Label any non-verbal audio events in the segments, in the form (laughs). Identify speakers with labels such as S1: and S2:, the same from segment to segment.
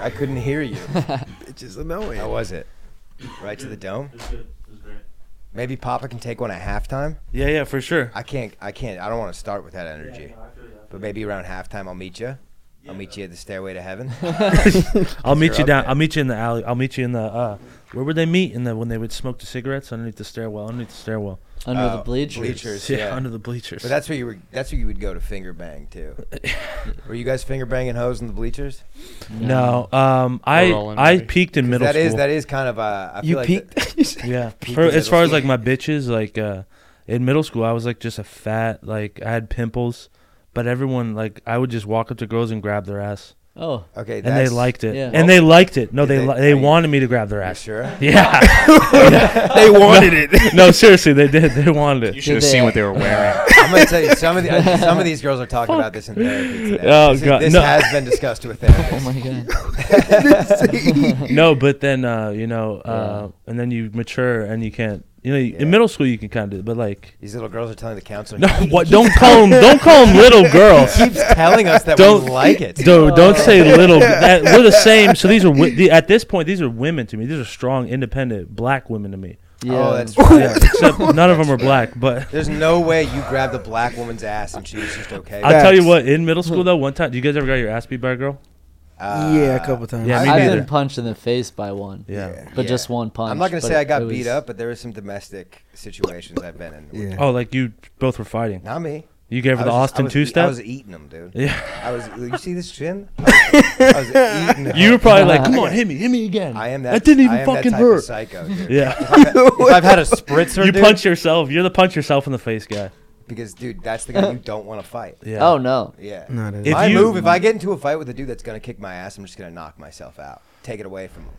S1: I couldn't hear you.
S2: It's just annoying.
S1: How was it? Right to the dome.
S3: It's good. It's great.
S1: Maybe Papa can take one at halftime.
S4: Yeah, yeah, for sure.
S1: I can't. I can't. I don't want to start with that energy.
S3: Yeah, no, I feel you. I feel
S1: But maybe around halftime, I'll meet you. I'll meet you at the stairway to heaven.
S4: I'll meet you
S1: You're
S4: down.
S1: okay.
S4: I'll meet you in the alley. I'll meet you in the uh, where would they meet? In the when they would smoke the cigarettes underneath the stairwell, underneath the stairwell.
S5: Under
S1: Uh,
S5: the bleachers.
S1: bleachers.
S4: Yeah,
S1: Yeah.
S4: under the bleachers.
S1: But that's where you were. That's where you would go to finger bang
S4: (laughs)
S1: too. were you guys finger banging hoes in the bleachers?
S4: no, um, I
S6: rolling,
S4: I
S6: baby.
S4: peaked in
S1: 'Cause
S4: middle
S1: That
S4: school.
S1: is that is kind of a. I feel
S2: you
S1: like
S2: peaked.
S1: that-
S2: You said-
S4: (laughs) yeah.
S1: peaked
S4: For,
S1: in
S4: as
S1: middle
S4: far as
S1: school.
S4: like my bitches, like uh, in middle school, I was like just a fat. Like I had pimples, but everyone like I would just walk up to girls and grab their ass,
S5: Oh,
S1: okay,
S4: and they
S1: that's- Oh.
S4: liked it,
S5: yeah.
S4: and they liked it. No,
S1: Did
S4: they
S1: they-
S4: li-
S1: are
S4: they
S1: you-
S4: wanted me to grab their
S1: You
S4: ass.
S1: sure?
S4: (laughs)
S1: (laughs)
S4: Yeah.
S2: they wanted it.
S4: no, seriously, they did. They wanted
S6: You
S4: it.
S6: should have
S5: they-
S6: seen what they were wearing.
S1: (laughs)
S5: (laughs)
S1: I'm gonna tell you some of the, I- some of these girls are talking about this in therapy today.
S4: Oh,
S1: this is-
S4: God,
S1: this
S4: no.
S1: has been discussed
S4: (laughs)
S1: with
S5: oh (laughs)
S1: therapists. (laughs)
S5: my god.
S4: No, but then uh, you know, uh, and then you mature and you can't. You know, you-
S1: Yeah.
S4: in middle school you can kind of, but like,
S1: These little girls are telling the counselor.
S4: no,
S1: he
S4: what? (laughs) Don't call them. Don't call
S1: (laughs)
S4: them (laughs) little girls.
S1: keeps telling us that
S4: Don't-
S1: we like it.
S4: Dude, don't
S1: (laughs)
S4: (laughs) say little. That, we're the same. So these are wi- the, at this point, these are women to me. These are strong, independent black women to me.
S5: Yeah.
S1: Oh, that's right. (laughs)
S4: Yeah, except none of them are black. But
S1: There's no way you grabbed a black woman's ass and she was just okay. with
S4: (laughs) I'll tell you
S2: Facts.
S4: what. In
S5: (laughs)
S4: middle school, though, one time, do you guys ever got your ass beat by a girl?
S1: it. Uh,
S2: yeah, a couple times.
S4: Yeah, me
S5: I've
S4: neither.
S5: been punched in the face by one,
S4: Yeah.
S5: but
S1: Yeah.
S5: just one punch.
S1: I'm not gonna
S5: but
S1: say I
S5: it-
S1: got
S5: it
S1: beat
S5: was-
S1: up, but there were some domestic situations I've been in.
S2: Yeah.
S4: Oh, like you both were fighting.
S1: Not me.
S4: You gave her
S1: I
S4: the
S1: was just- I
S4: Austin
S1: was
S4: two
S1: eat- I
S4: step.
S1: was eating them, dude.
S4: Yeah.
S1: I was.
S4: (laughs)
S1: You see this chin? I was, I was eating. 'em.
S4: You were probably like, "Come on, hit me, hit me again."
S1: I am that.
S4: That didn't
S1: I
S4: even
S1: am that
S4: fucking
S1: type of
S4: hurt.
S1: psycho. Dude.
S4: (laughs) Yeah.
S1: If I've
S4: (laughs)
S1: had a spritzer,
S4: You
S1: dude,
S4: punch yourself. You're the punch yourself in the face guy.
S1: because, dude, that's the guy
S4: (laughs)
S1: you don't want to fight.
S4: Yeah.
S5: Oh no.
S1: Yeah.
S2: Not at
S4: If
S1: my
S4: you-
S1: move, if I get into a fight with a dude that's gonna kick my ass, I'm just gonna knock myself out. Take it away from him.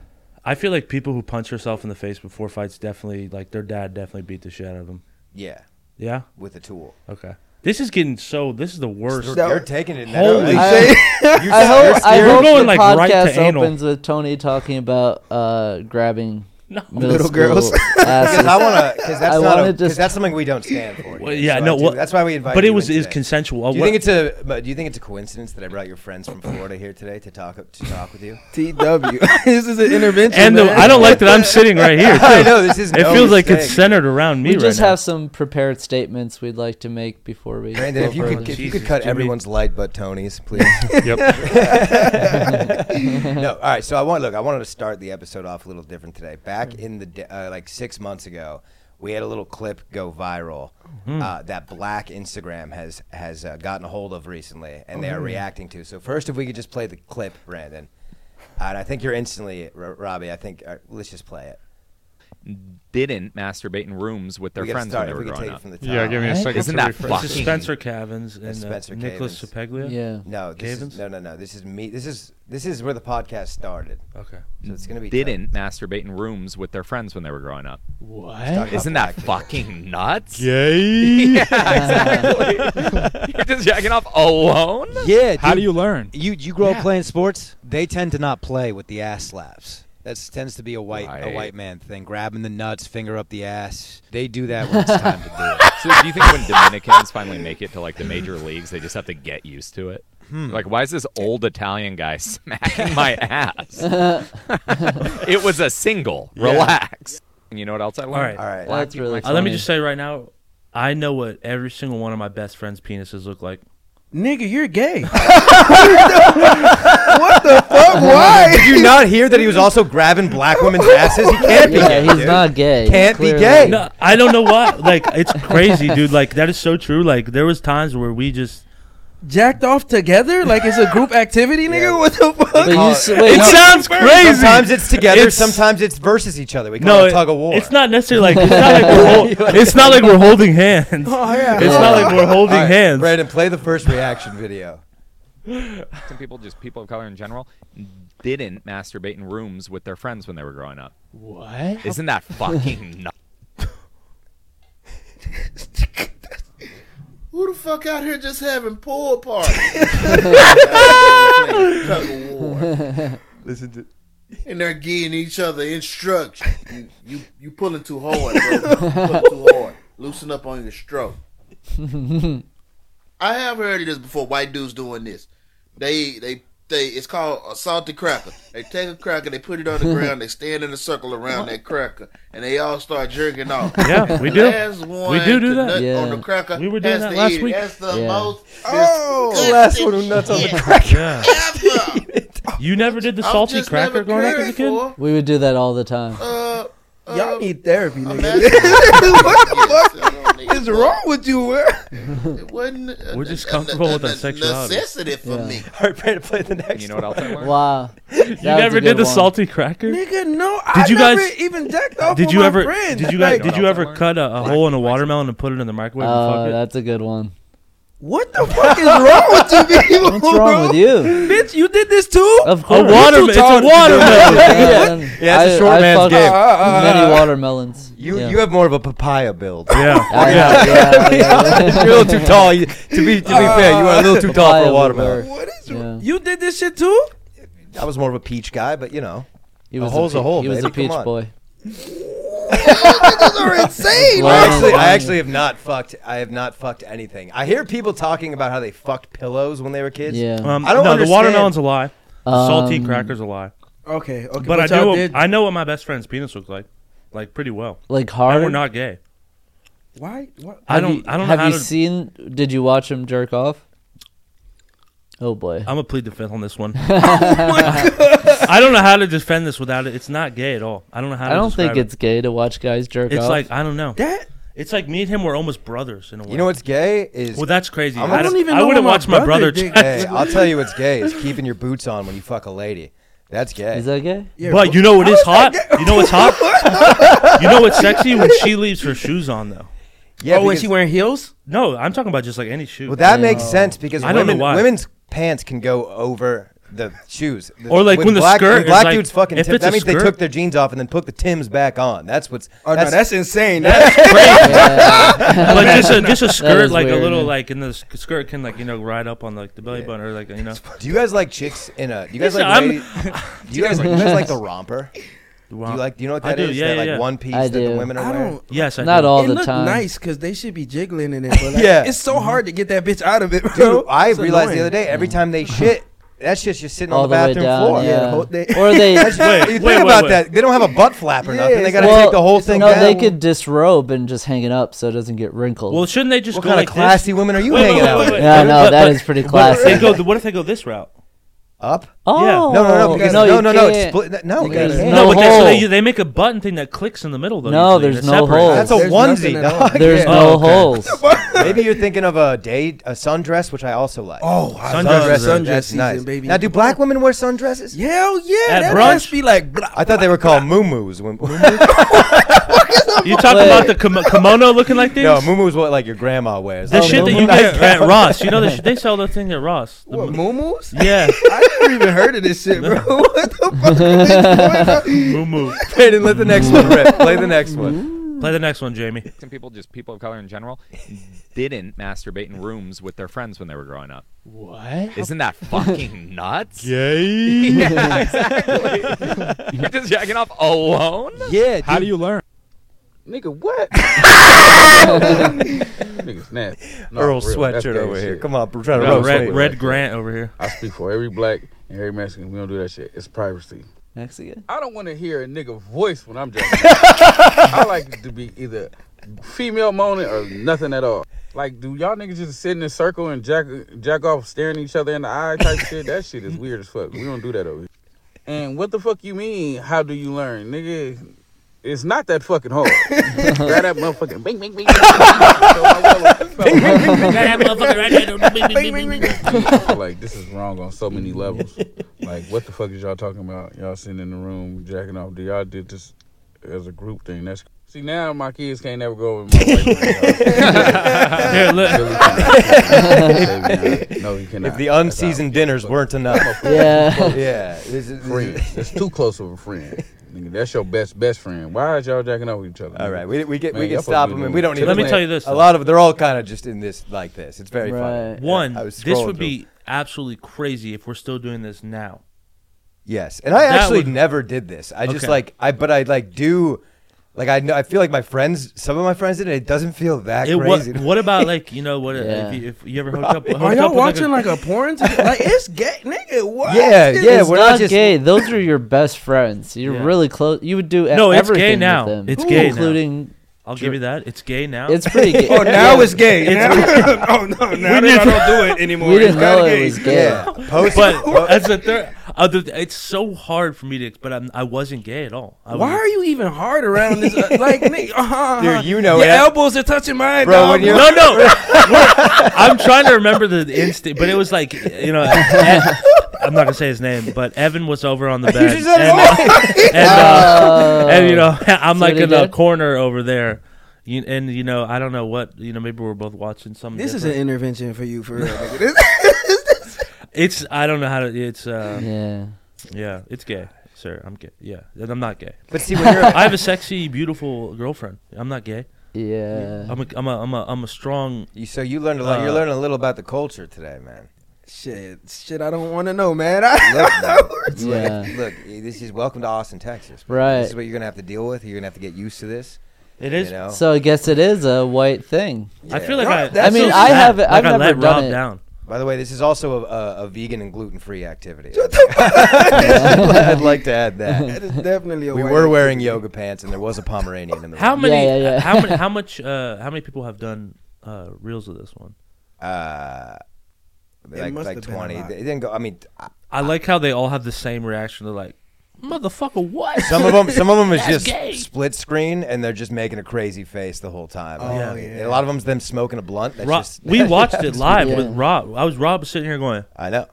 S4: I feel like people who punch herself in the face before fights definitely like their dad definitely beat the shit out of them.
S1: Yeah,
S4: Yeah.
S1: with a tool.
S4: Okay. This is getting so. This is the worst.
S1: You're taking it. in that
S4: Holy
S1: direction.
S5: shit. (laughs)
S1: You
S5: I
S1: you're
S5: hope, I
S1: steering-
S4: We're
S5: hope
S4: going,
S5: the
S4: like,
S5: podcast
S4: right to anal.
S5: opens with Tony talking about uh, grabbing
S4: No.
S5: middle
S2: Little
S5: school
S2: girls.
S1: (laughs) Because
S5: asses.
S1: I want to. Because that's
S5: I
S1: not.
S5: wanna
S1: a- 'cause
S5: just-
S1: that's something we don't stand for.
S4: Well,
S1: here,
S4: yeah.
S1: so I
S4: no.
S1: do-
S4: Well,
S1: that's why we invited.
S4: But it
S1: you
S4: was
S1: in
S4: is
S1: today.
S4: consensual. Uh,
S1: Do you
S4: what-
S1: think it's a? but Do you think it's a coincidence that I brought your friends from Florida here today to talk to talk with
S2: (laughs)
S1: you?
S2: TW. this is an intervention.
S4: and the,
S2: man.
S4: I don't like that
S2: (laughs)
S4: I'm sitting right here.
S1: (laughs)
S4: Too.
S1: I know this is.
S4: It
S1: no
S4: feels like it's
S1: mistake.
S4: centered around me
S5: we just
S4: right
S5: have some prepared statements we'd like to make before we.
S1: Brandon,
S5: go
S1: if you
S5: further.
S1: could, if you
S4: Jesus,
S1: could cut
S4: Jimmy.
S1: everyone's light but Tony's,
S4: (laughs)
S1: please. (laughs)
S6: yep.
S1: no, all right. So I want look. I wanted to start the episode off a little different today.
S2: Hmm.
S1: Back in the da- uh, like six months ago, we had a little clip go viral
S4: Hmm.
S1: uh, that Black Instagram has has uh, gotten a hold of recently, and
S4: Oh.
S1: they are reacting to. So first, if we could just play the clip, Brandon, Uh, and I think you're instantly R- Robbie. I think uh, let's just play it.
S7: didn't masturbate in rooms with their
S1: we gotta
S7: friends
S1: start
S7: when
S1: if
S7: they
S1: we
S7: were
S1: could
S7: growing
S1: take it
S7: up.
S1: from the top.
S6: Yeah, give me a second
S7: Isn't
S6: to
S7: that
S4: now.
S7: fucking-
S6: refresh.
S4: This is Spencer Cavins and uh,
S1: Spencer
S4: Nicholas
S1: Cavins.
S4: Sepeglia.
S5: Yeah.
S1: No, this
S4: Cavins?
S1: is, no, no, no. This is me. This is this is where the podcast started.
S4: Okay.
S1: So it's gonna be tough.
S7: Didn't masturbate in rooms with their friends when they were growing up.
S5: What?
S1: Talking
S7: Isn't
S1: about
S7: that
S1: black
S7: fucking nuts?
S1: (laughs)
S6: Yay.
S7: Yeah, exactly. (laughs) You're just jacking off alone?
S1: people. Yeah.
S6: How
S1: dude.
S6: do you learn?
S1: You you grow up
S7: Yeah.
S1: playing sports. They tend to not play with the ass slaps. That tends to be a white a
S7: Right.
S1: white man thing. Grabbing the nuts, finger up the ass. They do that when it's time to do it.
S7: So do you think when Dominicans finally make it to like the major leagues, they just have to get used to it? Like, why is this old Italian guy (laughs) smacking my ass? (laughs) it was a single. Relax. And you know what else I learned?
S4: All
S1: All right.
S5: That's really.
S4: Uh, let me
S5: funny.
S4: just say right now, I know what every single one of my best friends' penises look like.
S2: Nigga, you're
S4: (laughs)
S2: gay. (laughs) what the fuck? Why?
S1: Did you not hear that he was also grabbing black
S4: (laughs)
S1: women's asses? He can't be
S5: Yeah,
S1: gay.
S5: he's
S1: dude.
S5: not gay.
S1: Can't be
S5: clearly.
S1: gay.
S4: No, I don't know why. Like it's
S5: (laughs)
S4: crazy, dude. Like that is so true. Like there was times where we just
S2: Jacked off together? Like it's a group activity, nigga?
S1: Yeah.
S2: What the fuck?
S5: But you, s- wait,
S4: It
S5: no,
S4: sounds crazy.
S1: Sometimes it's together.
S4: It's-
S1: sometimes it's versus each other. We call
S4: no,
S1: it a tug
S4: it-
S1: of war.
S4: it's not necessarily like it's not like
S1: (laughs)
S4: we're, hol- it's not like we're holding hands.
S2: Oh, yeah.
S4: It's not like we're
S1: All
S4: holding
S1: right,
S4: hands.
S1: Brandon, play the first reaction video.
S7: Some people, just people of color in general, didn't masturbate in rooms with their friends when they were growing up.
S5: What?
S7: Isn't that fucking nuts?
S8: Who the fuck out here just having pool parties? Tug
S5: (laughs)
S8: of war.
S2: Listen to
S8: and they're giving each other instructions. You you, you pulling too hard, bro. You pulling too hard. Loosen up on your stroke.
S4: Hmm.
S8: I have heard of this before. White dudes doing this. They they they it's called a salted cracker. They take a cracker, they put it on the ground, they stand in a circle around that cracker, and they all start jerking off.
S4: (laughs)
S1: Uh,
S4: Yeah, we do.
S8: Last one
S4: We do do
S8: to
S4: that.
S8: nut
S5: Yeah.
S8: On the cracker,
S4: We were doing
S8: has
S4: that
S8: to
S4: last
S8: eat it.
S4: week.
S8: That's the
S5: Yeah.
S8: most
S1: Oh, last one who nuts on the crack.
S4: Yeah.
S8: ever.
S4: You never did the
S8: I'm
S4: salty
S8: just
S4: cracker
S8: never
S4: growing up as a
S8: cared
S4: kid?
S8: for,
S5: We would do that all the time.
S8: Uh, uh,
S2: (laughs) Y'all need therapy, (laughs) nigga.
S8: imagine-
S2: what the
S8: I don't need
S2: fuck (laughs) is
S8: to-
S2: wrong with you? man?
S8: It
S2: (laughs)
S8: wasn't. a-
S4: (laughs)
S8: (laughs)
S4: We're just
S8: a- a-
S4: comfortable with
S8: a
S4: our sexuality.
S8: Necessity for
S5: Yeah.
S8: me.
S1: (laughs) All right, pray to play the next
S7: You know what
S1: one.
S7: else I learned?
S1: (laughs)
S5: Wow.
S4: You never did the salty cracker?
S2: Nigga, no. I
S4: you
S2: never
S4: guys-
S2: even decked off
S4: Did
S2: with
S4: you
S2: my
S4: ever?
S2: friends.
S4: Did you
S2: Like,
S4: guys? Did you ever cut a, a hole in a watermelon and put it in the microwave?
S5: Oh,
S4: and fuck
S5: that's a good one.
S2: What the fuck is wrong with you
S4: (laughs)
S2: people?
S5: What's wrong with you?
S2: Bitch, you did this too?
S5: Of
S4: it?
S5: course.
S4: A watermelon. It's a watermelon.
S5: Yeah,
S1: (laughs) Yeah, it's a short
S5: I,
S1: man's
S5: fucked
S1: game.
S5: Many watermelons.
S1: You
S5: yeah.
S1: you have more of a papaya build.
S4: yeah.
S5: I-
S1: (laughs)
S5: yeah, yeah, yeah,
S1: You're a little too tall. You- to be to be fair, you are a little too tall for
S5: Papaya
S1: a
S5: would
S1: watermelon.
S5: work.
S2: What is
S5: Yeah.
S2: You did this shit too?
S1: I was more of a peach guy, but you know.
S5: He
S1: A
S5: was
S1: hole's a
S5: pe-
S1: hole,
S5: He was
S1: baby,
S5: a peach
S1: come on.
S5: boy.
S2: Those
S5: (laughs)
S1: (laughs)
S2: are insane.
S1: I
S5: Wow.
S1: actually, I actually have not fucked. I have not fucked anything. I hear people talking about how they fucked pillows when they were kids.
S5: Yeah.
S4: Um,
S1: I don't
S4: no,
S1: understand.
S4: the watermelon's a lie. The salty
S5: Um,
S4: cracker's a lie.
S2: Okay, okay.
S4: But I
S2: y'all
S4: do.
S2: did-
S4: I know what my best friend's penis looks like, like pretty well.
S5: Like
S4: And
S5: hard.
S4: we're not gay.
S2: Why? What?
S4: I
S5: Have
S4: don't.
S5: you-
S4: I don't know
S5: Have
S4: how
S5: you
S4: to.
S5: seen? Did you watch him jerk off? Oh boy.
S4: I'm gonna plead the fifth on this
S5: (laughs)
S4: one. I don't know how to defend this without it. It's not gay at all. I don't know how.
S5: I
S4: To
S5: don't think
S4: describe
S5: it's gay to watch guys jerk
S4: It. It's
S5: off.
S4: like I don't know.
S2: That
S4: It's like me and him were almost brothers in a way.
S1: You know what's gay is.
S4: Well, that's crazy.
S1: I
S4: I,
S1: don't
S4: don't
S2: even
S4: I
S2: know
S4: wouldn't
S2: what my
S4: watch my
S2: brother
S4: brother.
S2: did.
S4: try-
S1: hey, I'll tell you
S4: (laughs)
S1: what's gay is keeping your boots on when you fuck a lady. That's gay.
S5: Is that gay?
S2: yeah, bro.
S4: But you know what is
S2: How
S4: hot?
S2: is that
S4: You know what's
S1: (laughs)
S4: hot? you know what's sexy when she leaves her shoes on though.
S1: yeah.
S2: oh, is
S1: because-
S2: she wearing heels?
S4: No, I'm talking about just like any shoe.
S1: well, that makes sense because
S4: I don't know
S1: women,
S4: why.
S1: women's pants can go over the shoes. The-
S4: (laughs) Or, like, when the
S1: black,
S4: skirt
S1: when
S4: is,
S1: black
S4: like,
S1: dudes fucking.
S4: if
S1: Tim,
S4: it's
S1: that
S4: a
S1: means they
S4: skirt-
S1: took their jeans off and then put the Tims back on. That's what's.
S2: Oh
S1: that's,
S2: no, that's insane.
S1: (laughs)
S4: like just a just a skirt,
S5: is
S4: like a
S5: weird,
S4: little
S5: yeah.
S4: like, and the s- skirt can like you know ride up on like the belly button or like you know.
S1: do you guys like chicks in a? Do you guys
S4: Listen,
S1: like?
S4: I'm- (laughs)
S1: lady- do you guys, do you guys like the romper? Do you like? Do you know what
S4: I
S1: that is?
S4: do, yeah,
S1: that
S4: yeah,
S1: like
S4: yeah.
S1: one piece
S5: I
S1: that the
S5: do.
S1: women are
S2: I
S1: wearing.
S2: don't.
S4: Yes, I
S5: Not
S4: do.
S5: all
S2: it
S5: the
S2: looked
S5: time.
S2: nice because they should be
S1: (laughs)
S2: jiggling in it. But like,
S1: Yeah.
S2: it's so
S4: Mm-hmm.
S2: hard to get that bitch out of it, bro.
S1: Dude, I
S2: It's
S1: realized
S2: annoying.
S1: the other day every time
S5: (laughs)
S1: they shit, that shit's just sitting
S5: Mm. All
S1: on
S5: the
S1: the,
S5: way
S1: bathroom
S5: down,
S1: floor.
S5: yeah.
S2: the whole thing.
S5: Or they.
S1: That's just-
S4: Wait,
S1: you think
S4: wait, wait,
S1: about
S4: wait.
S1: that. They don't have a butt flap or
S2: Yeah,
S1: nothing. They
S2: it's
S1: gotta
S5: well,
S1: take the whole thing
S5: no,
S1: down.
S5: they could disrobe and just hang it up so it doesn't get wrinkled.
S4: Well, shouldn't they just
S1: what
S4: go
S1: kind
S4: like
S1: of classy women are you
S4: Wait, wait,
S1: hanging
S4: wait,
S1: out
S4: wait,
S1: with?
S4: wait.
S5: yeah, no,
S4: But-
S5: that
S4: but-
S5: is pretty
S4: this? What if
S5: classic.
S4: they go? What if they go this route?
S1: Up?
S5: oh
S1: No, no, no. Because no,
S5: you
S1: no, no,
S5: can't.
S1: Split, no,
S5: Because
S1: they can't.
S5: No
S4: No, but they, so they,
S5: hole.
S4: they make a button thing that clicks in the middle though.
S5: No,
S4: usually,
S5: there's
S4: that
S5: no
S4: separates.
S5: hole.
S1: That's a
S2: There's
S1: onesie.
S2: nothing at all.
S1: (laughs) dog.
S5: There's
S1: Yeah.
S5: no
S4: Oh,
S1: (laughs)
S4: okay.
S5: holes.
S1: Maybe you're thinking of a day, a sundress, which I also like.
S2: Oh, I
S4: Sundress
S2: love
S4: is a-
S2: sundress
S1: that's
S2: season,
S1: nice.
S2: baby.
S1: Now, do black women wear sundresses?
S2: Hell yeah,
S4: At
S2: that
S4: brunch?
S2: must be like. Blah.
S1: I thought they were called muumuus. When- (laughs)
S4: You talking
S5: Wait.
S4: about the kim- kimono looking like this?
S1: no, muumuu's what like your grandma wears.
S4: The
S5: Oh,
S4: shit
S5: no,
S4: that
S5: no,
S4: you
S5: no.
S4: get at Ross. You know,
S5: (laughs)
S4: the sh- they sell the thing at Ross. The
S2: What,
S4: mo-
S2: muumuus?
S1: (laughs)
S4: yeah.
S2: I never even heard of this shit, bro. what the fuck is going on?
S4: Moo moo.
S1: (laughs) Brandon, let the next one rip. Play the next one.
S4: Play the next one, Jamie.
S7: Some people, just people of color in general, didn't masturbate in rooms with their friends when they were growing up.
S5: What?
S7: Isn't that fucking nuts?
S3: Yay.
S7: (laughs) Yeah,
S6: (laughs)
S7: exactly. You're just jacking off alone?
S1: Yeah.
S3: How do you learn?
S6: Nigga,
S4: (laughs)
S6: what? Nigga's nasty. No,
S1: Earl
S6: for real, that's
S1: sweatshirt
S6: gay
S1: over here.
S6: shit.
S1: Come on, we're trying to
S4: Yo,
S1: roast me.
S4: Red, Red Grant over here.
S6: I speak for every black and every Mexican. We don't do that shit. It's privacy.
S5: Mexican?
S6: I don't want to hear a nigga
S1: (laughs)
S6: voice when I'm jerking. I like it to be either female moaning or nothing at all. Like, do y'all niggas just sit in a circle and jack jack off, staring each other in the eye type shit? That shit is weird as fuck. We don't do that over here. And what the fuck you mean? How do you learn, nigga? It's not that fucking
S1: (laughs)
S6: hard. Grab that motherfucking bing bing bing. bing. So I will- I feel like this is wrong on so many levels. Like, what the fuck is y'all talking about? Y'all sitting in the room jacking off. Do y'all did this as a group thing? That's see now my kids can't never go over my
S1: (laughs)
S4: Here, look.
S5: (laughs)
S6: place. no, you cannot.
S1: If the
S6: That's
S1: unseasoned
S6: out.
S1: dinners weren't enough.
S4: (laughs)
S5: Yeah.
S1: yeah. This is,
S6: friend, that's too close of a friend. Nigga, that's your best best friend. Why is y'all jacking off with each other?
S1: all right, we, we get we
S6: Man,
S1: can
S6: y'all supposed
S1: stop
S6: to
S1: them,
S6: be
S1: and we don't
S6: doing
S1: need.
S4: Let
S1: to
S4: me
S1: play.
S4: tell you this,
S1: A
S4: though.
S1: lot of they're all kind of just in this like this. It's very funny.
S5: Right.
S4: One,
S1: I was
S4: this
S1: scrolling
S4: would
S1: through.
S4: be absolutely crazy if we're still doing this now.
S1: Yes, and I
S4: That
S1: actually
S4: would-
S1: never did this. I just
S4: Okay.
S1: like I, but I like do Like I know, I feel like my friends, some of my friends did it. It doesn't feel that
S4: It, what,
S1: crazy. (laughs)
S4: what about like you know what
S5: Yeah.
S4: if, you, if you ever hooked up? Hooked
S2: Are
S4: up
S2: y'all
S4: with,
S2: watching
S4: Like
S2: like a porn? together? like it's gay, nigga. What?
S1: Yeah, yeah,
S5: it's
S1: we're
S5: not
S1: not just-
S5: gay. Those are your best friends. You're
S4: Yeah.
S5: really close. You would do e-
S4: No, it's gay
S5: everything
S4: now.
S5: with them.
S4: It's gay now.
S5: including
S4: a, I'll give you that. It's gay now.
S5: it's pretty gay.
S2: (laughs) Oh, now
S5: Yeah.
S2: it's gay.
S4: It's-
S2: (laughs) Now- oh no, now they don't do it anymore.
S5: We
S2: It's
S5: didn't know
S2: kinda
S5: it
S2: gay.
S5: was gay.
S1: yeah, post.
S4: but as a third, other, it's so hard for me to. But I'm, I wasn't gay at all. I
S2: Why
S4: was-
S2: are you even hard around this? uh,
S1: (laughs)
S2: like, nigga, uh-huh,
S1: Dude,
S2: uh-huh.
S1: you know
S2: your
S1: it.
S2: elbows are touching (laughs) mine,
S1: Bro,
S2: dog.
S1: when you're-
S4: No,
S1: (laughs)
S4: (laughs) no. I'm trying to remember the instant, but it was like you know. Ev- I'm not gonna say his name, but Evan was over
S2: (laughs)
S4: on the bed,
S1: just said his
S4: (laughs) and, and, uh,
S5: Oh.
S4: and, you know (laughs) I'm
S5: So
S4: like
S5: what he
S4: in the
S5: did?
S4: corner over there, you, and you know I don't know what you know. Maybe we're both watching something.
S2: this is an
S4: different.
S2: intervention for you, for real. nigga.
S1: (laughs)
S2: This-
S4: (laughs) It's I don't know how to. It's uh,
S5: Yeah.
S4: yeah, it's gay, sir. I'm gay. Yeah, and I'm not gay.
S1: But see, when you're
S4: (laughs) I have a sexy, beautiful girlfriend. I'm not gay.
S5: Yeah.
S4: I'm a I'm a I'm a, I'm a strong.
S1: you, so you learned a lot. you're
S4: Uh,
S1: learning a little about the culture today, man.
S2: shit, shit, I don't want to know, man. I,
S1: Look, man, (laughs)
S5: Yeah.
S1: look, look, this is welcome to Austin, Texas. bro.
S5: Right.
S1: This is what you're gonna have to deal with. You're gonna have to get used to this.
S4: It
S1: You
S4: is.
S1: know.
S5: So I guess it is a white thing.
S4: I
S1: Oh. Yeah.
S4: feel like I.
S2: That's
S5: I mean,
S2: so
S5: I
S4: sad.
S5: have.
S4: Like,
S5: I've
S4: I
S5: never
S4: let
S5: done
S4: Rob
S5: it.
S4: down.
S1: By the way, this is also a, a, a vegan and gluten free activity. (laughs) I'd like to add that.
S2: that is definitely a
S1: We
S2: white
S1: were
S2: man.
S1: wearing yoga pants, and there was a Pomeranian in the room.
S4: How many?
S5: yeah, yeah.
S4: How (laughs)
S5: (laughs)
S4: many? How much? Uh, how many people have done uh, reels of this one?
S1: Uh, like
S2: must
S1: like
S2: have been a
S1: twenty.
S2: lot.
S1: It didn't go. I mean, I-
S4: I like how they all have the same reaction. They're like, "Motherfucker, what?"
S1: some of them, some
S4: (laughs)
S1: of them is just
S4: gay.
S1: split screen, and they're just making a crazy face the whole time.
S2: Oh,
S4: Yeah.
S1: A
S2: yeah.
S1: lot of them's them smoking a blunt. That's
S4: Rob,
S1: just, (laughs)
S4: we watched it live
S5: Yeah.
S4: with Rob. I was Rob sitting here going,
S1: I know.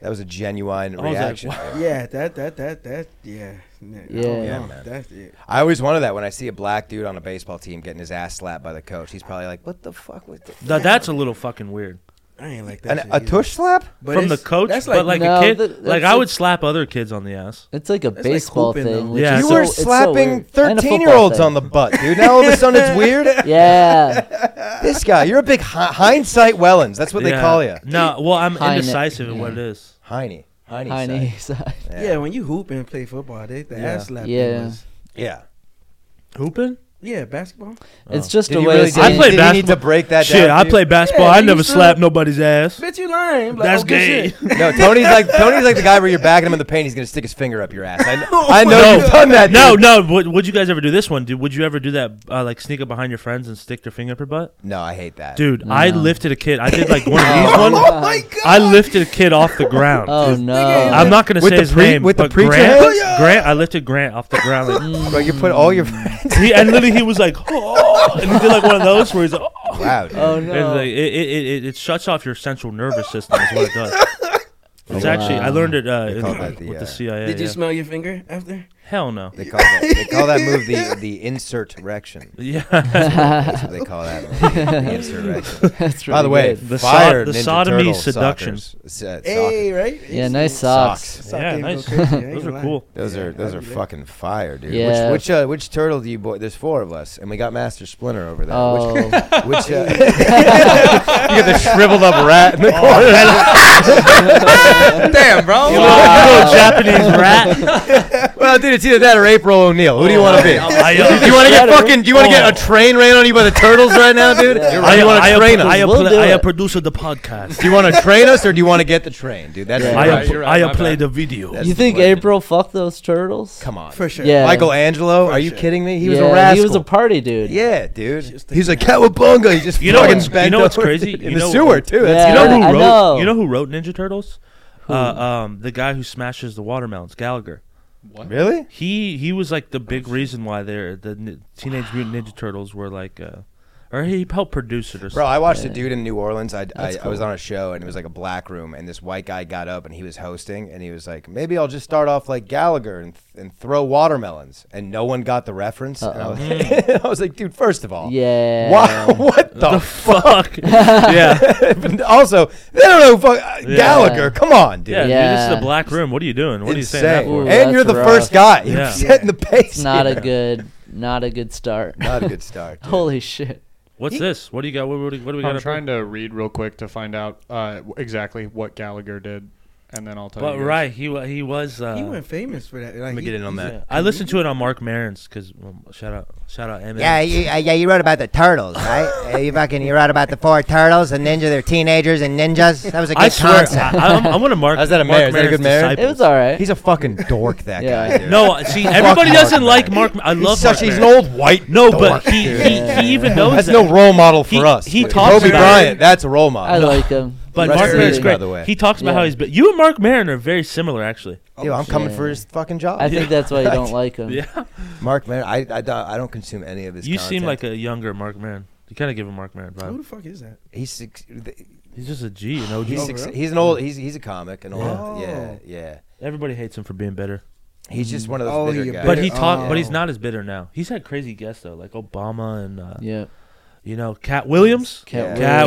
S1: That was a genuine
S4: was like,
S1: reaction.
S2: Yeah, that, that, that, that, yeah, Oh, yeah,
S5: Yeah,
S1: Oh, man.
S2: that's it.
S1: I always wonder that when I see a black dude on a baseball team getting his ass slapped by the coach. He's probably like, "What the fuck was that?"
S4: "Th- "That's a little fucking weird."
S2: I ain't like that.
S1: An,
S2: shit
S1: a
S2: either.
S1: tush slap?
S2: But
S4: From the
S2: it's-
S4: coach,
S2: that's
S4: but like
S5: No,
S4: a kid,
S5: that- that's
S4: like I
S5: like-
S4: would slap other kids on the ass.
S5: It's like a
S2: like
S5: baseball
S2: hooping,
S5: thing.
S2: though.
S5: which
S4: Yeah.
S5: is
S1: you
S5: so-
S1: were
S5: it's so
S1: slapping
S5: weird. And a football
S1: 13 year olds
S5: thing.
S1: on the butt, dude. Now all of a sudden it's (laughs) weird.
S5: (laughs) Yeah.
S1: This guy, you're a big hi- hindsight Wellens. That's what they
S4: Yeah.
S1: call you.
S4: No, well, I'm
S5: High neck,
S4: indecisive in what it is.
S1: Heine. Heine.
S5: Tiny
S1: side.
S2: (laughs)
S5: side.
S2: yeah. when you hoop and play football, they the
S4: Yeah.
S2: ass slap.
S5: Yeah.
S2: Was,
S1: Yeah.
S4: Hooping?
S2: yeah, basketball.
S5: It's just
S1: Did
S5: a
S1: you
S5: way
S1: really
S5: of
S1: did,
S4: Oh. I
S5: saying
S4: played
S1: did you need to
S4: basketball.
S1: break that
S4: Shit,
S1: down?
S4: I
S1: to you?
S4: played basketball. I
S2: you
S4: never
S2: should.
S4: slapped nobody's ass.
S2: Bitch, you lying? Like,
S4: That's
S2: oh, good
S4: gay.
S2: shit.
S1: No, Tony's like
S2: (laughs)
S1: Tony's like the guy where you're backing him in the paint. He's gonna stick his finger up your ass.
S4: (laughs)
S1: I,
S2: Oh
S1: I know
S2: my
S1: you've done that.
S4: No,
S1: dude.
S4: no. Would, would you guys ever do this one? Dude, would you ever do that? Uh, like sneak up behind your friends and stick your finger up your butt?
S1: no, I hate that.
S4: Dude, I
S5: No.
S4: lifted a kid. I
S1: (laughs)
S4: did like one of these
S2: Oh,
S4: ones.
S2: my god!
S4: I lifted a kid off the ground.
S5: Oh
S4: I'm
S5: no.
S4: not gonna
S1: With
S4: say
S1: the
S4: his
S1: pre-
S4: name.
S1: with the
S4: but
S1: preacher
S4: Grant,
S2: hands?
S4: Grant, I lifted Grant off the ground.
S1: (laughs)
S4: Like,
S1: Bro, you put all
S4: (laughs)
S1: your friends.
S4: he, and literally, he was like, (laughs) oh, and he did like one of those where he's like, oh.
S1: Wow, dude.
S5: Oh
S4: And like,
S5: no.
S4: it, it, it- it, it shuts off your central nervous system. Is what it does.
S1: (laughs)
S4: It's
S5: Wow.
S4: actually I learned it uh,
S1: They
S4: in-
S1: call that the,
S4: with
S1: uh,
S4: the CIA.
S2: Did you
S4: yeah.
S2: smell your finger after?
S4: Hell no.
S1: They call that they call
S2: (laughs)
S1: that uh, move the the insert erection.
S4: Yeah.
S1: That's what they call that. move,
S4: (laughs)
S1: the insert erection.
S5: That's really
S1: By the way,
S5: good.
S4: The so-
S1: fire
S4: the
S1: Ninja
S4: sodomy
S1: Turtle
S4: seduction.
S1: sockers. S- uh,
S2: Hey,
S1: sockers.
S2: right?
S5: Yeah, nice
S1: Socks.
S5: socks.
S2: Sock
S4: yeah,
S2: game go
S4: nice. (laughs)
S2: crazy, I ain't
S4: Those
S2: gonna
S4: are
S2: lie.
S4: cool.
S1: Those are those are fucking fire, dude.
S5: Yeah.
S1: Which which, uh, which turtle do you boy? There's four of us, and we got Master Splinter over there.
S5: Oh.
S1: Which, (laughs) which
S2: (laughs)
S1: uh, you got the shriveled up rat in (laughs) the corner.
S2: Damn, bro.
S4: Little- little Japanese rat.
S1: well, dude, it's either that or April O'Neil. Who do you want to be?
S4: I,
S1: Do
S4: uh,
S1: you want to get
S5: Shredder.
S1: fucking? Do you want to get a train ran on you by the turtles (laughs) right now, dude?
S4: I,
S1: Do you want
S4: I,
S1: to train us?
S4: I,
S5: We'll
S4: pla-
S5: do
S4: I
S5: it.
S4: produce the podcast.
S1: do you want to train us or do you want to get the train, dude? That's
S5: Yeah.
S4: I,
S7: You're right, you're right,
S4: I
S7: my
S4: play
S7: bad.
S4: the video.
S1: That's-
S5: You think
S1: Legend.
S5: April fucked those turtles?
S1: Come on.
S2: For sure.
S5: Yeah.
S1: Michelangelo, are you
S2: sure.
S1: kidding me? He was
S5: Yeah,
S1: a rascal.
S5: He was a party dude.
S1: yeah, dude. (laughs) He's like cowabunga. He just
S4: You know
S1: fucking
S4: what's-
S1: spent
S4: you know what's
S1: over (laughs)
S4: crazy?
S1: in
S4: You
S1: the
S4: know-
S1: sewer too. That's-
S4: You know who
S5: I
S4: wrote?
S5: know.
S4: You know who wrote Ninja Turtles? Uh, um, the guy who smashes the watermelons, Gallagher.
S1: really
S4: He he was like the big reason why they're the Ni- Teenage Mutant Ninja Turtles were like, uh, or he helped produce it or
S1: Bro,
S4: something.
S1: I watched a dude in New Orleans. I, I, I was on a show and it was like a black room, and this white guy got up and he was hosting, and he was like, "Maybe I'll just start off like Gallagher and, and throw watermelons," and no one got the reference. (laughs) And I,
S4: Hmm.
S1: was, I was like, "Dude, first of all,
S5: Yeah.
S1: why, (laughs) what the?" f (laughs)
S4: Fuck. yeah.
S1: and also, they don't know who fuck, uh, Gallagher. Come on, dude.
S4: Yeah, Dude, this is
S5: Yeah.
S4: the black room. What are you doing? What are you saying that
S1: Insane.
S4: for?
S5: Ooh,
S1: and
S5: that's
S1: you're the
S5: rough.
S1: first guy. You're
S4: Yeah.
S1: setting the pace.
S5: Not
S1: here.
S5: a good. Not a good start.
S1: not a good
S5: (laughs)
S1: start. dude.
S5: Holy shit.
S4: What's this? What do you got? What, what, do- what do we got?
S3: I'm
S4: up
S3: trying to read real quick to find out uh, w- exactly what Gallagher did and then I'll tell
S4: But
S3: you. guys.
S4: right, he wa- he was. Uh,
S2: He went famous for that. Like,
S1: Let me
S2: he-
S1: get in on that.
S4: yeah. I listened to it on Mark Maron's because shout out shout out Eminem.
S9: Yeah, you, uh, yeah, you wrote about the turtles,
S4: (laughs)
S9: right? Uh, you fucking you wrote about the four turtles and ninja. They're teenagers and ninjas. That was a good
S4: I swear,
S9: concept.
S4: I, I'm, I'm gonna mark.
S1: How's that a
S4: Mark
S1: mayor? (laughs) Is that a good
S4: Maron's
S1: mayor?
S4: disciple.
S5: It was all right.
S1: He's a fucking dork, that
S5: Yeah.
S1: guy. Dude.
S4: (laughs) No, uh, see, everybody
S1: Mark
S4: doesn't like
S1: Maron.
S4: Mark. I
S1: He's
S4: love
S1: such.
S4: Mark
S1: He's an
S4: Maron.
S1: old white.
S4: No,
S1: dork,
S4: but he,
S1: dude.
S4: he, he even knows
S1: That's
S4: that.
S1: no role model for
S4: He-
S1: us.
S4: he
S1: dude.
S4: talks
S1: Kobe
S4: about-
S1: Bryant. That's a role
S5: I
S1: model.
S5: like him.
S4: (laughs) But
S1: Rest
S4: Mark
S1: in
S4: Maron is
S1: peace,
S4: great.
S1: by the way.
S4: He talks about
S5: Yeah.
S4: how he's. But you and Mark Maron are very similar, actually.
S1: Dude, I'm coming
S5: Yeah.
S1: for his fucking job.
S5: I think that's why you
S4: (laughs)
S5: don't like him.
S4: Yeah.
S1: Mark Maron. I, I, don't- I don't consume any of his.
S4: You seem
S1: content.
S4: like a younger Mark Maron. You kind of give him Mark Maron
S2: Who the
S4: vibe.
S2: fuck is that?
S1: he's six, th-
S4: He's just a G, you know.
S1: he's
S2: Oh,
S4: He's,
S1: six,
S2: really?
S1: he's an old he's he's a comic and old
S2: Yeah.
S1: yeah
S2: Oh.
S1: yeah.
S4: everybody hates him for being bitter,
S1: He's just one of those
S2: Oh,
S1: bitter
S2: he a
S1: guys.
S4: but he
S2: Bitter-
S4: talk, but
S2: oh.
S4: he's not as bitter now. He's had crazy guests though, like Obama and uh,
S5: Yeah.
S4: you know Cat Williams.
S5: Cat
S4: Cat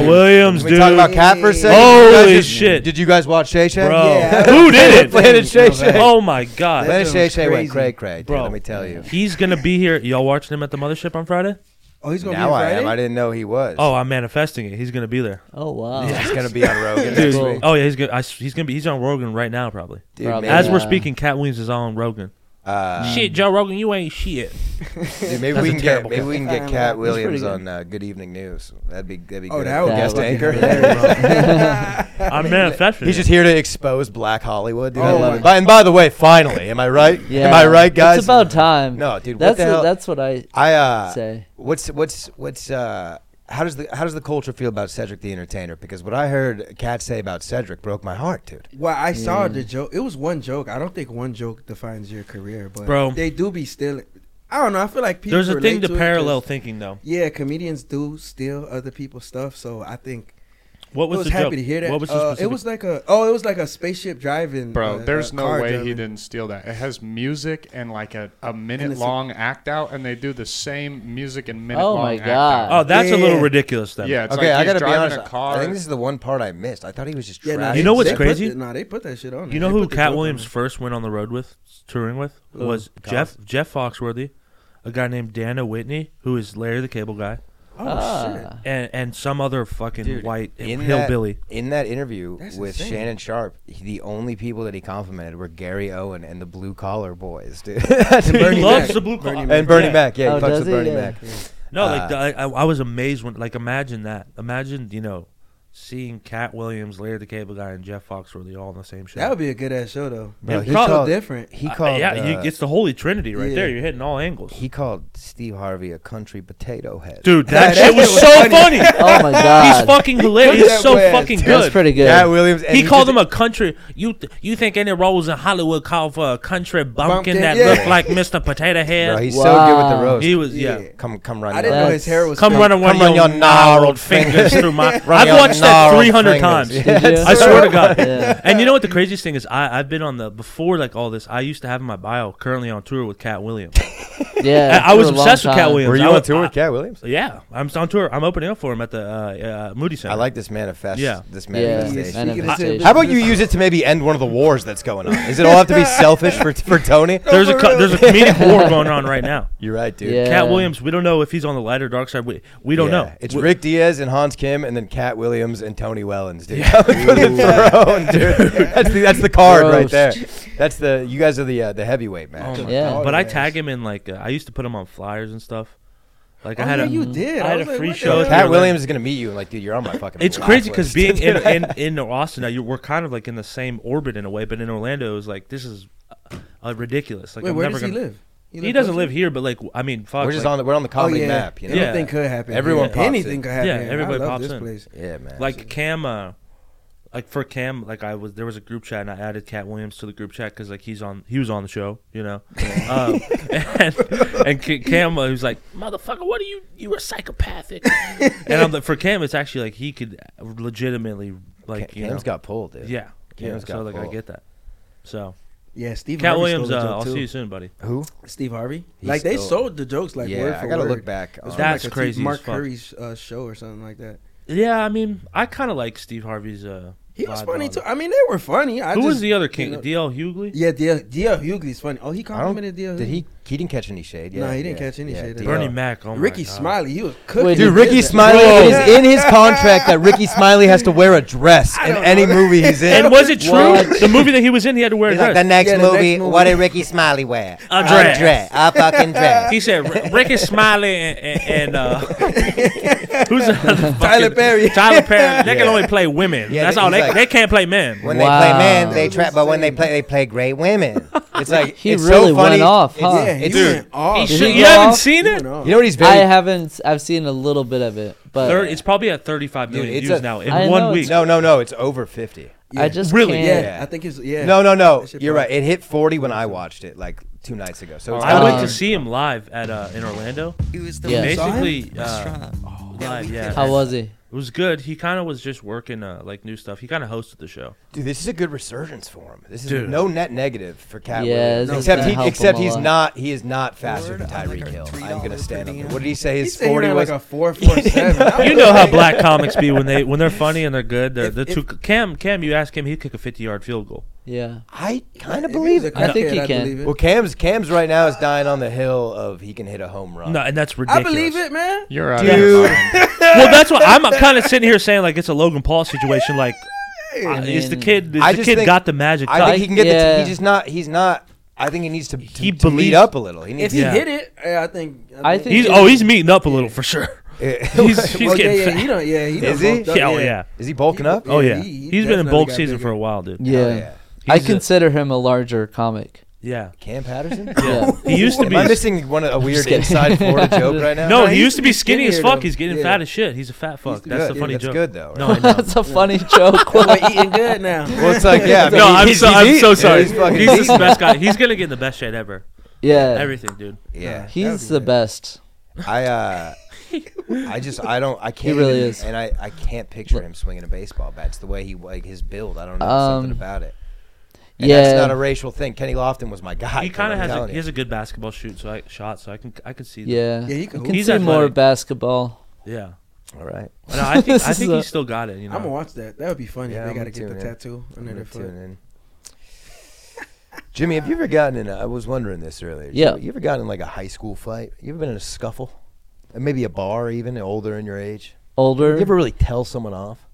S4: Williams,
S5: Williams.
S1: Can we
S4: dude.
S1: talk about Cat for a second?
S4: Holy
S1: You guys just-
S4: shit.
S1: Did you guys watch Shay Shay?
S4: bro,
S2: Yeah.
S4: who did it?
S1: Planet Shay Shay.
S4: Oh my god,
S1: Planet
S2: dude
S1: Shay
S2: was
S1: Shay went
S2: crazy.
S1: cray cray. Dude,
S4: Bro.
S1: let me tell you.
S4: he's gonna be here. Y'all watching him at the mothership on Friday?
S2: Oh, he's gonna
S1: Now
S2: be
S1: I
S2: Friday?
S1: am. I didn't know he was.
S4: Oh, I'm manifesting it. He's gonna be there.
S5: Oh wow.
S1: he's gonna
S5: (laughs)
S1: be on Rogan
S4: Dude,
S1: next week.
S4: oh yeah, he's gonna I s he's gonna be he's on Rogan right now probably.
S1: Dude,
S5: Probably.
S1: maybe,
S4: As we're
S5: Yeah.
S4: speaking, Cat Williams is on Rogan.
S1: uh,
S4: shit, Joe Rogan, you ain't shit.
S1: dude, maybe
S4: That's
S1: we
S4: a
S1: can get
S4: terrible
S1: maybe
S4: guy.
S1: we can
S2: I
S1: get
S2: know.
S1: Cat
S2: He's
S1: Williams
S5: pretty good.
S1: on uh, Good Evening News. That'd be that'd be
S2: Oh,
S1: good.
S2: that would
S5: be
S1: guest
S5: fucking
S1: anchor. (laughs)
S4: I'm manifesting.
S1: He's
S4: it.
S1: just here to expose Black Hollywood. Dude, I
S2: Oh
S1: love
S2: my
S1: it. By, and by the way, finally, am I right?
S5: Yeah.
S1: Am I right, guys?
S5: It's about time.
S1: no, dude.
S5: that's
S1: what the hell?
S5: that's what I
S1: I uh,
S5: say.
S1: what's what's what's uh, how does the how does the culture feel about Cedric the Entertainer? Because what I heard Cat say about Cedric broke my heart, dude.
S2: Well, I saw the joke. It was one joke. I don't think one joke defines your career, but
S4: Bro.
S2: they do be stealing. I don't know. I feel like people.
S4: There's a
S2: relate
S4: thing to
S2: it 'cause-
S4: parallel thinking though.
S2: Yeah, comedians do steal other people's stuff, so I think I
S4: What was,
S2: was
S4: the
S2: happy
S4: joke?
S2: to hear that.
S4: What was the
S2: Uh, it
S4: specific-
S2: was like a oh, it was like a spaceship driving.
S3: (laughs)
S1: (laughs)
S3: Bro,
S2: uh,
S3: there's
S2: uh,
S3: no
S2: car
S3: way he
S2: driving.
S3: didn't steal that. It has music and like a, a minute
S2: it's a-
S3: long act out, and they do the same music and minute
S5: Oh
S3: long
S5: my
S3: act
S5: God.
S4: Oh,
S3: out.
S4: that's a little
S2: Yeah.
S4: ridiculous then.
S3: yeah. It's
S1: okay,
S3: like
S1: I
S3: he's
S1: gotta be
S3: driving
S1: honest.
S3: A car.
S1: I think this is the one part I missed. I thought he was just
S2: Yeah,
S1: trash.
S4: You know
S2: they-
S4: what's
S2: they put
S4: crazy?
S2: the- nah, they put that shit on.
S4: You
S2: there.
S4: know
S2: They
S4: who
S2: put the joke
S4: Cat
S2: on
S4: Williams
S2: there.
S4: first went on the road with, touring with, was Jeff Jeff Foxworthy, a guy named Dana Whitney, who is Larry the Cable Guy,
S2: Oh shit!
S5: Ah.
S4: and and some other fucking white
S1: in
S4: hillbilly.
S1: That, in that interview
S2: That's
S1: with
S2: insane.
S1: Shannon Sharp, he- the only people that he complimented were Gary Owen and the Blue Collar Boys, dude. (laughs) and
S4: he
S2: Bernie
S4: loves
S2: Mac.
S4: the blue collar.
S2: Bernie
S1: And Bernie Mac, yeah,
S5: Oh,
S1: he fucks
S5: does
S1: with
S5: he?
S1: Bernie
S5: Yeah.
S1: Mac. Uh,
S4: No, like the, I, I I was amazed when like imagine that. Imagine you know seeing Cat Williams, Larry the Cable Guy, and Jeff Foxworthy all on the same show.
S2: That would be a good ass show though.
S1: Bro,
S2: it's
S1: he
S2: so
S1: called-
S2: different.
S1: He
S4: Uh,
S1: called.
S4: yeah,
S1: uh,
S4: you, it's the holy trinity right
S2: yeah.
S4: there. You're hitting all angles.
S1: he called Steve Harvey a country potato head. (laughs)
S4: Dude, that, shit was, so funny.
S5: Oh my god.
S4: He's fucking hilarious. He's
S2: that
S4: so
S2: way.
S4: fucking
S5: That was
S4: good.
S5: pretty good.
S1: Cat Williams. and
S4: he, called him
S1: just-
S4: a country. You th- you think any roles in Hollywood call for a country bumpkin
S2: Bumpkin,
S4: that
S2: yeah.
S4: look like Mr. Potato
S1: Bro,
S4: Head?
S1: he's so good with the
S5: Wow.
S1: roast.
S4: he was yeah.
S2: Yeah.
S1: come, come run.
S2: I didn't
S1: your-
S2: know his
S5: That's-
S2: hair was.
S4: Come
S2: done.
S4: run and
S1: Come
S4: run
S1: run
S4: your
S1: your gnarled
S4: gnarled fingers through my.
S1: (laughs) Run
S4: I've
S1: your
S4: watched that
S1: gnarled
S4: three hundred
S1: fingers.
S4: times.
S1: (laughs) Yeah.
S5: Did you?
S4: I swear to (laughs) God.
S5: Yeah.
S4: And you know what
S1: (laughs)
S4: the craziest thing is? I, I've been on the before like all this. I used to have in my bio currently on tour with Cat Williams.
S5: Yeah.
S4: I, I was
S5: for a long
S4: obsessed with Cat
S5: time.
S4: Williams.
S1: Were
S4: I
S1: you on
S4: was-
S1: tour
S4: I-
S1: with Cat Williams?
S4: Yeah, I'm on tour. I'm opening up for him at the uh, uh, Moody Center.
S1: I like this manifest.
S4: Yeah.
S1: This
S5: Yeah.
S1: manifestation.
S5: Manifestation.
S1: How about you (laughs) use it to maybe end one of the wars that's going on? Is it all have to be (laughs) selfish for, for (laughs) Tony?
S4: There's a co- there's a comedic
S1: (laughs)
S4: war going on right now.
S1: You're right, dude.
S5: Yeah.
S4: Cat Williams, we don't know if he's on the light or dark side. We we don't
S1: Yeah.
S4: know.
S1: It's
S4: We-
S1: Rick Diaz and Hans Kim, and then Cat Williams and Tony Wellens, dude. (laughs) Coming for the
S4: (laughs)
S1: throne, dude. That's the, that's the card right there. That's the you guys are the uh, the heavyweight match.
S4: my
S5: Yeah.
S4: But I tag him in like uh, I used to put him on flyers and stuff. Like
S2: Oh,
S4: I had
S2: yeah,
S4: a
S2: you did.
S4: I had
S2: was
S4: a
S2: like,
S4: free
S2: what the
S4: show.
S2: hell?
S4: here,
S1: Pat
S4: like-
S1: Williams is gonna meet you and like, dude, you're on my fucking.
S4: It's
S1: block (laughs)
S4: crazy because
S1: list,
S4: being in,
S1: dude.
S4: in in Austin, now, you we're kind of like in the same orbit in a way. But in Orlando, it was like this is uh, uh, ridiculous. Like
S2: Wait,
S4: I'm
S2: where
S4: never
S2: does he
S4: gonna-
S2: live?
S4: He doesn't live here, but like I mean, fuck.
S1: we're just
S4: like,
S1: on the, we're on the
S2: Oh
S1: comedy
S2: yeah.
S1: map, you know.
S4: Yeah.
S2: Anything could happen.
S1: Everyone
S2: here.
S1: pops
S2: anything
S1: in.
S2: could happen.
S4: Yeah,
S2: here.
S4: everybody
S2: I love
S4: pops
S2: this
S4: in.
S2: place.
S1: Yeah, man.
S4: like Cam, uh, like for Cam, like I was there was a group chat and I added Cat Williams to the group chat because like he's on he was on the show, you know,
S2: (laughs)
S4: um, and, and C- Cam uh, he was like motherfucker, what are you? You
S2: (laughs)
S4: were psychopathic, and I'm like for Cam, it's actually like he could legitimately like
S1: Cam-
S4: you
S1: Cam's
S4: know
S1: got pulled, dude.
S4: yeah yeah
S1: Cam's
S4: so
S1: got
S4: like I
S1: pulled.
S4: get that. So
S2: Yeah, Steve.
S4: Cat
S2: Harvey
S4: Williams,
S2: stole the
S4: uh,
S2: joke,
S4: I'll
S2: too.
S4: see you soon, buddy.
S1: Who?
S2: Steve Harvey.
S1: He
S2: like they
S1: stole-
S2: sold the jokes like word
S1: yeah,
S2: for
S1: I gotta
S2: word.
S1: look back. um,
S2: It was
S1: on-
S2: from,
S4: That's
S2: like a
S4: crazy
S2: Mark
S4: as fuck.
S2: Curry's uh, show or something like that.
S4: Yeah, I mean I kind of like Steve Harvey's uh
S2: He was
S4: vibe
S2: funny
S4: on
S2: too.
S4: it.
S2: I mean, they were funny. I
S4: Who
S2: just,
S4: was the other king?
S2: you know-
S4: DL Hughley.
S2: Yeah, DL, DL Hughley's funny. Oh, he
S1: I don't-
S2: complimented DL.
S1: Did
S2: Hughley.
S1: he? He didn't catch any shade. Yeah,
S2: Nah, he didn't
S1: yeah,
S2: catch any
S1: yeah,
S2: shade.
S1: DL.
S4: Bernie Mac. Oh my
S2: Ricky
S4: God.
S2: Smiley, he was cooking.
S5: Wait,
S1: Dude,
S5: Dude,
S1: Ricky
S5: this-
S1: Smiley, it
S2: (laughs)
S5: Whoa.
S1: is in his contract that Ricky Smiley has to wear a dress in any movie
S2: (laughs)
S1: he's in.
S4: And was it true?
S5: What?
S4: The movie that he was in, he had to wear a
S9: He's like,
S4: dress.
S9: the next,
S2: Yeah, the
S9: movie,
S2: next movie.
S9: what did Ricky Smiley wear?
S4: A dress.
S9: A dress. A fucking
S2: (laughs)
S9: dress.
S4: (laughs) He said "R- Ricky Smiley and, and, and uh, (laughs) who's the other
S2: Tyler
S4: (laughs) fucking-
S2: Perry.
S4: (laughs)
S2: (laughs)
S4: Tyler Perry. They can
S1: Yeah.
S4: only play women.
S1: Yeah,
S4: That's
S1: they-
S4: all.
S1: he's
S4: They,
S1: like-
S4: they can't play men.
S9: When
S5: Wow.
S9: they play men, they
S2: That's
S9: trap. But when they
S2: insane.
S9: play, they play great
S2: (laughs)
S9: women.
S1: It's like
S5: He
S1: it's
S5: really
S1: so funny.
S5: went off,
S1: It's-
S5: huh?
S2: Yeah, he
S1: Dude,
S2: went off.
S5: should-
S4: you
S5: go
S4: haven't
S5: off?
S4: seen
S2: He
S4: it?
S2: went off.
S1: You know what he's
S5: I
S1: very
S5: haven't. I've seen a little bit of it, but
S4: Thir- it's probably at 35 million
S1: Dude, it's
S4: views
S1: a-
S4: now in
S5: I
S4: one
S5: know
S4: week.
S1: No, no, no. It's over 50.
S5: I just
S4: Really?
S5: Can't.
S2: Yeah, I think he's yeah.
S1: No, no, no.
S2: That shit
S1: You're
S2: probably-
S1: right. It hit 40 when I watched it like two nights ago. So it's
S4: Oh, I went
S5: Um,
S4: to see him live at uh, in Orlando.
S10: It was the
S5: Yeah.
S10: yeah.
S5: Saw
S4: Basically, uh, live. Yeah,
S5: How was he?
S4: it was good. He kind of was just working uh, like new stuff. He kind of hosted the show.
S1: dude, this is a good resurgence for him. This is
S4: Dude.
S1: no net negative for Cat.
S5: Yeah,
S1: Williams.
S5: this is
S1: except
S5: gonna help
S1: he,
S5: him
S1: except
S5: a
S1: he's
S5: lot.
S1: not. He is not faster
S10: Word,
S1: than
S10: I'm like
S1: Tyreek
S10: a
S1: Hill.
S10: $3
S1: I'm gonna
S10: per
S1: stand up.
S10: DM.
S1: What did he say?
S2: He
S1: His
S2: said he
S1: 40
S2: ran
S1: was.
S2: like a
S1: (laughs)
S2: four four seven.
S4: You know how black comics be when they when they're funny and they're good. They're the
S2: If-
S4: two. Cam Cam, you ask him, he'd kick a 50 yard field goal.
S5: Yeah.
S1: I kind of believe it.
S5: I think he can.
S1: Well, Cam's Cam's right now is dying on the hill of he can hit a home run.
S4: No, and that's
S2: I
S4: ridiculous.
S2: believe it, man.
S3: You're out of your
S2: (laughs)
S1: Dude.
S3: mind.
S1: (laughs)
S4: Well, that's what I'm kind of sitting here saying like it's a Logan Paul situation. Like, uh, is the
S5: mean-
S4: kid is
S1: I
S4: the
S1: just
S4: kid
S1: think-
S4: got the magic?
S1: I
S4: touch?
S1: think he can get. The
S5: Yeah.
S1: t- he's just not. He's not. I think he needs to, to,
S4: He
S1: to
S4: believes-
S1: lead up a little. He
S2: If
S1: needs.
S2: he
S4: Yeah.
S2: hit it, eh, I think.
S1: (laughs)
S5: I think
S4: he's oh he's meeting up a little for sure. (laughs) He's, he's
S2: well, yeah,
S4: getting
S2: yeah,
S4: fat.
S2: he done, yeah, he done
S1: Is he?
S2: bulked up,
S4: Yeah, oh yeah.
S1: Is he bulking
S2: He-
S1: up?
S4: Oh
S2: Yeah,
S4: yeah,
S2: he- he
S4: he's been in
S2: definitely
S4: bulk
S2: got
S4: season
S2: bigger.
S4: for a while, dude.
S5: Yeah.
S1: Hell yeah.
S5: I
S4: He's a-
S5: consider him a larger comic.
S4: Yeah,
S1: Cam Patterson.
S4: yeah. He used
S2: (laughs)
S4: to
S1: Am
S4: be.
S1: I missing one a weird (laughs) inside Florida joke right now?
S4: No,
S2: No,
S4: he
S2: he
S4: used to be
S2: used to be
S4: skinny as
S2: skinnier,
S4: fuck.
S2: though.
S4: He's getting
S2: Yeah.
S4: fat as shit. He's a fat fuck.
S2: to be
S4: That's
S2: fat.
S4: the
S2: Yeah,
S4: funny
S1: That's
S4: joke.
S1: good though.
S2: (laughs)
S4: No, I know.
S5: (laughs) That's
S1: (laughs)
S5: a funny joke.
S4: (laughs)
S2: But eating good now.
S1: Well, it's like yeah.
S4: No, I'm
S1: he's-
S4: so
S1: he's
S4: I'm so
S1: eating.
S4: sorry.
S1: He's fucking
S4: He's, the
S1: eating.
S4: best guy. He's gonna get in the best shade ever.
S5: yeah.
S4: Everything, dude.
S1: Yeah,
S5: he's the best.
S1: I uh, I just I don't I can't
S5: really
S1: even-
S5: is.
S1: and I I can't picture him swinging a baseball bat. It's the way he like his build. I don't know
S5: Um,
S1: something about it. And
S5: Yeah.
S1: that's not a racial thing. Kenny Lofton was my guy.
S4: He
S1: dude,
S4: kind of
S1: I'm
S4: has a,
S1: telling
S4: he
S1: you.
S4: has a good basketball shoot, so I shot, so I can I can see. that.
S5: yeah.
S2: Yeah, he
S5: I
S2: can
S5: can
S4: He's
S5: see more
S4: athletic.
S5: basketball.
S4: yeah.
S1: All right,
S4: (laughs) No, I think I
S5: (laughs) This
S4: think
S5: is
S4: he
S5: a-
S4: still got it. You know,
S2: I'm gonna watch that. That would be funny.
S1: Yeah,
S2: they
S1: I'm
S2: gotta
S1: gonna
S2: get the
S1: tune in.
S2: tattoo
S1: I'm gonna
S2: under their
S1: tune
S2: foot. (laughs)
S1: in. Jimmy, have you ever gotten in? A, I was wondering this earlier.
S5: Yeah.
S1: you ever gotten in like a high school fight? You ever been in a scuffle? And maybe a bar, even older in your age.
S5: Older.
S1: You ever really tell someone off?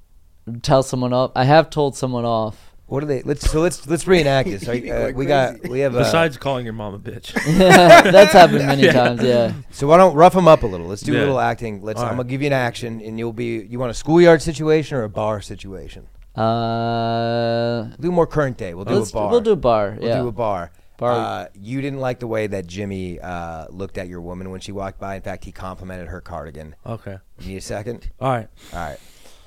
S5: tell someone off. I have told someone off.
S1: What are they? Let's so let's let's reenact
S4: (laughs)
S1: this. Like, uh,
S2: Like
S1: we got we have. Uh,
S4: besides calling your mom a bitch.
S5: (laughs) (laughs) That's happened
S4: (laughs)
S5: many times. Yeah.
S1: so why don't rough them up a little? Let's do
S4: Yeah.
S1: a little acting. Let's.
S4: All
S1: I'm
S4: right.
S1: gonna give you an action, and you'll be. You want a schoolyard situation or a bar situation?
S5: Uh,
S1: We'll do more current day. We'll do
S5: let's,
S1: a bar.
S5: we'll do a bar.
S1: We'll
S5: yeah.
S1: do a bar.
S5: Bar.
S1: Uh, you didn't like the way that Jimmy uh, looked at your woman when she walked by. In fact, he complimented her cardigan.
S4: okay.
S1: You need a second?
S4: All right.
S1: All right.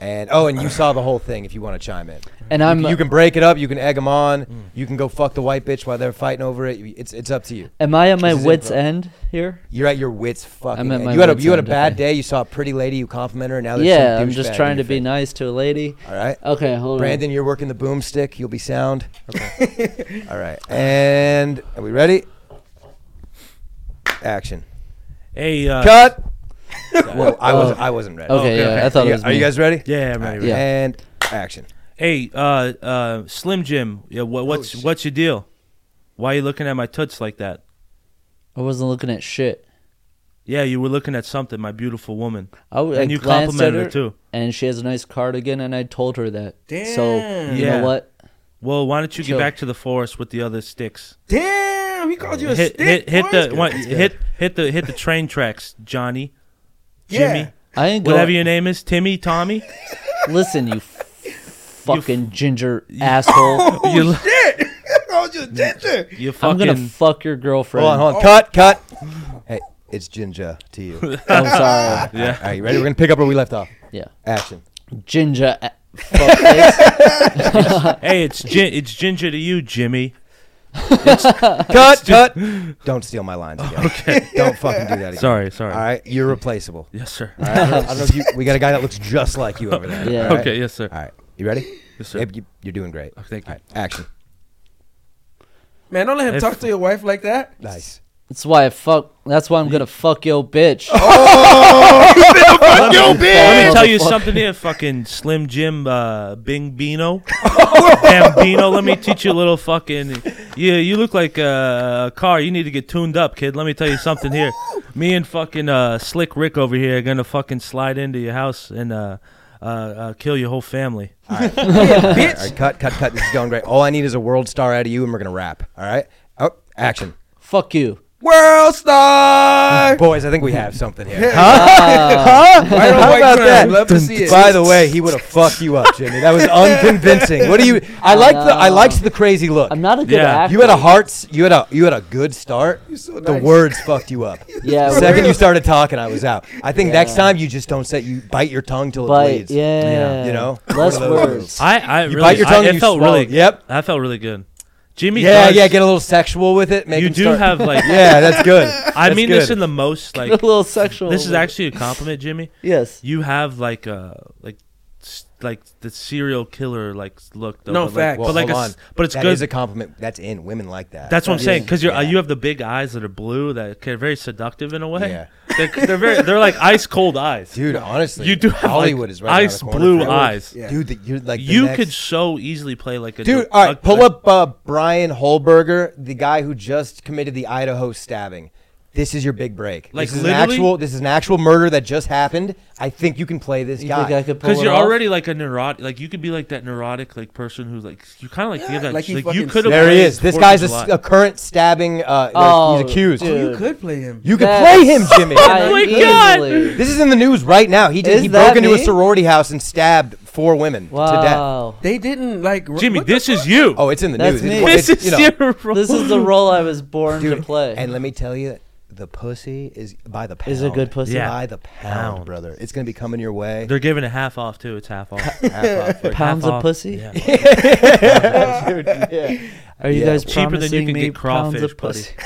S1: And oh, and you saw the whole thing. If you want to chime in,
S5: and I'm Mm.
S1: you can break it up. You can egg them on. You can go fuck the white bitch while they're fiting over it. It's it's up to you.
S5: Am I at my
S1: This is
S5: wits
S1: improv.
S5: end here?
S1: You're at your wits fucking.
S5: I'm at
S1: end.
S5: my
S1: you had a
S5: wits'
S1: you had a
S5: end,
S1: bad
S5: okay.
S1: day. You saw a pretty lady. You complimented her. Now there's
S5: Yeah,
S1: some
S5: I'm just
S1: douchebag
S5: trying
S1: in
S5: to
S1: your
S5: be
S1: face.
S5: nice to a lady.
S1: All right,
S5: Okay, hold
S1: Brandon, you're working the boomstick. You'll be sound.
S5: (laughs)
S1: Okay. All right, and are we ready? Action.
S4: Hey. Uh,
S1: Cut.
S4: (laughs)
S1: Whoa, I was I wasn't ready.
S5: on. Okay,
S4: Okay,
S5: yeah, I thought
S1: Are
S5: it
S1: you-
S5: was.
S1: are you
S5: me.
S1: guys ready?
S4: Yeah, I'm ready.
S5: Yeah.
S1: And action.
S4: Hey, uh, uh, Slim Jim. Yeah. What, what's what's your deal? Why are you looking at my toots like that?
S5: I wasn't looking at shit.
S4: Yeah, you were looking at something, my beautiful woman,
S5: I, w- I
S4: and you
S5: glanced at
S4: complimented her. too.
S5: And she has a nice cardigan, and I told her that. So
S2: Damn.
S5: you
S4: Yeah.
S5: know what?
S4: Well, why don't you
S5: Chill.
S4: get back to the forest with the other sticks?
S2: Damn, he called you a
S4: Hit
S2: stick.
S4: hit hit
S2: boy.
S4: the one, hit hit the hit the train tracks, Johnny,
S2: Yeah.
S4: Jimmy,
S5: I ain't
S4: whatever
S5: going.
S4: your name is, Timmy, Tommy.
S5: Listen, you f- fucking
S4: (laughs)
S5: ginger asshole.
S4: you,
S2: Oh, Shit, (laughs) I called you a ginger. Oh.
S4: you fucking.
S5: I'm gonna fuck your girlfriend.
S1: Hold on, hold on. Cut, cut. Hey, it's Ginger to
S4: (laughs)
S1: you.
S5: I'm sorry.
S1: All right, you ready? We're gonna pick up where we left off.
S5: Yeah,
S1: Action.
S5: ginger. uh,
S2: (laughs)
S5: A- fuckface.
S1: (laughs)
S4: hey, it's gin, it's ginger to you, Jimmy.
S5: (laughs)
S1: Cut, cut. Don't steal my lines again. okay. (laughs) Don't fucking do that again.
S4: Sorry, sorry.
S1: All right, you're replaceable.
S4: Yes, sir.
S1: All right, I don't, I don't know if you. We got a guy that looks just like you over there.
S5: Yeah.
S1: All right?
S4: Okay, yes, sir.
S1: All right. You ready?
S4: Yes, sir.
S1: Yep, you, you're doing great.
S4: Oh, thank you.
S1: All right, action.
S2: Man, don't let him
S4: If-
S2: talk to your wife like that.
S1: Nice.
S5: That's why I fuck. That's why I'm gonna fuck
S4: (laughs)
S5: yo bitch.
S4: Oh, Let me tell you
S5: Motherfucker.
S4: something here, fucking Slim Jim uh,
S1: (laughs)
S4: Bing Bino. Damn Bino, let me teach you a little fucking. Yeah, you look like uh, a car. You need to get tuned up, kid. Let me tell you something here. Me and fucking uh, Slick Rick over here are gonna fucking slide into your house and uh, uh, uh, kill your whole family.
S1: All right, cut, cut, cut. This is going great. All I need is a world star out of you, and we're gonna rap. All right. Oh, action.
S5: fuck you.
S2: World
S4: (laughs)
S2: star.
S1: Boys, I think we have something
S2: (laughs)
S1: here.
S2: I don't
S1: How about that?
S2: Love to see it.
S1: By the way, he would have fucked you up, Jimmy. That was unconvincing. What do you? I liked the I liked the crazy look.
S5: I'm not a good
S4: Yeah.
S5: actor.
S1: You had a heart. You had a you had a good start. The words fucked you up.
S5: (laughs) Yeah,
S1: The second you started talking, I was out. I think next time you just don't say you bite your tongue till it
S5: But
S1: bleeds.
S5: yeah,
S4: Yeah.
S1: You know,
S5: less
S1: One of those.
S5: words.
S4: I, I
S1: You
S4: really,
S1: bite your tongue
S4: I,
S1: and
S4: it
S1: you
S4: felt
S1: swallow.
S4: really.
S1: Yep.
S4: I felt really good. Jimmy.
S1: Yeah,
S4: does-
S1: yeah. Get a little sexual with it. Make
S4: You
S1: him
S4: do
S1: start- (laughs)
S4: have like.
S1: Yeah, that's good.
S4: I
S1: That's
S4: mean
S1: good.
S4: this in
S1: (laughs)
S4: the most
S5: a
S4: like.
S5: little sexual.
S4: This is
S5: with it.
S4: actually a compliment, Jimmy.
S5: yes.
S4: You have like a like s- like the serial killer like look. Though,
S2: No,
S4: but
S2: facts.
S4: Like,
S1: Well,
S4: but like a
S1: hold
S4: s-
S1: on.
S4: but it's
S1: That
S4: good.
S1: is a compliment. That's in women like that.
S4: That's what I'm saying because you're uh,
S1: Yeah.
S4: you have the big eyes that are blue that are very seductive in a way.
S1: Yeah.
S4: (laughs) They're, they're very they're
S1: (laughs)
S4: like ice cold eyes.
S1: dude. Honestly,
S4: you do have
S1: Hollywood
S4: like,
S1: is right around
S4: ice
S1: the corner
S4: blue
S1: for you.
S4: eyes.
S1: Dude, that you're like the
S4: You
S1: next-
S4: could so easily play like a
S1: Dude,
S4: a-
S1: all right, pull
S4: a-
S1: up uh, Brian Holberger, the guy who just committed the Idaho stabbing. This is your big break.
S4: Like,
S1: this is an
S4: literally?
S1: actual. This is an actual murder that just happened. I think you can play this
S5: You
S1: guy.
S5: think I could pull
S4: Because
S5: it
S4: you're
S5: off?
S4: already like a neurotic, like you could be like that neurotic like person who like you kind of like you have that
S2: like he
S4: you
S2: fucking
S4: could have.
S1: there he
S4: played
S1: is. This
S4: Fourth of
S1: guy's a,
S4: July.
S1: s- a current stabbing. Uh,
S5: Oh,
S1: he's accused.
S5: dude.
S2: You could play him.
S1: You can
S5: That's-
S1: play him,
S5: (laughs)
S4: (laughs)
S1: Jimmy.
S5: I
S4: Oh my God.
S5: easily-
S1: this is in the news right now. He did,
S5: Is
S1: he broke
S5: that
S1: into a
S5: me?
S1: sorority house and stabbed four women to death.
S5: Wow.
S2: They didn't like r-
S4: Jimmy,
S2: what the
S4: this
S2: fuck?
S4: is you.
S1: Oh, it's in the
S5: That's
S1: news.
S5: me.
S1: It's-
S4: this
S1: it's,
S4: is
S1: you know,
S4: your role.
S5: (laughs) This is the role I was born to
S1: Dude,
S5: play.
S1: And let me tell you, the pussy is by the pound.
S5: Is a good pussy.
S4: Oh, Yeah.
S1: By the pound,
S4: Pound.
S1: brother. It's gonna be coming your
S4: (laughs)
S1: way.
S4: They're giving a half off too. It's half
S1: (laughs)
S4: off.
S1: Half off.
S4: Half
S5: Pounds of
S4: off.
S5: pussy?
S1: (laughs)
S4: Yeah.
S5: (laughs) Are you
S1: Yeah.
S5: guys
S4: Cheaper than you
S5: promising
S4: can
S5: me
S4: get
S5: pounds
S4: crawfish,
S5: of
S4: buddy.
S5: pussy?
S1: (laughs)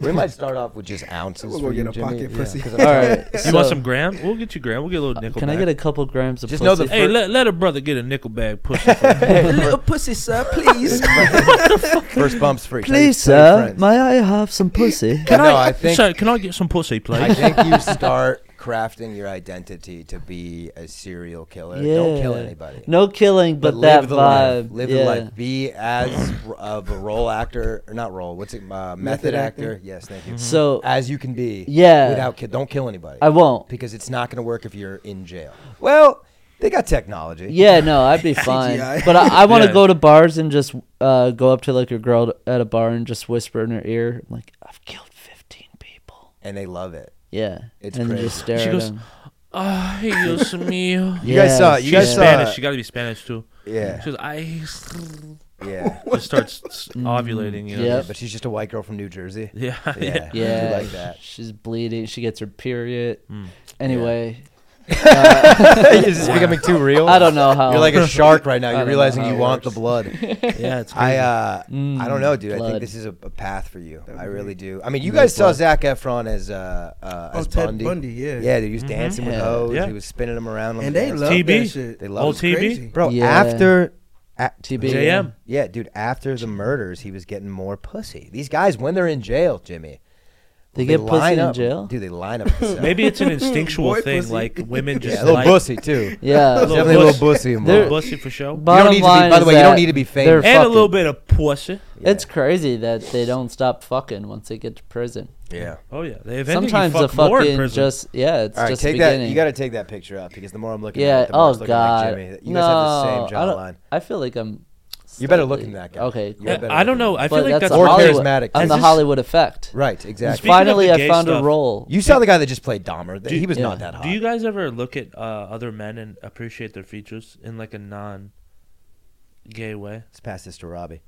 S1: we might start off with just ounces.
S2: We'll
S1: for
S2: go
S1: you,
S2: get a
S1: Jimmy.
S2: pocket pussy.
S1: All
S5: All right.
S1: (laughs)
S4: You want
S5: so-
S4: some (laughs) gram? We'll get you gram. We'll get a little nickel.
S5: Can I
S4: back.
S5: get a couple grams of
S1: Just know
S5: pussy?
S1: the
S4: Hey, let, let a brother get a nickel bag pussy.
S5: (laughs)
S2: A little Oh, pussy, sir,
S1: (laughs)
S2: please. (laughs)
S1: First bumps free.
S5: Please, sir, may I have some pussy?
S1: Can no, I, think
S4: Sir, can I get some pussy,
S1: I
S4: please?
S1: think you
S5: (laughs)
S1: start crafting your identity to be a serial killer. Don't kill
S5: Yeah.
S1: anybody.
S5: No killing, but,
S1: live
S5: that
S1: the
S5: vibe.
S1: life. Live
S5: yeah.
S1: the life. Be as r- of a role actor or not role. What's it? Uh, method, actor. Yes, thank you.
S5: So
S1: As you can be.
S5: Yeah.
S1: Without ki- don't kill anybody.
S5: I won't.
S1: because it's not going to work if you're in jail. Well, they got technology.
S5: Yeah, no, I'd
S1: (laughs)
S5: be fine.
S2: CGI.
S5: But I, I want to
S4: Yeah.
S5: go to bars and just uh, go up to like a girl at a bar and just whisper in her ear, like, "I've killed fifteen people."
S1: and they love it.
S5: Yeah,
S1: It's
S5: and then
S1: crazy.
S5: just stare
S4: She
S5: at
S4: goes,
S5: them.
S4: Ay, Dios mío.
S1: You guys saw it. You
S4: She's
S1: guys saw
S4: Spanish.
S1: it.
S4: She got to be Spanish too.
S1: Yeah,
S4: She goes, I
S1: yeah.
S4: (laughs) just starts s-
S1: Mm.
S4: ovulating. You know,
S5: Yep.
S1: Yeah, But she's just a white girl from New Jersey.
S4: (laughs) (laughs) Yeah.
S1: Yeah, I do
S5: Yeah,
S1: like (laughs) that.
S5: she's bleeding. She gets her period.
S4: Hmm.
S5: Anyway, uh,
S1: (laughs) You're just becoming too real.
S5: I don't know how.
S1: You're (laughs)
S5: (laughs)
S1: like a shark right now.
S5: don't
S1: You're
S5: know
S1: realizing
S5: how
S1: you
S5: it
S1: want the
S5: works.
S1: blood.
S4: (laughs) Yeah, it's
S1: I
S4: crazy.
S1: uh, I don't know, dude. I think
S5: blood.
S1: this is a, a path for you. I really do. I mean, you guys saw Zach Efron as uh, uh
S2: Oh,
S1: as
S2: Ted
S1: Bundy.
S2: Bundy, yeah.
S1: yeah. Dude, he was dancing with
S5: Yeah.
S1: hoes.
S4: Yeah.
S1: He was spinning them around. On
S2: And
S1: the
S2: they
S1: dance
S2: love
S1: floor.
S4: TB?
S2: that shit.
S1: They
S4: Old
S1: love it.
S4: TB?
S2: Crazy.
S1: Bro,
S5: Yeah.
S1: after at,
S5: TB.
S4: JM.
S1: Yeah, dude, after the murders, he was getting more pussy. These guys, when they're in jail, Jimmy,
S5: They get pussy
S1: line
S5: in
S1: up,
S5: jail.
S1: Dude, they line up. at the cell.
S4: Maybe it's an instinctual
S2: Boy
S4: thing,
S2: pussy.
S4: like
S1: (laughs)
S4: women
S1: yeah,
S4: just
S1: a little
S4: like
S1: pussy (laughs) too.
S5: Yeah.
S4: Little
S1: Definitely a little
S4: pussy.
S1: pussy
S4: a little
S1: involved.
S4: bussy for show,
S5: Bottom
S1: need to be-
S5: line
S1: by the
S5: is
S1: way, you don't
S5: that
S1: need to be famous.
S5: they're
S1: And
S4: and a
S5: fucking.
S4: little bit of pussy.
S5: It's crazy that they don't stop fucking once they get to prison.
S1: Yeah.
S4: Oh yeah, they eventually
S5: Sometimes
S4: fuck
S5: the
S4: more in
S5: fucking
S4: prison.
S5: just yeah, it's
S1: All right,
S5: just
S1: take
S5: the
S1: that.
S5: beginning.
S1: You got to take that picture up because the more I'm looking at
S5: yeah.
S1: it, the more
S5: Oh
S1: it's looking like
S5: god.
S1: Jimmy. You
S5: no,
S1: guys have the same
S5: I don't-
S1: jawline.
S5: I feel like I'm.
S1: You're better looking
S5: slightly-
S1: than that guy.
S5: Okay.
S1: You're
S5: cool.
S4: Yeah,
S1: better
S4: I don't know. I
S5: But
S4: feel like
S5: that's
S4: that's
S5: a
S1: more
S5: Hollywood.
S1: charismatic.
S5: I'm
S1: Is
S5: the
S1: this-
S5: Hollywood effect.
S1: Right, exactly.
S4: Speaking of
S5: Finally,
S4: the
S5: I
S4: gay
S5: found a
S4: stuff,
S5: role.
S1: You saw the guy that just played Dahmer. He was
S5: yeah.
S1: not that hot.
S4: Do you guys ever look at uh, other men and appreciate their features in like a non-gay way?
S1: Let's pass this to Robbie.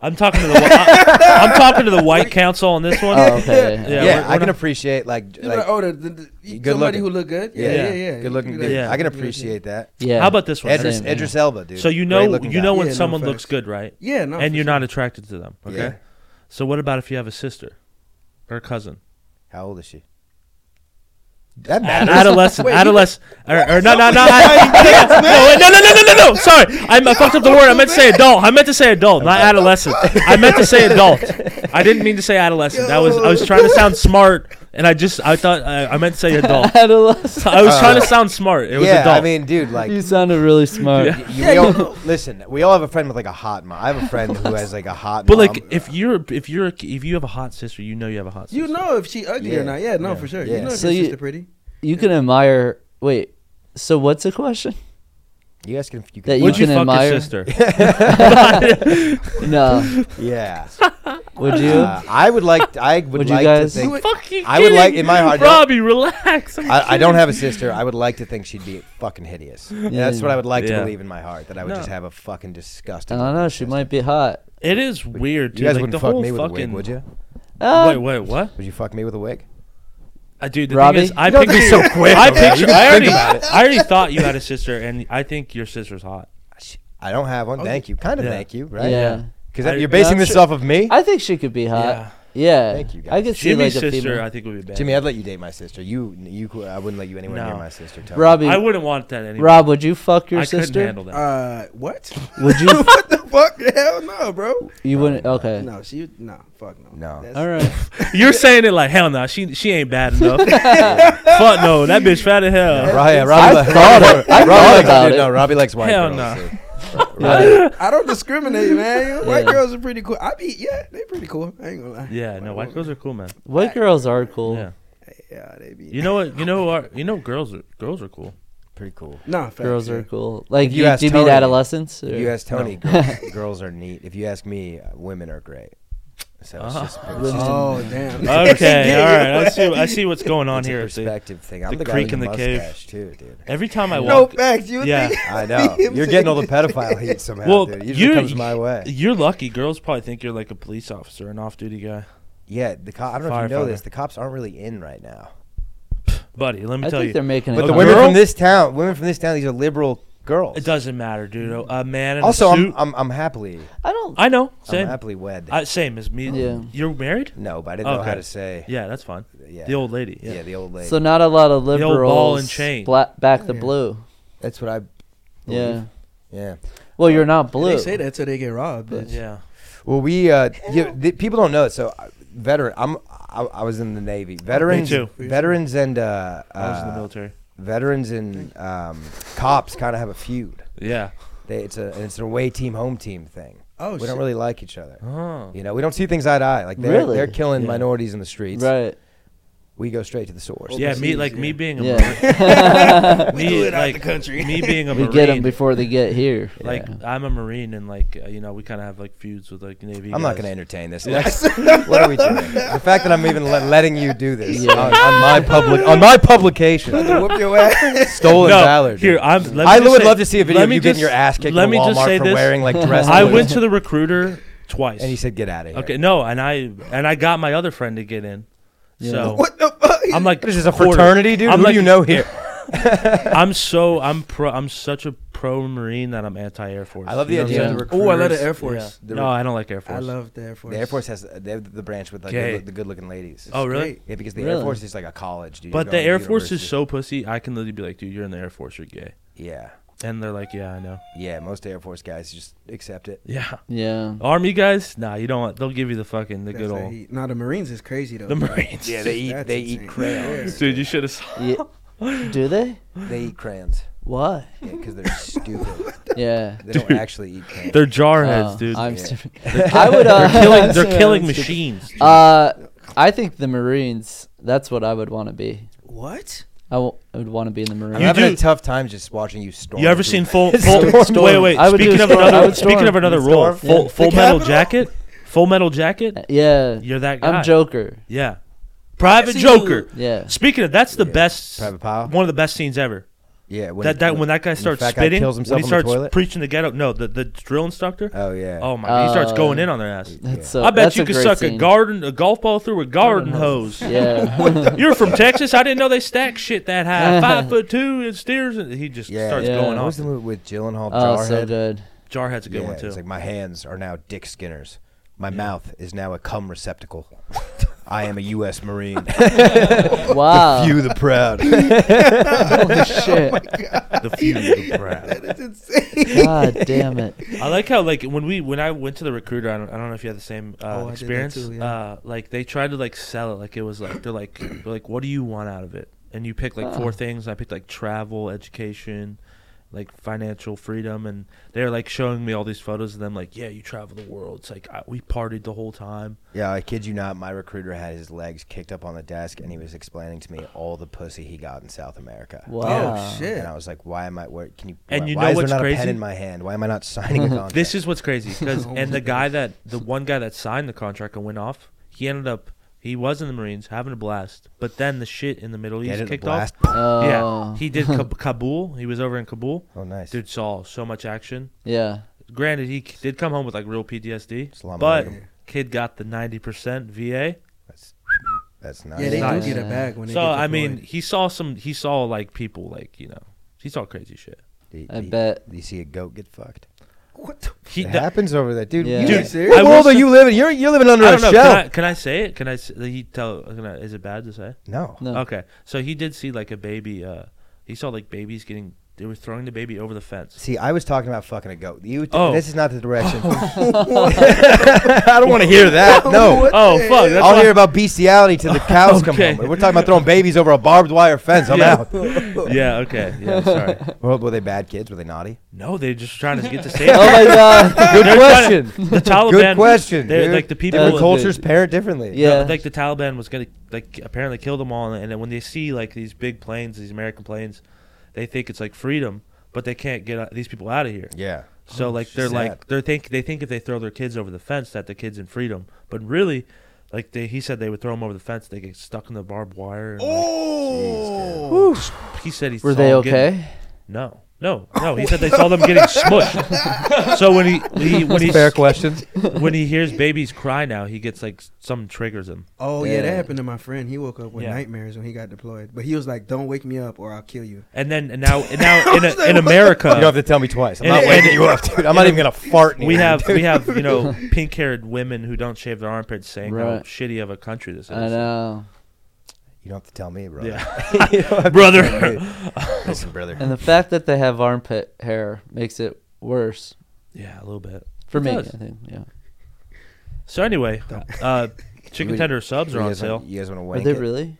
S4: I'm talking to the I, am talking to the white council on this one.
S5: Oh, okay.
S4: Yeah,
S1: Yeah,
S4: we're- we're
S1: I can
S4: not-
S1: appreciate like,
S2: You're
S1: like,
S2: like, oh, the, the, the,
S1: good
S2: somebody
S1: looking.
S2: who look good. Yeah,
S1: yeah,
S2: yeah, yeah.
S1: good looking
S2: Look
S1: dude.
S4: Yeah.
S1: I can appreciate that.
S5: Yeah.
S4: How about this one?
S1: Edris,
S5: Same, yeah.
S1: Edris Elba, dude.
S4: so you
S1: Great
S4: know
S1: looking
S4: you
S1: guy.
S4: know when
S2: Yeah, no
S4: someone
S2: facts.
S4: looks good, right?
S2: Yeah, no.
S4: and
S2: for
S4: you're
S2: sure.
S4: not attracted to them. Okay.
S1: Yeah.
S4: So what about if you have a sister or a cousin?
S1: How old is she? That matters.
S4: Adolescent,
S1: (laughs)
S4: adolescent, or, or no, no, no, I- (laughs) no, wait, no, no, no, no, no, no. Sorry, I, I fucked up the word. I meant to say adult. I meant to say adult, not adolescent. I meant to say adult. I didn't mean to say adolescent. That was I was trying to sound smart, and I just I thought I, I meant to say adult.
S5: (laughs) Adolescent.
S4: I was
S1: Uh,
S4: trying to sound smart. It was
S1: yeah,
S4: adult.
S1: I mean, dude, like
S5: You sounded
S1: (laughs)
S5: really smart.
S4: Yeah.
S1: You, we all, listen, we all have a friend with like a hot mom. I have a friend
S4: (laughs)
S1: who has like a hot
S4: but
S1: mom.
S4: like, if you're if you're if you have a hot sister, you know you have a hot sister.
S2: You know if she ugly
S1: Yeah.
S2: or not. Yeah, no, for sure.
S1: Yeah.
S2: You know if
S5: So
S2: your
S5: you-
S2: sister pretty.
S5: You can admire. Wait. So what's the question?
S1: you guys can, you
S5: That
S1: can
S5: you
S4: would you,
S5: can
S4: fuck
S5: admire-
S4: your sister?
S1: (laughs)
S5: (laughs) No.
S1: yeah.
S5: Would you?
S1: Uh, I would like. I would,
S5: Would you
S1: like
S5: guys-
S1: to think.
S4: Fuck you
S1: I would like
S4: kidding?
S1: in my heart.
S4: Robbie, relax. I'm
S1: I, I don't
S4: kidding.
S1: have a sister.
S4: (laughs)
S1: I would like to think she'd be fucking hideous. And that's what I would like
S4: Yeah.
S1: to believe in my heart. That I would
S4: No.
S1: just have a fucking disgusting.
S5: I don't know.
S1: looking
S5: She
S1: sister.
S5: might be hot.
S4: It is weird. Dude.
S1: You guys
S4: like, the
S1: wouldn't fuck
S4: whole
S1: me with a wig,
S4: fucking.
S1: would you?
S5: Uh,
S4: Wait, wait, what?
S1: Would you fuck me with a wig?
S4: Uh, dude, the
S5: Robbie?
S4: thing is, I
S1: You don't
S4: picture
S1: think
S4: (laughs)
S1: so quick,
S4: I
S1: bro. You
S4: picture.
S1: just
S4: I
S1: think
S4: already,
S1: about it.
S4: I already thought you had a sister, and I think your sister's hot.
S1: I don't have one. Thank you. Kind of
S4: Yeah.
S1: thank you, right?
S5: Oh, Yeah.
S1: Because
S4: I-
S1: you're basing
S5: I'm
S1: this
S5: sure-
S1: off of me.
S5: I think she could be hot. Uh, Yeah.
S1: Thank you,
S5: I
S1: guys.
S5: could see
S4: Jimmy's
S5: like a
S4: sister,
S5: female.
S4: I think would be bad.
S1: Jimmy, I'd let you date my sister. You, you, cou- I wouldn't let you anywhere
S4: No.
S1: near my sister. Tell me.
S5: Robbie,
S4: I wouldn't want that anymore.
S5: Rob, would you fuck your
S4: I
S5: sister?
S4: couldn't handle that.
S2: Uh, what? (laughs)
S5: Would you?
S2: what the fuck? Hell no, bro.
S5: You wouldn't. Okay.
S2: No, she. No, fuck no.
S1: No.
S2: That's-
S5: All
S4: (laughs)
S5: right.
S4: You're saying it like hell no, she she ain't
S1: (laughs)
S4: bad enough. (laughs) Fuck no, that bitch fat as hell.
S1: Robbie, Robbie, li-
S5: thought
S1: Robbie,
S5: it- I thought
S1: likes,
S5: about
S1: dude,
S5: it.
S1: No, Robbie likes white
S4: Hell
S1: girls.
S4: no.
S1: dude.
S4: (laughs)
S2: I don't discriminate,
S5: (laughs)
S2: man. White
S5: Yeah.
S2: girls are pretty cool. I be yeah, they pretty cool. I ain't gonna lie.
S4: Yeah, no, white girls are cool, man.
S5: White girls are cool.
S4: Yeah,
S2: Yeah, they be.
S4: you know what? You know what? You know girls are girls are cool.
S1: Pretty cool.
S2: no, facts,
S5: Girls
S2: yeah.
S5: are cool. Like
S1: If you
S5: you,
S1: ask
S5: do you mean
S1: Tony-
S5: adolescents?
S1: If
S5: or-
S1: you ask
S5: (laughs)
S1: Tony, girls, girls are neat. If you ask me, uh, women are great. So it's just,
S5: Ah.
S1: it's just a (laughs)
S2: Oh damn.
S4: Uh-huh. Okay, all right. I see. I see what's going on
S1: it's a
S4: here. see.
S1: perspective thing. I'm
S4: The
S1: the, guy
S4: creek
S1: with
S4: in the cave.
S1: mustache, too, dude.
S4: Every time I
S2: No
S4: walk,
S2: facts. You would
S4: Yeah.
S2: think. (laughs)
S1: I know. You're getting all the pedophile heat somehow.
S4: Well,
S1: dude. It usually
S4: you-
S1: comes my way.
S4: you're lucky. Girls probably think you're like a police officer, an off-duty guy.
S1: Yeah, the co- I don't know if you know
S4: Firefighter.
S1: this. The cops aren't really in right now.
S4: Buddy, let me
S5: I
S4: tell
S5: think
S4: you,
S5: they're making.
S1: But
S5: it
S1: the
S4: A
S5: up.
S1: women
S4: girl?
S1: from this town, women from this town, these are liberal girls.
S4: it doesn't matter, dude. A man in
S1: Also,
S4: a suit.
S1: I'm, I'm I'm happily
S5: I don't.
S4: I know.
S1: I'm
S4: Same.
S1: happily wed.
S4: I, same as me.
S5: Yeah.
S4: You're married?
S1: no, but I didn't know how
S4: Okay.
S1: to say.
S4: Yeah, that's fine.
S1: Yeah.
S4: The old lady.
S1: Yeah,
S4: Yeah.
S1: the old lady.
S5: So not a lot of
S4: old
S5: liberals.
S4: ball and chain.
S5: Bla- back the blue.
S1: Oh, That's what I.
S5: Yeah.
S1: Yeah.
S5: Well, you're not blue.
S2: They say that till they get robbed, bitch.
S4: Yeah.
S1: Well, we uh, you, the, people don't know it. So, uh, veteran. I'm. I, I was in the Navy. Veterans.
S4: too.
S1: Veterans and uh,
S4: I was in the
S1: uh,
S4: military.
S1: veterans and um, cops kind of have a feud.
S4: Yeah.
S1: They, it's a it's an away team home team thing.
S2: Oh,
S1: we
S2: shit.
S1: don't really like each other.
S4: Oh.
S1: You know, we don't see things eye to eye. Like they're
S5: Really?
S1: they're killing
S4: Yeah.
S1: minorities in the streets.
S5: Right.
S1: We go straight to the source.
S4: Yeah, me like me being a
S5: Yeah.
S1: (laughs)
S5: (laughs)
S4: marine. (laughs) me, like, me being a
S5: we
S4: marine.
S5: get them before they get here.
S4: (laughs) like
S5: Yeah.
S4: I'm a marine and like uh, you know we kind of have like feuds with like navy.
S1: I'm not
S4: guys.
S1: going to entertain
S4: (laughs)
S1: this. what are we doing? The fact that I'm even le- letting you do this on, on my public on my publication,
S2: Whoop your ass.
S1: stolen
S4: No,
S1: valor. dude.
S4: here I'm. Let me
S1: I
S4: just
S1: would
S4: say-
S1: love to see a video
S4: let
S1: of
S4: me
S1: you
S4: just-
S1: getting your ass kicked
S4: Let
S1: in
S4: me just say
S1: Walmart for
S4: this.
S1: wearing like dress.
S4: (laughs) I
S1: blues.
S4: went to the recruiter twice.
S1: and he said, "Get out of here."
S4: "Okay, no," and I and I got my other friend to get in. So
S2: What the fuck?
S4: I'm like,
S1: this is a
S4: quarter.
S1: fraternity, dude.
S4: I'm
S1: Who
S4: like-
S1: do you know here?
S4: (laughs) I'm so I'm pro. I'm such a pro marine that I'm anti Air Force.
S1: I love the
S4: You know what
S1: idea
S4: I'm
S1: of the
S4: saying?
S2: Oh, I love the Air
S4: Yeah.
S2: Force.
S1: The
S4: no, I don't like Air Force.
S2: I love the Air Force.
S1: The Air Force has they have the branch with like
S4: Gay.
S1: the, good- the good-looking ladies.
S4: oh, really?
S2: great.
S1: yeah, because the
S5: Really?
S1: Air Force is like a college, dude.
S4: But
S1: You're
S4: the
S1: going to
S4: Air Force is
S1: university.
S4: so pussy. I can literally be like, dude, you're in the Air Force. You're gay.
S1: yeah,
S4: And they're like, yeah, I know.
S1: yeah. Most Air Force guys just accept it.
S4: Yeah.
S5: yeah.
S4: Army guys, nah, you don't. want They'll give you the fucking the
S2: That's
S4: good
S2: that
S4: old
S2: heat. Nah, the Marines is crazy though. (laughs)
S4: the Marines.
S1: Yeah, they eat
S2: That's
S1: they eat
S2: insane.
S1: crayons.
S4: Dude, you should have. saw (laughs)
S5: Ye- Do they?
S1: They eat crayons
S5: Why?
S1: because they're stupid.
S5: (laughs) Yeah.
S1: (laughs) They don't actually eat crayons.
S4: They're jarheads,
S5: Oh,
S4: dude.
S1: (laughs)
S5: I'm stupid. I would. Uh,
S4: they're
S5: (laughs)
S4: killing. They're killing machines. dude.
S5: Uh, I think the Marines. That's what I would want to be.
S2: What?
S5: I wa- I would want to be in the Marines.
S1: I'm
S4: You
S1: having
S4: do-
S1: a tough time just watching you storm.
S4: You ever
S1: through (laughs)
S4: seen full? full
S5: Storm.
S4: wait, wait.
S5: I would do
S4: Speaking of
S5: Storm. I
S4: another.
S5: would
S4: Speaking
S5: Storm.
S4: of another role, full, full metal jacket. Full metal jacket.
S5: Uh, Yeah.
S4: You're that guy.
S5: I'm Joker.
S4: Yeah. Private
S2: See,
S4: Joker.
S5: Yeah.
S4: Speaking of, that's the best.
S1: Private Pile?
S4: One of the best scenes ever.
S1: Yeah, when
S4: that that when that guy
S1: the
S4: starts
S1: fat guy
S4: spitting,
S1: kills
S4: when
S1: himself
S4: he
S1: on
S4: starts
S1: the toilet.
S4: preaching the ghetto. No, the the drill instructor.
S1: oh yeah.
S4: oh my! he starts
S5: Uh,
S4: going in on their ass.
S5: That's so.
S4: I bet
S5: that's
S4: you
S5: a
S4: could
S5: great
S4: suck a
S5: scene.
S4: garden, a golf ball through a garden hose. (laughs)
S5: Yeah.
S4: You're from Texas. I didn't know they stack shit that high.
S5: (laughs)
S4: Five foot two and steers. And he just
S1: yeah.
S4: starts
S5: Yeah.
S4: going
S1: What was
S4: off.
S1: the movie with Gyllenhaal?
S5: oh,
S1: Jarhead?
S5: so good.
S4: Jarhead's a good
S1: yeah,
S4: one too. (laughs)
S1: It's like my hands are now dick skinners. My mouth is now a cum receptacle. I am a U.S.
S5: (laughs)
S1: Marine. (laughs)
S5: Wow.
S1: Few the proud.
S5: (laughs) Holy
S1: (laughs)
S2: Oh
S5: shit.
S4: the few
S2: (laughs)
S4: of the proud.
S2: That's insane.
S5: God damn it.
S4: I like how like when we when I went to the recruiter, I don't, I don't know if you had the same uh,
S2: Oh, I did that
S4: experience.
S2: too, yeah.
S4: uh, like they tried to like sell it, like it was like they're like they're like what do you want out of it? And you pick like four things. I picked like travel, education, like financial freedom, and they're like showing me all these photos of them. Like yeah, you travel the world. It's like I, we partied the whole time.
S1: Yeah, I kid you not. My recruiter had his legs kicked up on the desk, and he was explaining to me all the pussy he got in South America.
S5: Wow.
S2: Oh shit.
S1: And I was like, "Why am I? Where, can you?
S4: And
S1: why,
S4: you
S1: why
S4: know
S1: is
S4: what's
S1: there not a pen
S4: crazy?
S1: in my hand? Why am I not
S4: (laughs)
S1: signing a
S2: (laughs)
S1: contract?" Oh
S4: This is what's crazy
S1: (laughs)
S4: because and the guy that the one guy that signed the contract and went off, he ended up he was in the Marines having a blast, but then the shit in the Middle
S1: Get
S4: East
S1: it, a
S4: kicked
S1: blast.
S4: off. Yeah, he did Kab- Kabul. He was over in Kabul.
S1: Oh, nice.
S4: Dude saw so much action.
S5: Yeah.
S4: Granted, he k- did come home with like real PTSD,
S1: Salam
S4: but
S1: alaikum.
S4: kid got the ninety percent VA.
S1: That's, that's nice.
S2: Yeah, they
S4: Nice.
S2: do get it back when they
S4: So
S2: get
S4: I mean,
S2: deployed.
S4: he saw some. He saw like people like you know. He saw crazy shit.
S1: Do-
S5: I
S1: do-
S5: bet.
S1: do you see a goat get fucked.
S2: what the
S4: He
S1: it
S4: the-
S1: happens over there, dude.
S5: Yeah.
S1: You,
S5: Dude,
S1: Dude,
S2: serious?
S1: how
S4: I
S1: old
S4: will
S1: are
S4: say-
S1: you living? You're you're living under
S4: I
S1: a
S4: don't know.
S1: shell.
S4: Can I, can I say it? Can I? s- He tell? Can I, is it bad to say?
S1: no.
S5: No.
S4: Okay, so he did see like a baby. Uh, he saw like babies getting. They were throwing the baby over the fence.
S1: See, I was talking about fucking a goat. You,
S4: Oh.
S1: this is not the
S2: (laughs)
S1: direction. (laughs) I don't want to hear that. No.
S4: Oh fuck! That's
S1: I'll
S4: why-
S1: hear about bestiality till the cows come
S4: Okay.
S1: home. We're talking about throwing babies over a barbed wire fence. I'm
S4: Yeah.
S1: out.
S2: (laughs)
S4: (laughs) Yeah. Okay. Yeah. Sorry.
S5: (laughs)
S1: Well, were they bad kids? Were they naughty?
S4: No, they're just trying to
S1: (laughs)
S4: get to
S5: Oh
S4: safety.
S5: my
S4: (laughs)
S5: god.
S1: Good question.
S4: the Taliban.
S1: Good question.
S4: They're
S1: dude.
S4: like the people.
S1: Different
S5: That was a
S1: cultures
S5: bit-
S1: parent differently.
S5: Yeah.
S4: No, like the Taliban was gonna like apparently kill them all, and then when they see like these big planes, these American planes, they think it's like freedom, but they can't get uh, these people out of here.
S1: Yeah.
S4: So like they're
S1: sad.
S4: like they think they think if they throw their kids over the fence that the kids in freedom, but really, like they, he said they would throw them over the fence, they get stuck in the barbed wire. And, like,
S2: Oh,
S4: he said he
S5: Were
S4: saw
S5: they
S4: them getting-
S5: okay?
S4: no, no, no. He said they saw them getting smushed. So when he, he when he
S1: Fair questions.
S4: when he hears babies cry now, he gets like something triggers him.
S2: oh yeah. that
S5: Yeah.
S2: happened to my friend. He woke up with
S4: Yeah.
S2: nightmares when he got deployed. But he was like, "Don't wake me up, or I'll kill you."
S4: And then and now and
S2: (laughs)
S4: now in, in America,
S1: You don't have to tell me twice. I'm
S4: And-
S1: not
S4: and-
S1: waking you up, dude. I'm not even gonna fart. in
S4: we
S1: here,
S4: have
S1: dude.
S4: we have
S1: (laughs)
S4: you know pink haired women who don't shave their armpits saying how
S5: Right.
S4: shitty of a country this is.
S5: I know.
S1: You don't have to tell me, bro.
S4: Yeah,
S1: (laughs)
S4: (laughs) brother.
S1: Listen, brother.
S5: And the fact that they have armpit hair makes it worse.
S4: Yeah, a little bit.
S5: For me,
S4: does.
S5: I think. Yeah.
S4: So anyway, uh, chicken tender subs
S1: You
S4: are on
S1: guys wanna-
S4: sale.
S1: You guys want to
S5: Are
S1: wank
S5: they
S1: it?
S5: really?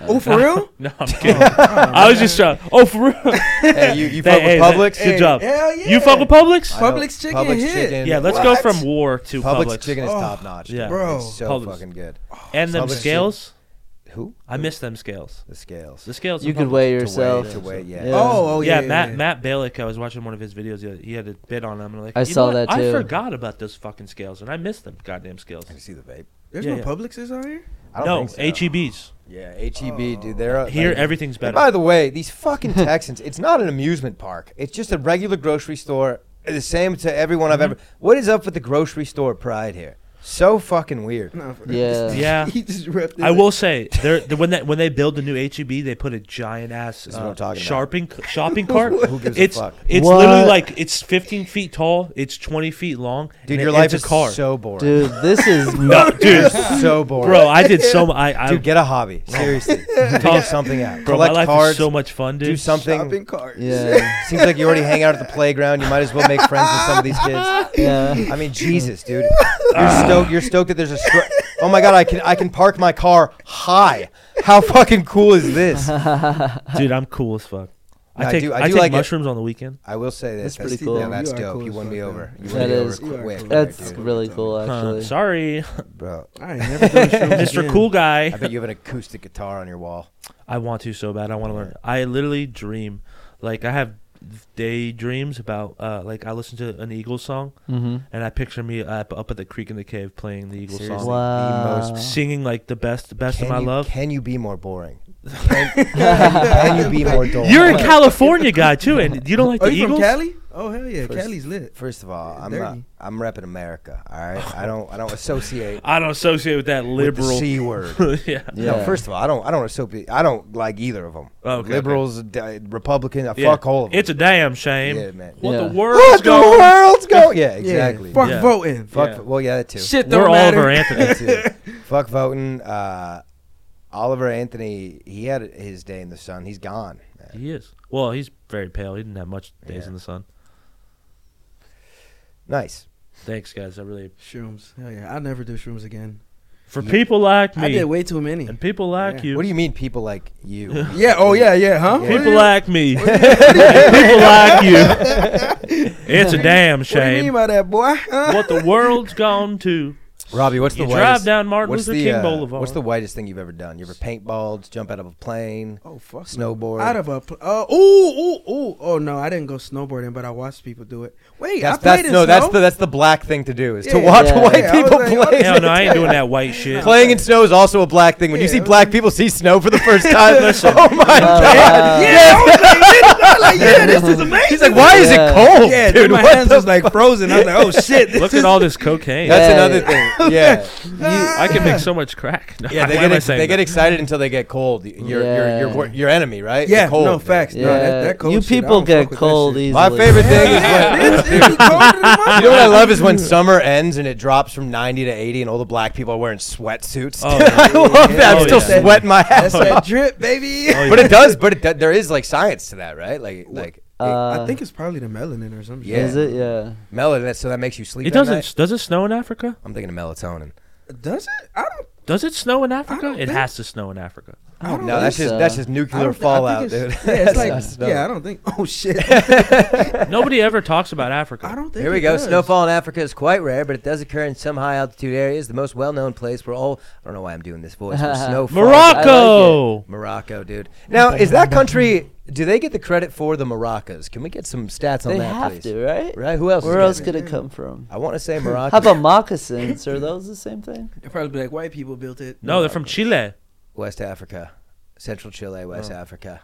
S2: Oh, for real?
S4: (laughs) No,
S2: (laughs)
S4: I'm kidding. I was just trying. Oh, for real?
S1: Hey, you,
S4: (laughs)
S1: you fuck
S4: Hey, hey,
S1: with Publix?
S4: Good job.
S2: Hell yeah.
S4: You fuck with Publix?
S1: I know
S2: Publix chicken
S1: Publix
S2: hit.
S1: chicken.
S4: Yeah, let's go
S2: What?
S4: from war to
S1: Publix,
S4: Publix.
S1: chicken is
S2: Oh,
S1: top notch.
S4: yeah.
S2: Bro.
S1: it's so
S4: Publix.
S1: fucking good.
S4: and them
S1: Publix
S4: scales.
S1: Who?
S4: I miss them scales.
S1: The scales.
S4: The scales.
S5: You
S4: at
S5: could
S4: Publix.
S5: weigh
S1: To
S5: yourself.
S1: weigh, to weigh, yeah.
S5: Yeah.
S2: Oh, oh yeah.
S4: yeah, Matt
S2: yeah.
S4: Matt Balick. I was watching one of his videos. He- He had a bit on them. And I'm like,
S5: I
S4: you know
S5: saw
S4: what?
S5: that,
S4: I
S5: too.
S4: forgot about those fucking scales, and I missed them. Goddamn scales.
S1: Can you see the vape?
S2: There's
S4: Yeah,
S2: no
S4: yeah.
S2: Publixes out here.
S1: I don't
S4: no,
S1: think so.
S4: HEBs.
S1: Yeah, HEB, dude. They're uh,
S4: Here,
S1: like-
S4: everything's
S1: And
S4: better.
S1: by the way, these
S2: (laughs)
S1: fucking Texans, it's not an amusement park. It's just a regular grocery store. The same to everyone I've ever.
S2: Mm-hmm.
S1: What is up with the grocery store pride here? So fucking weird.
S2: No, for
S5: Yeah.
S2: (laughs)
S4: yeah.
S2: he just ripped.
S4: I will say, they're, the- when that when they build the new HEB, they put a giant ass
S1: is what I'm
S4: uh,
S1: talking about.
S2: (laughs)
S4: shopping shopping cart.
S1: Who gives a
S4: it's
S1: fuck?
S4: it's
S5: What?
S4: literally like it's 15 feet tall, it's 20 feet long.
S1: Dude,
S4: and
S1: your
S4: it-
S1: life is
S4: it's a car.
S1: so boring.
S5: Dude, this
S1: (laughs)
S4: (laughs)
S5: is
S4: no, dude,
S1: so boring.
S4: bro, I
S5: (laughs)
S4: did so. mu- I, I
S1: dude, get a hobby. Seriously,
S4: (laughs)
S1: figure something out.
S4: bro, my
S1: Collect
S4: life
S1: cards.
S4: is so much fun, dude.
S1: do something.
S2: shopping cart. (laughs)
S5: yeah,
S1: (laughs) Seems like you already hang out at the playground. You might as well make friends with some of these kids.
S5: (laughs) yeah.
S1: I mean, Jesus,
S4: (laughs)
S1: dude. You're stoked. You're stoked that there's a. Stri- oh my God, I can I can park my car high. How (laughs) fucking cool is
S5: (laughs)
S1: this?
S4: dude, I'm cool as fuck. I
S1: No, I
S4: take I,
S1: do- I do
S4: take
S1: like it.
S4: mushrooms on the weekend.
S1: I will say this.
S5: That's pretty
S1: yeah,
S5: cool.
S1: that's
S2: You are
S1: dope.
S2: cool
S1: you
S2: as
S1: won me
S2: fuck,
S1: over.
S2: man.
S1: You
S5: That
S1: won me
S5: is-
S2: you
S1: over
S2: are
S1: quick.
S2: cool.
S1: there,
S5: That's
S1: dude.
S5: really cool,
S4: Huh,
S5: actually.
S4: sorry,
S1: bro.
S2: I ain't never doing
S4: (laughs)
S2: shrooms
S4: Mr.
S2: again.
S4: Cool
S1: I
S4: Guy.
S1: bet you have an acoustic guitar on your wall.
S4: I want to so bad. I want to learn. I literally dream, like I have daydreams about. Uh, like I listen to an Eagles song, and I picture me up, up at the creek in the cave playing the Eagles
S1: Seriously,
S4: song,
S5: Wow.
S1: the most.
S4: singing like the best, the best
S1: Can
S4: of my
S1: you,
S4: love.
S1: Can you be more
S4: (laughs)
S1: boring? Can, can you be (laughs)
S2: (laughs)
S1: more dull?
S4: You're a California guy too, and you don't like
S2: Are
S4: the
S2: you
S4: Eagles.
S2: from Cali? Oh hell yeah,
S1: First-
S2: Cali's lit.
S1: First of all, I'm
S2: Dirty.
S1: uh, I'm repping America. All
S4: (laughs)
S1: right, I don't I don't associate
S4: I don't associate with that
S1: with the
S4: liberal. (laughs)
S1: c word.
S4: yeah.
S1: No, first of all, I don't I don't associate I don't like either of them.
S4: Oh, okay,
S1: Liberals, d- Republicans, I
S4: Yeah.
S1: fuck all of them.
S4: It's a damn shame.
S1: Yeah, man.
S4: What
S5: Yeah.
S4: the world's
S1: what the
S4: going (laughs)
S1: world's going? Yeah, exactly.
S2: Yeah. Fuck
S4: Yeah.
S2: voting.
S1: Fuck.
S4: Yeah.
S1: Well, yeah, that too.
S2: Shit don't
S4: We're all
S2: matter.
S4: over
S2: (laughs)
S1: That
S4: Anthony.
S1: too. fuck voting. Uh, Oliver Anthony, he had his day in the sun. He's gone. man.
S4: He is. Well, he's very pale. He didn't have much days
S1: Yeah.
S4: in the sun.
S1: Nice.
S4: Thanks, guys. I really
S2: Shrooms. Hell yeah. I'll never do shrooms again.
S4: for people like me
S2: I did way too many.
S4: and people like
S2: Yeah.
S4: you.
S1: What do you
S4: (laughs)
S1: mean, people like you?
S2: Yeah. Oh yeah. Yeah. Huh?
S4: People like
S2: (laughs)
S4: me. (laughs) people like you. It's a damn
S2: What do you mean
S4: shame.
S2: by that, boy? (laughs) Huh?
S4: What the world's gone to.
S1: Robbie, what's the
S4: You
S1: whitest,
S4: drive down Martin
S1: what's
S4: Luther
S1: the,
S4: King
S1: uh,
S4: Boulevard.
S1: What's the whitest thing you've ever done? You ever paintballed, jump out of a plane,
S2: Oh fuck.
S1: snowboard?
S2: Out of a pl- uh, ooh ooh ooh oh no I didn't go snowboarding but I watched people do it. Wait,
S1: that's,
S2: I played
S1: that's
S2: in
S1: no,
S2: snow.
S1: that's the that's the black thing to do is to
S2: Yeah.
S1: watch
S5: Yeah.
S1: white
S2: Yeah, I was
S1: people
S2: like, oh,
S1: play.
S2: what
S4: Hell
S2: (laughs)
S4: no, I ain't doing that white shit.
S1: Playing in snow is also a black thing. When you
S2: Yeah,
S1: see
S2: it was
S1: black people see snow for the (laughs) first time,
S2: (laughs)
S1: oh my god!
S2: yeah, I
S1: (laughs)
S2: was like, yeah, like, yeah, this is amazing.
S1: He's like, why is
S5: Yeah.
S1: it cold,
S2: Yeah,
S1: dude?
S2: dude,
S1: (laughs)
S2: my
S1: What
S2: hands
S1: the
S2: was like frozen. I was like,
S1: (laughs)
S2: oh
S4: (laughs)
S2: shit. this
S4: Look
S2: is-
S4: at all this cocaine.
S1: That's
S5: Yeah,
S1: another
S2: (laughs)
S1: thing.
S4: (laughs)
S1: Yeah,
S4: I can make so much crack. (laughs) No,
S1: yeah. They
S4: why am
S1: get
S4: I
S1: ex-
S4: saying
S1: they get
S4: that?
S1: excited until they get cold. Your
S5: Yeah.
S1: your your your enemy, right?
S2: Yeah,
S1: The cold.
S2: no facts.
S5: Yeah,
S2: No, that, that cold
S5: you
S2: shit, I don't
S5: people
S2: fuck
S5: get
S2: with that
S5: cold
S2: shit.
S5: easily.
S1: My favorite thing is when.
S2: Yeah, it's, it be colder than my-
S1: You know what I love is when summer ends and it drops from 90 to 80 and all the black people are wearing sweatsuits.
S4: Oh,
S1: (laughs) I love that. I'm
S4: Oh,
S1: still
S4: yeah.
S1: sweating my ass
S2: That's
S1: off.
S2: that drip, baby.
S4: Oh,
S1: But
S4: yeah.
S1: it does, but it, do- there is like science to that, right? Like like
S5: Uh,
S2: I think it's probably the melanin or something.
S1: Yeah.
S5: Is it? Yeah.
S1: melatonin, that- so that makes you sleep
S4: It
S1: at
S4: doesn't.
S1: night?
S4: Does it snow in Africa?
S1: I'm thinking of melatonin.
S2: Does it? I don't.
S4: Does it snow in Africa?
S2: don't
S4: It
S2: think-
S4: has to snow in Africa.
S2: I don't
S1: No, that's
S5: think
S1: just
S5: so.
S1: that's just
S2: I don't
S1: nuclear
S2: thi- I think
S1: fallout, dude.
S2: it's- (laughs)
S4: (laughs)
S1: (laughs)
S2: Yeah,
S1: That's
S2: it's like,
S1: not
S2: yeah, I
S1: snow.
S2: don't think. Oh shit.
S1: (laughs)
S4: Nobody ever talks about Africa.
S2: I don't think.
S1: Here we
S2: it
S1: go.
S2: does.
S1: Snowfall in Africa is quite rare, but it does occur in some high altitude areas. The most well known place where all I don't know why I'm doing this voice. (laughs) Where snowfall
S4: Morocco.
S1: Morocco, dude. Now, is that country? Do they get the credit for the maracas? Can we get some stats on
S5: They
S1: that,
S5: have
S1: please?
S5: to, right?
S1: Right? Who else?
S5: Where
S1: is
S5: else
S1: getting
S5: could
S1: it?
S5: it come from?
S1: I want to (laughs) say Morocco.
S5: How about moccasins? Are those the same thing?
S2: They'll probably be like white people built it.
S4: no, they're from Chile.
S1: West Africa, Central Chile, West Africa.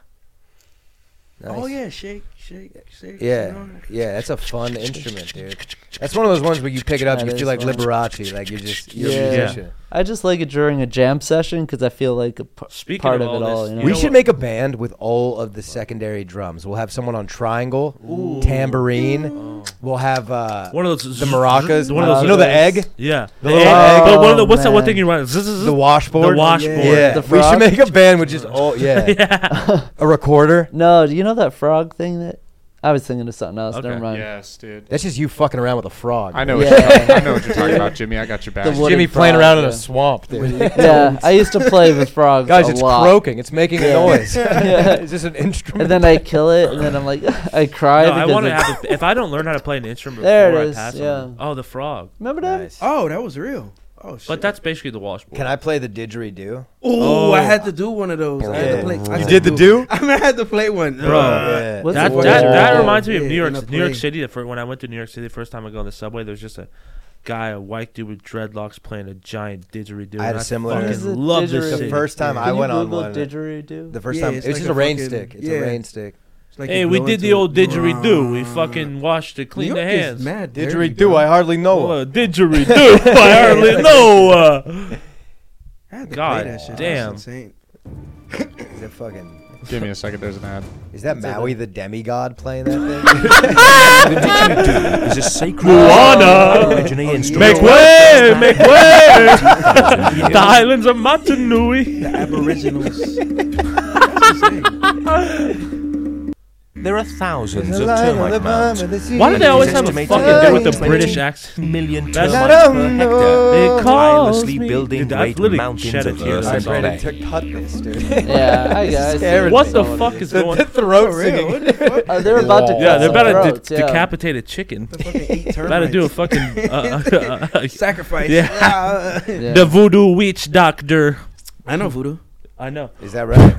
S2: Oh
S1: Nice.
S2: yeah, shake, shake, shake. you
S1: Yeah,
S2: know?
S1: yeah, that's a
S5: (laughs)
S1: fun instrument, dude. That's one of those ones where you pick it up,
S5: That
S1: you
S5: is
S1: feel like
S5: fun.
S1: Liberace, like you're just you're
S5: Yeah.
S1: a musician.
S5: I just like it during a jam session because I feel like a p-
S4: Speaking
S5: part
S4: of
S5: of,
S4: all
S5: it all.
S4: this, you
S5: you know?
S1: We
S4: know
S1: should
S4: what-
S1: make a band with all of the secondary drums. We'll have someone on triangle, tambourine. We'll have uh,
S4: Oh. One of those.
S1: the maracas.
S4: One of those.
S1: you know the egg,
S4: Yeah.
S1: The
S4: The
S1: little
S4: egg.
S1: egg.
S4: But one of the,
S5: Oh,
S4: what's that one
S5: man.
S4: thing you run? Zzz, zzz, zzz.
S1: the washboard.
S4: The washboard.
S1: Yeah,
S5: The
S1: we should
S5: frog.
S1: make a band with just
S5: (laughs)
S1: all yeah,
S4: (laughs)
S1: a recorder.
S5: No, do you know that frog thing that I was thinking of something else?
S4: Okay,
S5: Never mind.
S3: Yes, dude.
S1: That's just you fucking around with a frog.
S3: I know. What
S5: Yeah.
S3: you're talking, I know what you're
S5: (laughs)
S3: talking about, Jimmy. I got your back.
S5: The wood-
S1: Jimmy
S5: Wooden
S1: playing
S5: frog,
S1: around in
S5: yeah.
S1: a swamp, dude.
S5: (laughs)
S1: (laughs)
S5: Yeah, I used to play with frogs
S1: Guys,
S5: a
S1: it's
S5: lot.
S1: croaking. It's making a (laughs) noise.
S5: (laughs) Yeah.
S1: Is this an instrument?
S5: And then I kill it, and then I'm like, (laughs) I cry.
S4: No, I
S5: because
S4: want to
S5: it's-
S4: have. A, if I don't learn how to play an instrument
S5: There it
S4: before I
S5: is,
S4: pass, on
S5: yeah.
S4: it. oh, the frog.
S5: Remember that?
S2: Oh, that was real. Oh shit.
S4: But that's basically the washboard.
S1: Can I play the didgeridoo?
S2: Oh, I had to do one of those. I had to play. I
S1: You
S2: said
S1: did the do?
S2: (laughs) I mean, I had to play one.
S4: Bro.
S2: Uh,
S5: What's
S4: that,
S5: it
S4: that,
S5: called?
S4: that,
S2: Yeah.
S4: reminds me of New
S2: Yeah,
S4: York,
S2: in a
S4: New York
S2: plane.
S4: City. The fir- when I went to New York City the first time I go on the subway, there was just a guy, a white dude with dreadlocks, playing a giant didgeridoo.
S1: I had
S4: and
S1: a similar-
S4: fucking
S1: What is
S5: it?
S4: love this
S5: Didgeridoo?
S1: The
S4: city.
S1: first time
S5: Can
S1: I
S5: you
S1: went on
S5: Google
S1: one.
S5: didgeridoo?
S1: The first
S2: Yeah,
S1: time. It's,
S2: it's
S1: just
S2: like
S1: a
S2: a
S1: rain
S2: fucking-
S1: stick. It's
S2: yeah.
S1: a rain stick.
S2: it's like you
S4: hey, we
S2: blow
S4: did the
S2: into
S4: old
S2: it.
S4: didgeridoo. We fucking washed to
S2: New
S4: clean the
S2: York is
S4: hands.
S2: mad dirty,
S1: Didgeridoo,
S2: bro.
S1: I hardly know
S4: Oh,
S1: (laughs) it.
S4: a didgeridoo. I
S2: (laughs)
S4: hardly know. Uh,
S2: I had to
S4: God
S2: play that shit.
S4: damn.
S2: That's insane.
S1: Is it
S2: (laughs)
S1: fucking.
S3: Give me a second. There's an ad.
S1: Is that Maui the demigod playing
S2: (laughs)
S1: that thing? (laughs)
S10: is a
S2: (laughs)
S10: sacred
S4: Moana.
S10: imaginary instrument.
S4: Make (laughs) way, make way. the islands of Matanui.
S2: The Aboriginals.
S10: There are thousands
S1: The
S10: of
S1: line on the bottom
S10: termite mounds.
S1: of the sea.
S4: Why do they always
S10: It's
S4: have a fucking
S10: estimated
S4: guy with a
S10: 20
S4: British accent?
S10: Million
S4: That's
S10: termites
S1: what-
S10: per
S4: It
S10: hectare,
S4: calls
S10: tirelessly
S4: me-
S10: building
S4: Dude, I've
S10: great
S4: literally shed
S10: mountains
S4: a
S10: of
S4: tear.
S10: earth
S1: I
S10: and
S1: read
S10: clay.
S1: it took cut this, dude.
S5: (laughs) Yeah, I
S1: This is
S5: guess.
S1: terrible.
S4: What the fuck is
S1: the,
S4: going?
S1: the throat singing.
S5: Uh, they're about to.
S4: Yeah,
S5: cut
S4: they're
S5: some
S4: about to
S5: throats,
S4: de-
S5: yeah.
S4: decapitate a chicken.
S2: Fucking eat
S4: (laughs) About to do a
S2: termites. (laughs)
S4: fucking uh, uh,
S2: sacrifice.
S4: Yeah.
S2: (laughs) Ah.
S5: Yeah.
S4: (laughs) the voodoo witch doctor.
S2: I know voodoo.
S4: I know
S1: Is that right?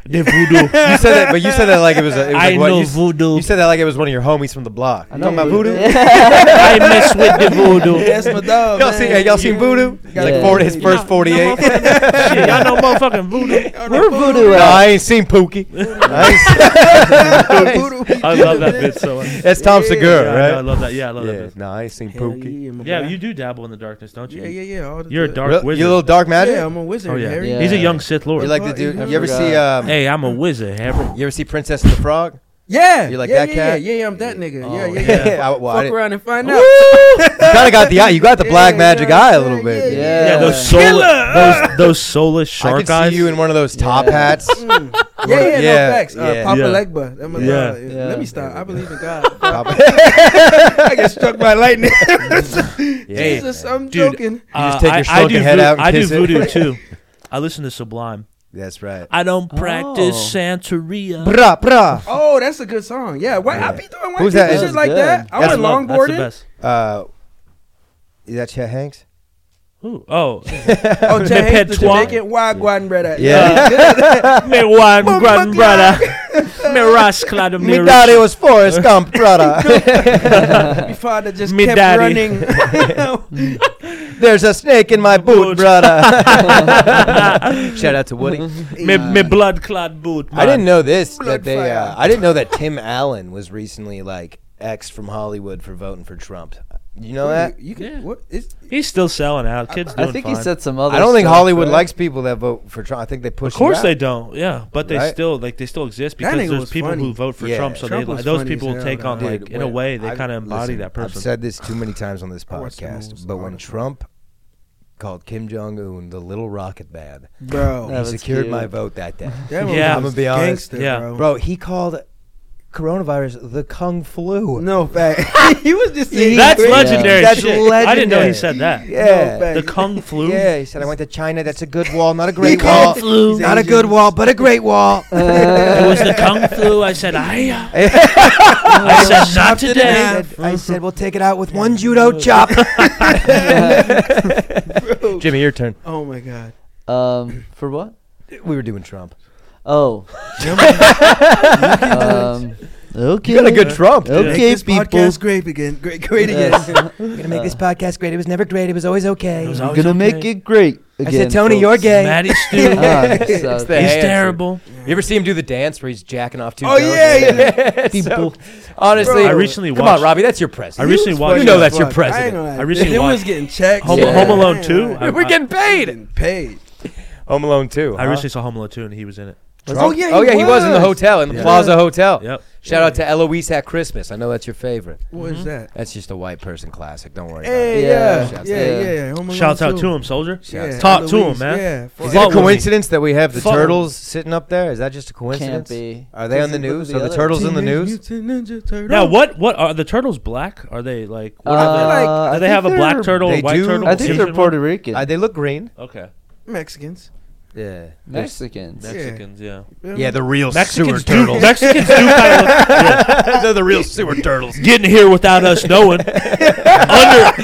S4: (laughs) the voodoo.
S1: You said that, but you said that like it was. A, it was
S4: I
S1: like what,
S4: know
S1: you, s-
S4: voodoo.
S1: You said that like it was one of your homies from the block.
S5: I
S1: You
S5: know
S1: talking about voodoo? (laughs)
S4: I mess with the voodoo.
S2: That's my dog.
S1: Y'all
S2: man.
S1: seen? Hey, y'all seen voodoo?
S5: Yeah.
S1: Like for his first forty-eight.
S4: Shit, y'all know motherfucking voodoo.
S5: We're voodoo.
S1: No,
S5: out.
S1: I ain't seen Pookie.
S4: (laughs)
S1: I ain't seen-
S2: Voodoo.
S4: I love
S1: (laughs)
S4: that bit so much. Yeah,
S1: That's Tom
S4: I, know, I
S1: Segura, right?
S4: love that. Yeah, I love
S1: Yeah,
S4: that bit.
S1: no, I ain't seen
S2: Hell
S1: Pookie.
S2: Yeah, my
S4: Yeah,
S2: boy.
S4: you do dabble in the darkness, don't you?
S2: Yeah, yeah, yeah. all the
S4: You're a
S2: time.
S4: dark
S1: Real-
S4: wizard.
S1: You little dark magic?
S2: Yeah, I'm a wizard.
S4: oh yeah.
S2: Harry.
S5: Yeah.
S4: he's a young Sith Lord.
S1: You like the dude?
S2: Oh,
S1: You ever
S5: yeah.
S1: see? Um,
S4: hey, I'm a wizard, Harry.
S2: (laughs)
S1: You ever see Princess and the Frog?
S2: Yeah.
S1: You like
S2: yeah,
S1: that
S2: yeah,
S1: cat? Oh,
S2: Yeah, yeah, I'm that nigga. yeah, yeah,
S1: yeah. (laughs)
S2: yeah.
S1: I- well, I
S2: Fuck
S1: didn't-
S2: around and find out.
S1: (laughs) You kind of got the eye. You got the black
S2: Yeah,
S1: magic
S2: yeah,
S1: eye a
S2: yeah,
S1: little bit.
S2: yeah,
S4: Yeah, those soulless, those those (laughs) soulless
S1: I
S4: shark
S1: could
S4: eyes.
S1: see you in one of those top
S2: (laughs)
S1: hats.
S2: Mm. Yeah,
S1: Yeah,
S2: yeah, no facts. Uh,
S1: yeah.
S2: Papa
S4: Yeah.
S2: Legba. That mother-
S4: Yeah.
S2: uh, Let me stop. I believe in God.
S1: Papa-
S2: (laughs) I get struck by (laughs)
S4: (laughs)
S2: lightning. Jesus, I'm
S4: Dude,
S2: joking.
S1: You
S4: Uh,
S1: just take your shrunken
S4: do
S1: head out and
S4: I do
S1: kiss it. (laughs)
S4: voodoo too. I listen to Sublime.
S1: That's right.
S4: I don't practice
S5: Oh.
S4: Santeria.
S1: Bruh, bruh.
S2: Oh, that's a good song. Yeah, why I be doing white
S1: Who's
S2: people
S1: that?
S2: shit
S1: That's
S2: like
S5: good.
S2: that. I
S4: That's
S2: went
S4: love- That's the
S2: longboarding.
S4: best.
S1: Uh, is that Chet Hanks?
S4: Ooh,
S1: (laughs)
S4: oh,
S2: (laughs) Oh,
S4: Me
S2: Jay, the
S4: patois.
S2: Jamaican wagwan brother. (laughs)
S4: (laughs) me one grand brother, me
S2: (laughs)
S4: rascal of
S1: Me
S4: me
S1: daddy
S4: rich.
S1: was
S4: (laughs)
S1: Forrest Gump, brother.
S2: My father just
S4: Me
S2: kept
S4: daddy. (laughs)
S2: running.
S1: There's a snake in my boot,
S2: (laughs)
S4: Boot.
S1: brother. (laughs) Shout out to Woody.
S4: (laughs) me, me blood clad boot. Man.
S1: I didn't know this that
S2: Blood
S1: they.
S2: fire.
S1: Uh, I didn't know that Tim (laughs) Allen was recently like ex from Hollywood for voting for Trump. You know that?
S2: you can,
S4: Yeah.
S2: what is,
S4: He's still selling out. Kids doing
S5: I think
S4: fine.
S5: he said some other.
S1: I don't think
S5: stuff,
S1: Hollywood
S5: right?
S1: likes people that vote for Trump. I think they push.
S4: Of course
S1: you
S4: they
S1: out.
S4: don't. Yeah, but they
S1: Right?
S4: still like they still exist
S2: That
S4: because
S2: nigga
S4: there's
S2: was
S4: people
S2: funny.
S4: who vote for
S1: Yeah.
S4: Trump. So
S2: Trump
S4: they
S2: was
S4: like those
S2: funny
S4: people
S2: as hell,
S4: take on
S2: dog.
S4: like
S1: Dude,
S4: in a
S1: when
S4: way they
S1: I-
S4: kind of embody
S1: listen,
S4: that
S1: I've
S4: person.
S1: said this too many times on this
S2: watched the
S1: podcast,
S2: most
S1: but when
S2: article.
S1: Trump called Kim Jong Un the Little Rocket Man,
S2: bro?
S5: That
S1: he
S5: was
S1: secured
S5: cute.
S1: my vote that day.
S4: (laughs)
S2: That one
S4: Yeah.
S2: was
S1: I'ma be honest.
S2: gangster,
S4: Yeah.
S2: bro.
S1: Bro, he called coronavirus the Kung Flu. (laughs)
S2: No fact. he was just saying
S4: That's
S2: crazy.
S4: legendary.
S1: That's
S4: shit. I didn't know
S1: legendary.
S4: he said that.
S1: Yeah.
S2: No fact.
S4: The kung flu.
S1: Yeah, he said I went to China. That's a good wall, not a great wall.
S4: flu.
S1: Not a good wall, but a great (laughs) wall.
S4: It was the
S1: (laughs)
S4: kung flu. I said, I. uh" I said, not today.
S1: I said, I said we'll take it out with one judo chop. (laughs) Jimmy, your turn.
S2: Oh my god.
S5: Um, for what?
S1: We were doing Trump.
S5: Oh. um, okay.
S1: You got a good Trump. dude.
S5: Okay,
S2: Make this
S5: people.
S2: podcast great again. Great, great again.
S5: Yes.
S1: We're gonna make this podcast great. It was never great. It was always okay.
S4: was
S5: I'm
S4: always
S5: gonna make
S4: okay.
S5: it great again.
S1: I said, Tony, you're
S5: folks.
S1: gay. (laughs)
S4: Maddie Stew. He's
S5: Ah, so-
S1: the hand.
S4: terrible.
S1: You ever see him do the dance where he's jacking off two?
S2: Oh,
S1: toes?
S2: yeah, yeah.
S1: It's (laughs) so- honestly,
S4: I recently
S1: come
S4: watched-
S1: on, Robbie, that's your president.
S4: I recently
S1: you
S4: watched-
S1: You know
S4: I
S1: that's your
S2: Fuck, I ain't
S1: president.
S2: gonna lie.
S4: I recently
S2: Them was
S4: watched
S2: getting checks.
S4: Home,
S5: Yeah.
S4: Home Alone
S2: I ain't
S4: 2.
S2: gonna
S4: I,
S2: lie.
S1: We're getting paid.
S2: Getting paid.
S1: Home Alone too.
S4: I recently saw Home Alone 2 and he was in it.
S2: Oh yeah.
S1: oh yeah, he was in the hotel in the
S4: Yeah.
S1: Plaza Hotel.
S4: Yep.
S1: Shout out to Eloise at Christmas. I know that's your favorite.
S2: What
S4: Mm-hmm.
S2: is that?
S1: That's just a white person classic. Don't worry about it.
S2: Hey,
S5: Yeah.
S2: yeah,
S1: Shouts
S2: yeah,
S1: out.
S2: yeah. Home Alone
S4: Shouts out
S2: too.
S4: to him, soldier.
S2: Yeah,
S4: Talk to him,
S2: Eloise,
S4: man.
S2: Yeah,
S1: Is
S2: fuck.
S1: it
S4: Follow
S1: a
S4: me.
S1: coincidence that we have the
S4: Follow me.
S1: turtles sitting up there? Is that just a
S5: Can't
S1: coincidence?
S5: be.
S1: Are they on the
S5: Look at
S1: news?
S5: the
S1: Are the
S5: other-
S1: turtles in the
S2: Teenage
S1: news?
S2: Mutant Ninja Turtles.
S4: Now, what, what are the turtles black? Are they like. What
S5: Uh,
S4: are they?
S5: I
S4: do they
S5: think
S4: have a black
S5: they're-
S4: turtle,
S1: they
S4: a white
S1: do.
S4: turtle?
S5: I think they're
S4: Asian
S5: Puerto
S4: one?
S5: Rican,
S1: Uh, they look green.
S4: Okay.
S2: Mexicans.
S1: Yeah.
S5: Mexicans.
S4: Mexicans, yeah.
S1: Yeah, the real
S4: Mexicans
S1: sewer
S4: do,
S1: turtles.
S4: Mexicans do kind of
S1: (laughs)
S4: look,
S1: They're the real sewer turtles.
S4: (laughs) getting here without us
S1: (laughs)
S4: knowing. under (laughs)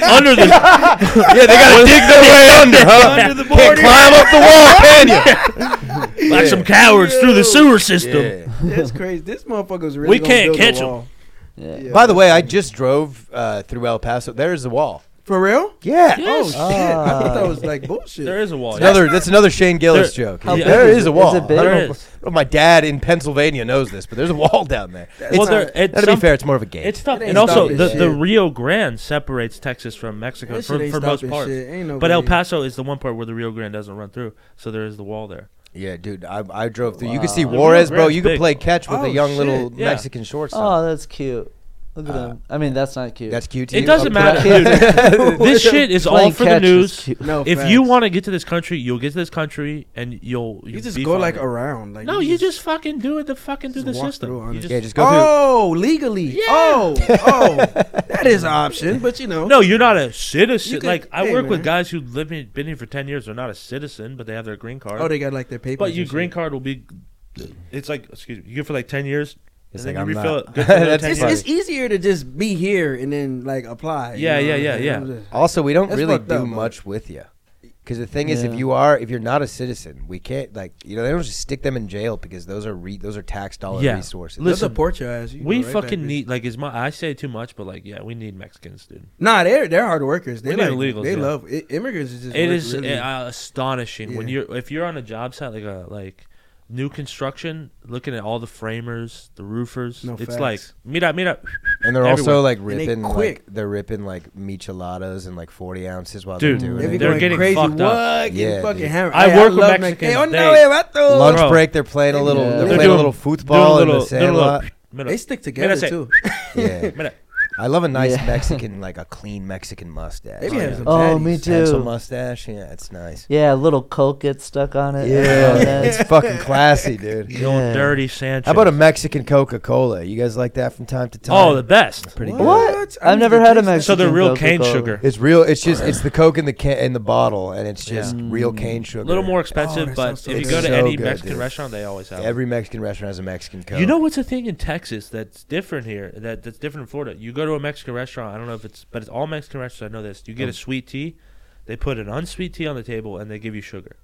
S4: under the
S2: (laughs)
S1: Yeah, they gotta dig their way (laughs) under, huh?
S4: Under the
S1: Can't climb up the wall, Oh,
S4: (laughs)
S1: (laughs) can you?
S4: like some cowards through the sewer system.
S2: (laughs) That's crazy. This motherfucker's really.
S4: We
S2: gonna
S4: can't
S2: build a
S4: catch 'em.
S2: wall.
S5: Yeah.
S2: Yeah.
S1: By the way, I just drove uh, through El Paso. There's the wall.
S2: for real?
S1: Yeah. Ah.
S2: Oh shit! I thought that was like
S4: Ah. There
S2: bullshit.
S4: is a wall. Oh, Yeah.
S1: Another, that's another Shane Gillis
S4: There-
S1: joke.
S4: How
S1: Yeah.
S4: big
S1: There
S5: is
S1: is
S5: it?
S1: a wall.
S5: Is it big?
S1: I don't
S4: There
S1: know
S4: is.
S1: if my dad in Pennsylvania knows this, but there's a wall down there. It's,
S4: Well, there, it's
S1: now, to be
S4: some-
S1: fair, it's more of a game.
S4: It's tough,
S2: It
S4: and
S2: ain't
S4: also
S2: stopping
S4: the,
S2: shit.
S4: the Rio Grande separates Texas from Mexico
S2: That shit
S4: for,
S2: ain't
S4: for most
S2: stopping
S4: parts.
S2: shit. Ain't no
S4: But El
S2: way.
S4: Paso is the one part where the Rio Grande doesn't run through, so there is the wall there.
S1: yeah, dude, I, I drove through. You could see
S5: Wow.
S4: The
S1: Juarez, bro.
S4: Rio Grande's
S1: You could
S4: big.
S1: play catch with
S2: Oh,
S1: a young little
S4: shit, yeah.
S1: Mexican shortstop.
S5: Oh, that's cute. Look at
S1: Uh,
S5: them. I mean, that's not cute.
S1: That's cute. To
S4: It
S1: you?
S4: doesn't matter,
S1: (laughs)
S4: dude. (laughs)
S5: (laughs)
S4: this shit is all
S5: Playing
S4: for the
S5: catch is
S4: news.
S5: cute.
S2: No.
S4: If
S2: facts.
S4: you want to get to this country, you'll get to this country, and you'll
S2: you
S4: you'll
S2: just
S4: be
S2: go
S4: fine.
S2: like around. Like
S4: no, you just fucking do it. The fucking through
S2: just
S4: the
S2: walk
S4: system.
S2: through on
S4: You
S2: it.
S4: just-
S1: Yeah, just go through.
S2: Oh, legally. Oh,
S1: (laughs)
S2: oh, that is an option, but you know.
S4: No, you're not a citizen.
S2: You could-
S4: like I
S2: hey,
S4: work with
S2: man.
S4: guys who live in, been here for ten years. They're not a citizen, but they have their green card.
S2: Oh, they got like their papers.
S4: but your
S2: and
S4: green
S2: shit.
S4: card will be. It's like excuse me. You get for like ten years.
S1: It's
S4: and
S1: like,
S4: then you
S1: I'm
S4: refill
S1: not.
S4: it. Good for another
S1: (laughs) That's
S4: 10
S2: It's,
S4: years.
S2: it's easier to just be here and then like apply. you
S4: Yeah,
S2: know
S4: yeah,
S2: what I'm
S4: yeah,
S2: saying?
S4: yeah.
S1: Also, we don't
S2: That's
S1: really
S2: fucked
S1: do
S2: up, bro.
S1: much with you. Because the thing is, if
S5: Yeah.
S1: you are, if you're not a citizen, we can't like you know they don't just stick them in jail because those are re- those are tax dollar
S4: Yeah.
S1: resources.
S2: They'll
S4: Listen,
S2: support your ass. You
S4: we
S2: go right back,
S4: fucking
S2: bitch.
S4: need like is my I say too much, but like yeah, we need Mexicans, dude.
S2: Nah, they're they're hard workers. They
S4: We need
S2: like
S4: illegals,
S2: they
S4: yeah.
S2: love i immigrants. Is just
S4: It
S2: work
S4: is
S2: really-
S4: uh, astonishing when
S2: Yeah.
S4: you're if you're on a job site like a like new construction, looking at all the framers, the roofers.
S2: No
S4: it's
S2: facts.
S4: like meet up, meet up.
S1: and they're also
S4: everywhere.
S1: like
S2: they
S1: ripping like
S2: quick.
S1: they're ripping like micheladas and like forty ounces while
S4: Dude,
S1: they're doing
S2: They be
S1: it.
S4: they're
S2: going
S4: getting
S2: crazy.
S4: fucked up.
S2: What? Getting
S1: Yeah,
S2: fucking
S1: dude.
S2: hammered.
S4: I
S2: Hey,
S4: work with
S2: love
S4: Mexicans.
S2: Hey, oh,
S4: They-
S2: no, hey, vato.
S1: Lunch
S4: Bro.
S1: break, they're playing a little.
S5: Yeah.
S1: They're,
S5: They're
S1: playing
S4: doing-
S1: a little football
S4: Doing a
S1: in
S4: little,
S1: the
S4: doing a little
S2: uh,
S1: sandlot.
S4: meet (sniffs) Minute.
S2: They stick together, (laughs)
S4: Minute.
S2: too.
S1: Yeah.
S4: Minute.
S1: I love a nice
S5: Yeah.
S1: Mexican, like a clean Mexican mustache.
S2: They be having some
S5: Oh, me too.
S1: Pencil mustache. Yeah, it's nice.
S5: Yeah, a little coke gets stuck on it.
S1: Yeah, (laughs)
S5: and all (laughs) that.
S1: it's fucking
S5: (laughs)
S1: classy, dude.
S4: The old
S5: uh, Yeah.
S4: dirty Sanchez.
S1: How about a Mexican Coca Cola? You guys like that from time to time?
S4: Oh, the best.
S1: pretty good.
S5: What?
S2: I
S5: I've
S2: need
S5: never
S2: to
S5: had a
S2: taste
S5: Mexican.
S4: So they're real cane
S5: Coca-Cola.
S4: sugar.
S1: It's real. It's just it's the Coke in the can in the bottle, and it's just real cane sugar.
S4: A little more
S2: Oh,
S4: expensive,
S2: that
S4: but
S2: sounds so
S4: if you
S1: good.
S4: go to
S1: So
S4: any
S1: good,
S4: Mexican
S1: dude.
S4: restaurant, they always have.
S1: Every Mexican restaurant has a Mexican Coke.
S4: one. you know what's a thing in Texas that's different here? That that's different in Florida. You go to a Mexican restaurant. I don't know if it's, but it's all Mexican restaurants. I know this. You
S1: Um,
S4: get a sweet tea. They put an unsweet tea on the table and they give you sugar.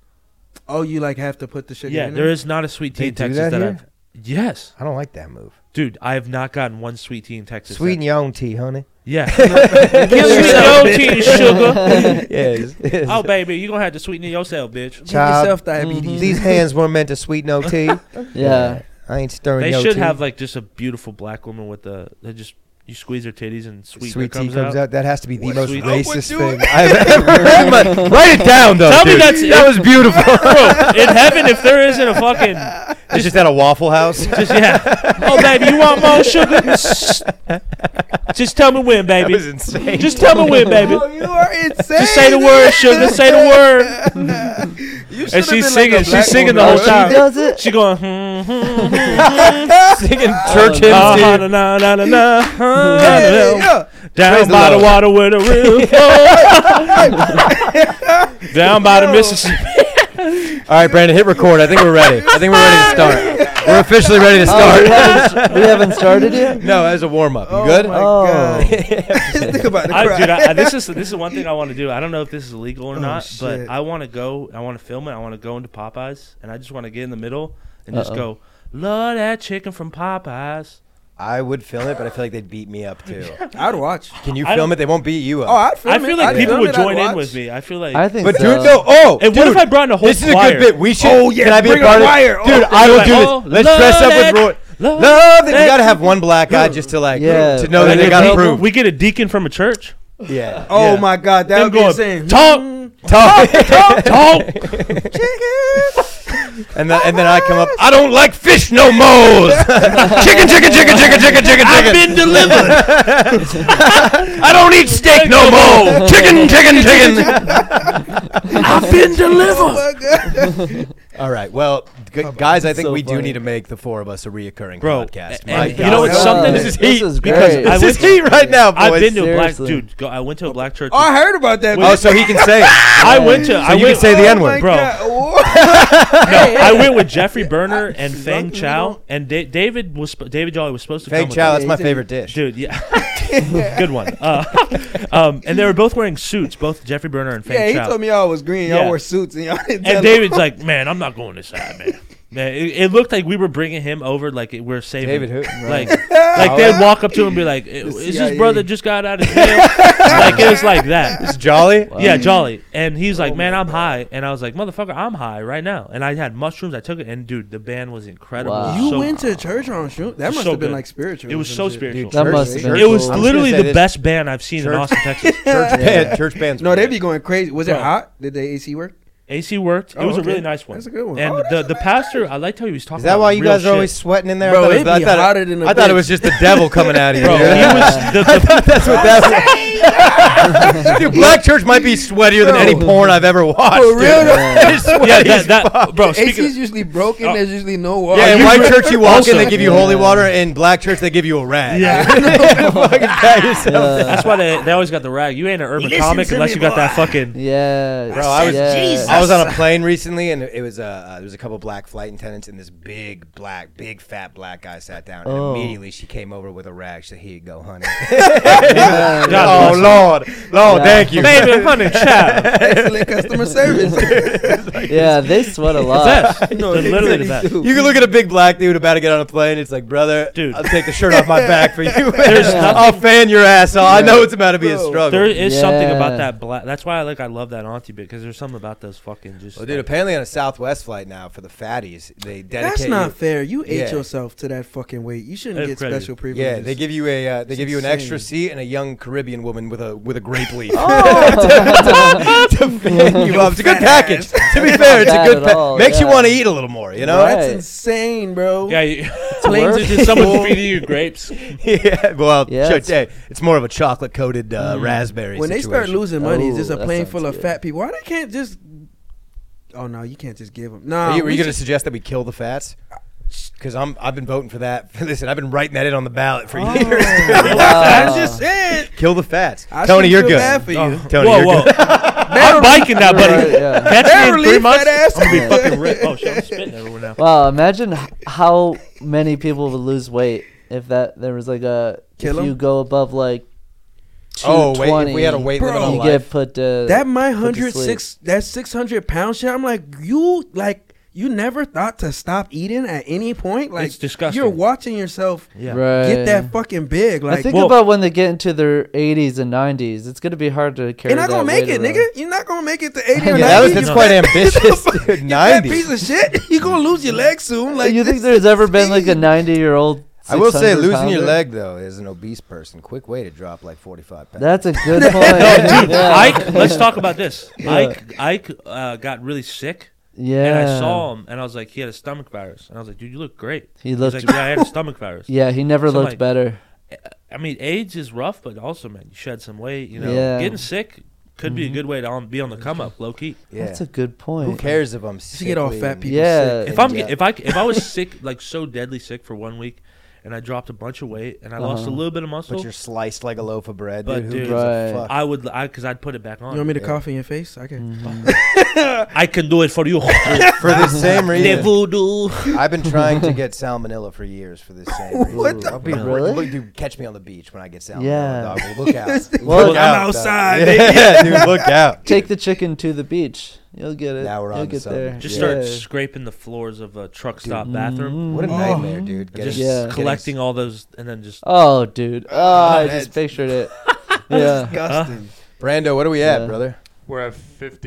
S2: Oh, you like have to put the sugar
S4: Yeah,
S2: in
S4: there
S2: it?
S4: is not a sweet tea
S1: They
S4: in
S1: do
S4: Texas
S1: that
S4: that,
S1: here?
S4: I've. Yes,
S1: I don't like that move.
S4: dude, I have not gotten one sweet tea in Texas. that-
S1: Sweeten your own tea, honey. (laughs)
S4: Yeah. sweeten your own tea, sugar.
S1: (laughs) yes. yes.
S4: Oh, baby, you gonna have to sweeten it yourself, bitch.
S2: Give yourself diabetes.
S1: These hands weren't meant to sweeten no tea.
S5: Yeah.
S1: I ain't stirring
S4: They
S1: no
S4: should
S1: tea.
S4: have like just a beautiful black woman with the. They just you squeeze her titties and sweet,
S1: Sweet
S4: comes,
S1: tea comes out. That has to be the
S4: What
S1: most
S4: sweet- Oh,
S1: racist thing I've
S4: (laughs)
S1: ever heard. But write it down, though.
S4: Tell me
S1: dude.
S4: that's
S1: that
S4: it.
S1: was beautiful.
S4: Bro, in heaven, if there isn't a fucking
S1: It's just at a Waffle House.
S4: (laughs) just yeah. Oh baby, you want more sugar? just tell me when, baby.
S1: insane.
S4: Just tell me when, baby.
S2: Oh, you are insane.
S4: Just say the word, sugar. Say the word.
S2: You
S4: And
S2: should've been like
S4: she's singing.
S2: a
S4: she's
S2: black
S4: singing the
S2: woman.
S4: whole
S5: She
S4: time.
S5: does it.
S4: She going hmm, hmm, hmm.
S1: singing church hymns.
S4: Ah,
S1: dude.
S4: na, na, na, na, na, na,
S2: Hey,
S4: na.
S2: yeah.
S4: Down
S1: Praise the
S4: by the
S1: Lord.
S4: water where
S1: (laughs)
S4: the river (laughs) flows. Down by the Mississippi.
S1: (laughs) All right, Brandon, hit record. I think we're ready. I think we're ready to start. We're officially ready to
S5: Oh, we,
S1: start. (laughs)
S5: haven't, we haven't started yet.
S1: No, as a warm up. You
S2: Oh
S1: good?
S2: my
S5: Oh.
S2: God. Think about the
S4: I,
S2: crowd.
S4: dude, I, I- this is this is one thing I want to do. I don't know if this is illegal or
S2: Oh,
S4: not,
S2: shit.
S4: but I want to go. I want to film it. I want to go into Popeyes, and I just want to get in the middle and just
S5: Uh-oh.
S4: go. Love that chicken from Popeyes.
S1: I would film it, but I feel like they'd (laughs) beat me up (laughs) too.
S2: I'd watch.
S1: Can you
S4: I
S1: film it? They won't beat you up.
S2: Oh, I'd film
S4: I feel
S2: it.
S4: like
S2: I'd
S4: people
S2: film
S4: would
S2: it, I'd
S4: join in
S2: watch.
S4: with me. I feel like.
S5: I think
S1: but
S5: so.
S1: dude, no. Oh,
S4: and what
S1: dude,
S4: if I brought in a whole
S1: this is
S4: choir?
S1: a good bit. We should.
S2: Oh, yeah,
S1: Can I be a
S2: bring a
S1: part of
S2: choir.
S1: it?
S2: Oh,
S1: Dude,
S4: dude,
S1: I will
S4: like,
S1: do
S4: oh,
S1: this. Let's dress up
S4: love
S1: with Roy.
S4: love
S1: Love that you
S4: that-
S1: gotta have one black guy just to like
S5: Yeah.
S1: to know
S5: Like
S1: that they
S5: a
S1: got
S5: big-
S1: approved.
S4: We get a deacon from a church.
S1: yeah.
S2: Oh
S1: yeah.
S2: my God, that
S4: Them
S2: would be
S4: going,
S2: insane.
S4: Talk,
S1: (laughs) Talk.
S4: talk, talk.
S1: (laughs) And then, and then I come up. I don't like fish no
S4: (laughs)
S1: more. chicken, chicken, chicken, chicken, chicken, chicken. I've been delivered. (laughs) I don't eat steak no more.
S4: (laughs)
S1: Chicken, chicken, chicken.
S4: I've been delivered.
S2: Oh my God.
S1: (laughs) All right. Well, g- guys, I think
S5: so
S1: we do
S5: funny.
S1: need to make the four of us a reoccurring
S4: Bro,
S1: podcast.
S4: and-
S1: My
S4: and
S1: God.
S4: you know what's
S5: Uh,
S4: something?
S5: This is heat
S1: is
S5: because
S1: great.
S5: I
S1: this is
S4: went-
S1: heat right now, boys.
S4: I've been to a black
S5: Seriously.
S4: dude. Go, I went to a black church.
S2: Oh, I heard about that. Oh
S1: oh, so he can say it.
S4: I went to. I
S1: you can
S4: went,
S1: say the N
S2: my
S1: word.
S4: bro.
S2: God. Whoa.
S4: (laughs) No, I went
S2: (laughs)
S11: (laughs)
S4: with Jeffrey Burner and Fang
S2: Something
S4: Chow, and da- David was sp- David Jolly was supposed to
S1: Fake
S4: come. with
S1: chow.
S4: us.
S1: That's my favorite dish.
S4: dude. Yeah, (laughs) good one. Uh, um, and they were both wearing suits, both Jeffrey Burner and Fang
S2: Yeah, he
S4: Chow.
S2: told me y'all was green. Y'all
S4: Yeah.
S2: wore suits and (laughs) y'all didn't tell
S4: and
S2: him.
S4: David's
S2: (laughs)
S4: like, man, I'm not going this side, man. Man, it, it looked like we were bringing him over, like it, we're saving
S1: David who?
S4: Like,
S2: (laughs)
S4: like they'd walk up to him and be like, "Is
S2: CIA.
S4: this brother just got out of jail?" (laughs) like it was like that.
S1: It's jolly.
S4: Yeah, Jolly. And he's
S2: Oh
S4: like, man, I'm high. And I was like, motherfucker, I'm high right now. And I had mushrooms. I took it. And dude, the band was incredible.
S5: Wow.
S2: You
S4: So-
S2: went to church on shoot. That
S4: It's
S2: must
S4: so
S2: have been
S4: good.
S2: like spiritual.
S4: It was
S2: or some
S4: so
S2: shit.
S4: spiritual.
S5: That
S1: Church-
S5: must have been
S1: church-
S4: it was
S1: I'm
S5: cool.
S1: just
S4: literally
S1: gonna
S4: the
S1: say this.
S4: best band I've seen
S1: Church-
S4: in Austin, Texas.
S1: Church band. Church bands.
S2: No, they'd be going crazy. Was it
S4: Bro.
S2: hot?
S1: (laughs)
S2: Did the AC work?
S4: AC worked.
S2: Oh,
S4: it was a
S2: okay.
S4: really nice one.
S2: That's a good one.
S4: And
S2: Oh, that's
S4: the,
S2: a
S4: the
S2: nice
S4: pastor, I liked how he was talking.
S1: Is that
S4: about
S1: why you
S4: real
S1: guys are
S4: shit.
S1: always sweating in there? I
S2: Bro,
S1: thought, it
S2: it'd
S1: was- I
S2: be
S1: thought it-
S2: hotter than a
S1: I thought it
S2: bitch.
S1: was just the
S4: (laughs)
S1: devil coming out of you.
S4: Bro,
S1: (laughs)
S4: he
S1: dude.
S4: was the, the,
S1: That's what that
S4: (laughs)
S1: was. dude, Black Church might be sweatier than any porn I've ever watched.
S2: For real?
S1: Dude. (laughs) It's sweaty
S4: yeah,
S1: as
S4: that,
S1: fuck.
S4: that, bro. Speaking
S2: AC's
S4: of,
S2: usually broken.
S4: Oh.
S2: There's usually no water.
S1: Yeah, in
S4: you
S1: white
S4: re-
S1: church you walk in, they
S4: also-
S1: give you holy water, and black church they give you a rag.
S4: Yeah.
S1: Fucking pat yourself down.
S4: that's why they, they always got the rag. You ain't an urban comic unless you got that fucking.
S5: Yeah.
S1: Bro, I was-
S5: yeah.
S1: I was on a plane recently, and it was uh, uh, there was a couple black flight attendants, and this big black, big fat black guy sat down, and
S5: Oh.
S1: immediately she came over with a rag. She said, "Here you go, honey." (laughs)
S4: God
S1: oh Lord, Lord,
S5: Yeah.
S1: thank you.
S4: Baby,
S1: (laughs)
S4: honey, child.
S2: Excellent customer service.
S5: Yeah, they sweat a lot.
S4: Best. They're literally the best.
S1: You can look at a big black dude about to get on a plane. It's like, brother,
S4: Dude.
S1: I'll take the shirt off my back for you.
S2: (laughs)
S4: nothing-
S1: I'll fan your ass off. I know it's about to be a
S2: Bro.
S1: struggle.
S4: There is something
S5: Yeah.
S4: about that black. That's why I like I love that auntie bit because there's something about those fucking just.
S2: Oh,
S1: Well, dude, apparently on a Southwest flight now for the fatties, they dedicate.
S11: That's not
S1: you-
S11: fair. You ate
S1: Yeah.
S11: yourself to that fucking weight. You shouldn't get
S1: That's crazy.
S11: special privileges.
S1: Yeah, they give you a uh, they
S11: It's
S1: give you an
S11: insane.
S1: extra seat and a young Caribbean woman with a with a
S11: (laughs)
S1: grape leaf
S11: Oh.
S1: (laughs) to, to, to fan you up. It's a good
S11: Fat ass.
S1: package. To be
S11: That's
S1: fair,
S11: not
S1: it's a
S11: bad
S1: good
S11: at
S1: pa-
S11: all,
S1: makes you
S11: yeah.
S1: want to eat a little more. You know,
S11: That's insane, bro.
S4: Yeah, (laughs) you- Planes are just
S11: (laughs)
S4: someone feeding you grapes.
S1: yeah, well,
S11: Yeah,
S1: cho-
S11: it's-
S1: hey, it's more of a chocolate coated uh, raspberry.
S11: Mm. When they start
S1: situation.
S11: losing money, it's just a plane full of fat people. Why they can't just? Oh no, you can't just give them. No,
S1: Are you, were
S11: we
S1: you going to
S11: should-
S1: suggest that we kill the fats? Because I'm I've been voting for that. (laughs) Listen, I've been writing that in on the ballot for
S11: Oh. (laughs)
S1: years. (laughs) dude.
S11: I just said.
S1: Kill the fats.
S11: I
S1: Tony,
S11: shouldn't feel
S1: you're good.
S11: bad for you.
S1: Oh, Tony,
S4: Whoa,
S1: you're
S4: whoa. (laughs)
S1: good.
S4: I'm biking now, buddy.
S5: Right, yeah.
S4: Catch me in three
S11: Relief,
S4: months.
S11: fat ass.
S4: I'm gonna be fucking ripped. Oh shit, I'm spitting everywhere now.
S5: Wow, imagine h- how many people would lose weight if that there was like a
S11: Kill
S5: if
S11: 'em?
S5: you go above like
S1: Oh, wait,
S5: 220,
S1: if we had a weight limit on
S5: you
S1: life.
S5: get put to
S11: that my
S5: put to
S11: hundred
S5: sleep.
S11: six that six hundred pound shit. I'm like you like you never thought to stop eating at any point. Like
S4: It's disgusting.
S11: You're watching yourself
S4: Yeah.
S5: Right.
S11: get that fucking big.
S5: I
S11: Like
S5: think
S4: Well-
S5: about when they get into their 80s and 90s. It's gonna be hard to carry.
S11: you're not gonna
S5: that
S11: make
S5: weight
S11: it,
S5: around.
S11: nigga. You're not gonna make it to eighty
S5: Yeah,
S11: or
S1: Yeah, that was
S11: ninety.
S1: that's
S11: you
S1: (laughs)
S11: (laughs)
S1: quite
S11: fat-
S1: ambitious, (laughs) dude.
S11: Fat
S1: Ninety.
S11: piece of shit. You're gonna lose your leg soon. Like
S5: you think
S11: this-
S5: there's ever been like a 90 year old?
S1: I will say, losing your leg though, as an obese person, quick way to drop like 45 pounds.
S5: That's
S1: (laughs)
S5: a good
S2: (laughs)
S5: point.
S4: Dude,
S5: Yeah.
S4: Ike, let's talk about this.
S5: Yeah.
S4: Ike, Ike uh, got really sick. And
S5: Yeah.
S4: I saw him, and I was like, he had a stomach virus, and I was like, dude, you look great.
S5: He
S4: He's
S5: looked-
S4: like, yeah, I
S5: (laughs)
S4: had a stomach virus.
S5: Yeah, he never
S4: So I'm
S5: looked
S4: like,
S5: better.
S4: I mean, age is rough, but also, man, you shed some weight. You know,
S5: Yeah. Mm-hmm.
S4: getting sick could be a good way to on, be on the come up, low key.
S1: yeah.
S5: That's a good point.
S1: Who cares if I'm sick?
S11: You get all fat people.
S5: Yeah.
S11: sick.
S4: If I'm
S1: Yeah.
S4: if I if I was sick, like so deadly sick for one week, and I dropped a bunch of weight, and I lost a
S5: Uh-huh.
S4: little bit of muscle,
S1: But you're sliced like a loaf of bread,
S4: But
S1: dude. Who
S4: dude-
S1: gives a
S5: Right.
S1: fuck?
S4: I would, I because I'd put it back
S11: You
S4: on.
S11: want me to cough in your face? Okay.
S5: Mm-hmm.
S4: I can do it for
S1: (laughs)
S4: you.
S1: for the same reason.
S4: voodoo.
S1: I've been trying to get salmonella for years for this same reason.
S11: What the-
S1: I'll be
S5: Really?
S1: look, dude, catch me on the beach when I get salmonella.
S5: Yeah.
S1: Dog. Look (laughs)
S5: (laughs)
S1: out.
S5: Well,
S1: look
S5: I'm
S1: out, dog.
S11: outside,
S4: (laughs)
S1: Yeah, (laughs) dude, look out.
S5: (laughs) Take the chicken to the beach. You'll get
S1: (laughs)
S5: it.
S1: Now we're
S5: You'll
S1: on to
S5: get
S1: something.
S5: there.
S4: Just
S1: Yeah. Mm-hmm. Oh.
S4: start scraping the floors of a truck stop bathroom.
S1: What a
S5: Mm.
S1: nightmare, dude.
S4: and Just
S5: Yeah.
S1: getting-
S4: collecting all those, and then just
S1: (laughs)
S5: Oh, dude. Oh, I just
S1: that's-
S5: pictured it.
S1: (laughs)
S5: Yeah.
S11: Disgusting.
S1: Brando, what are we at,
S5: Yeah.
S1: brother?
S3: We're at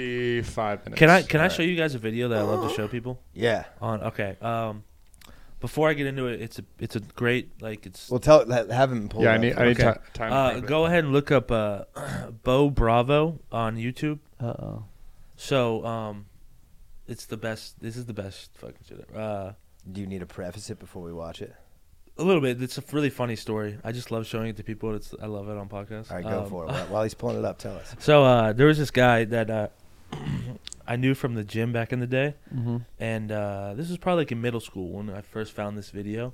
S3: 55 minutes.
S4: Can I can I show you guys a video that I love to show people
S1: Yeah.
S4: on? Okay. Um, before I get into it, it's a it's a great like it's.
S1: Well, tell ha- have him pull. it
S3: Yeah, I
S1: up.
S3: need, I need
S4: Okay.
S3: ti- time. to
S4: Uh,
S3: prep it.
S4: go ahead and look up uh, (clears throat) Bo Bravo on YouTube.
S5: Uh oh.
S4: So um, it's the best. This is the best fucking shit. ever. Uh,
S1: Do you need to preface it before we watch it?
S4: a little bit. It's a really funny story. I just love showing it to people. It's I love it on podcasts.
S1: All right, go
S4: Um, (laughs)
S1: for it. While- While he's pulling it up, tell us.
S4: So uh, there was this guy that uh, (clears throat) I knew from the gym back in the day,
S5: Mm-hmm.
S4: and uh, this was probably like in middle school when I first found this video,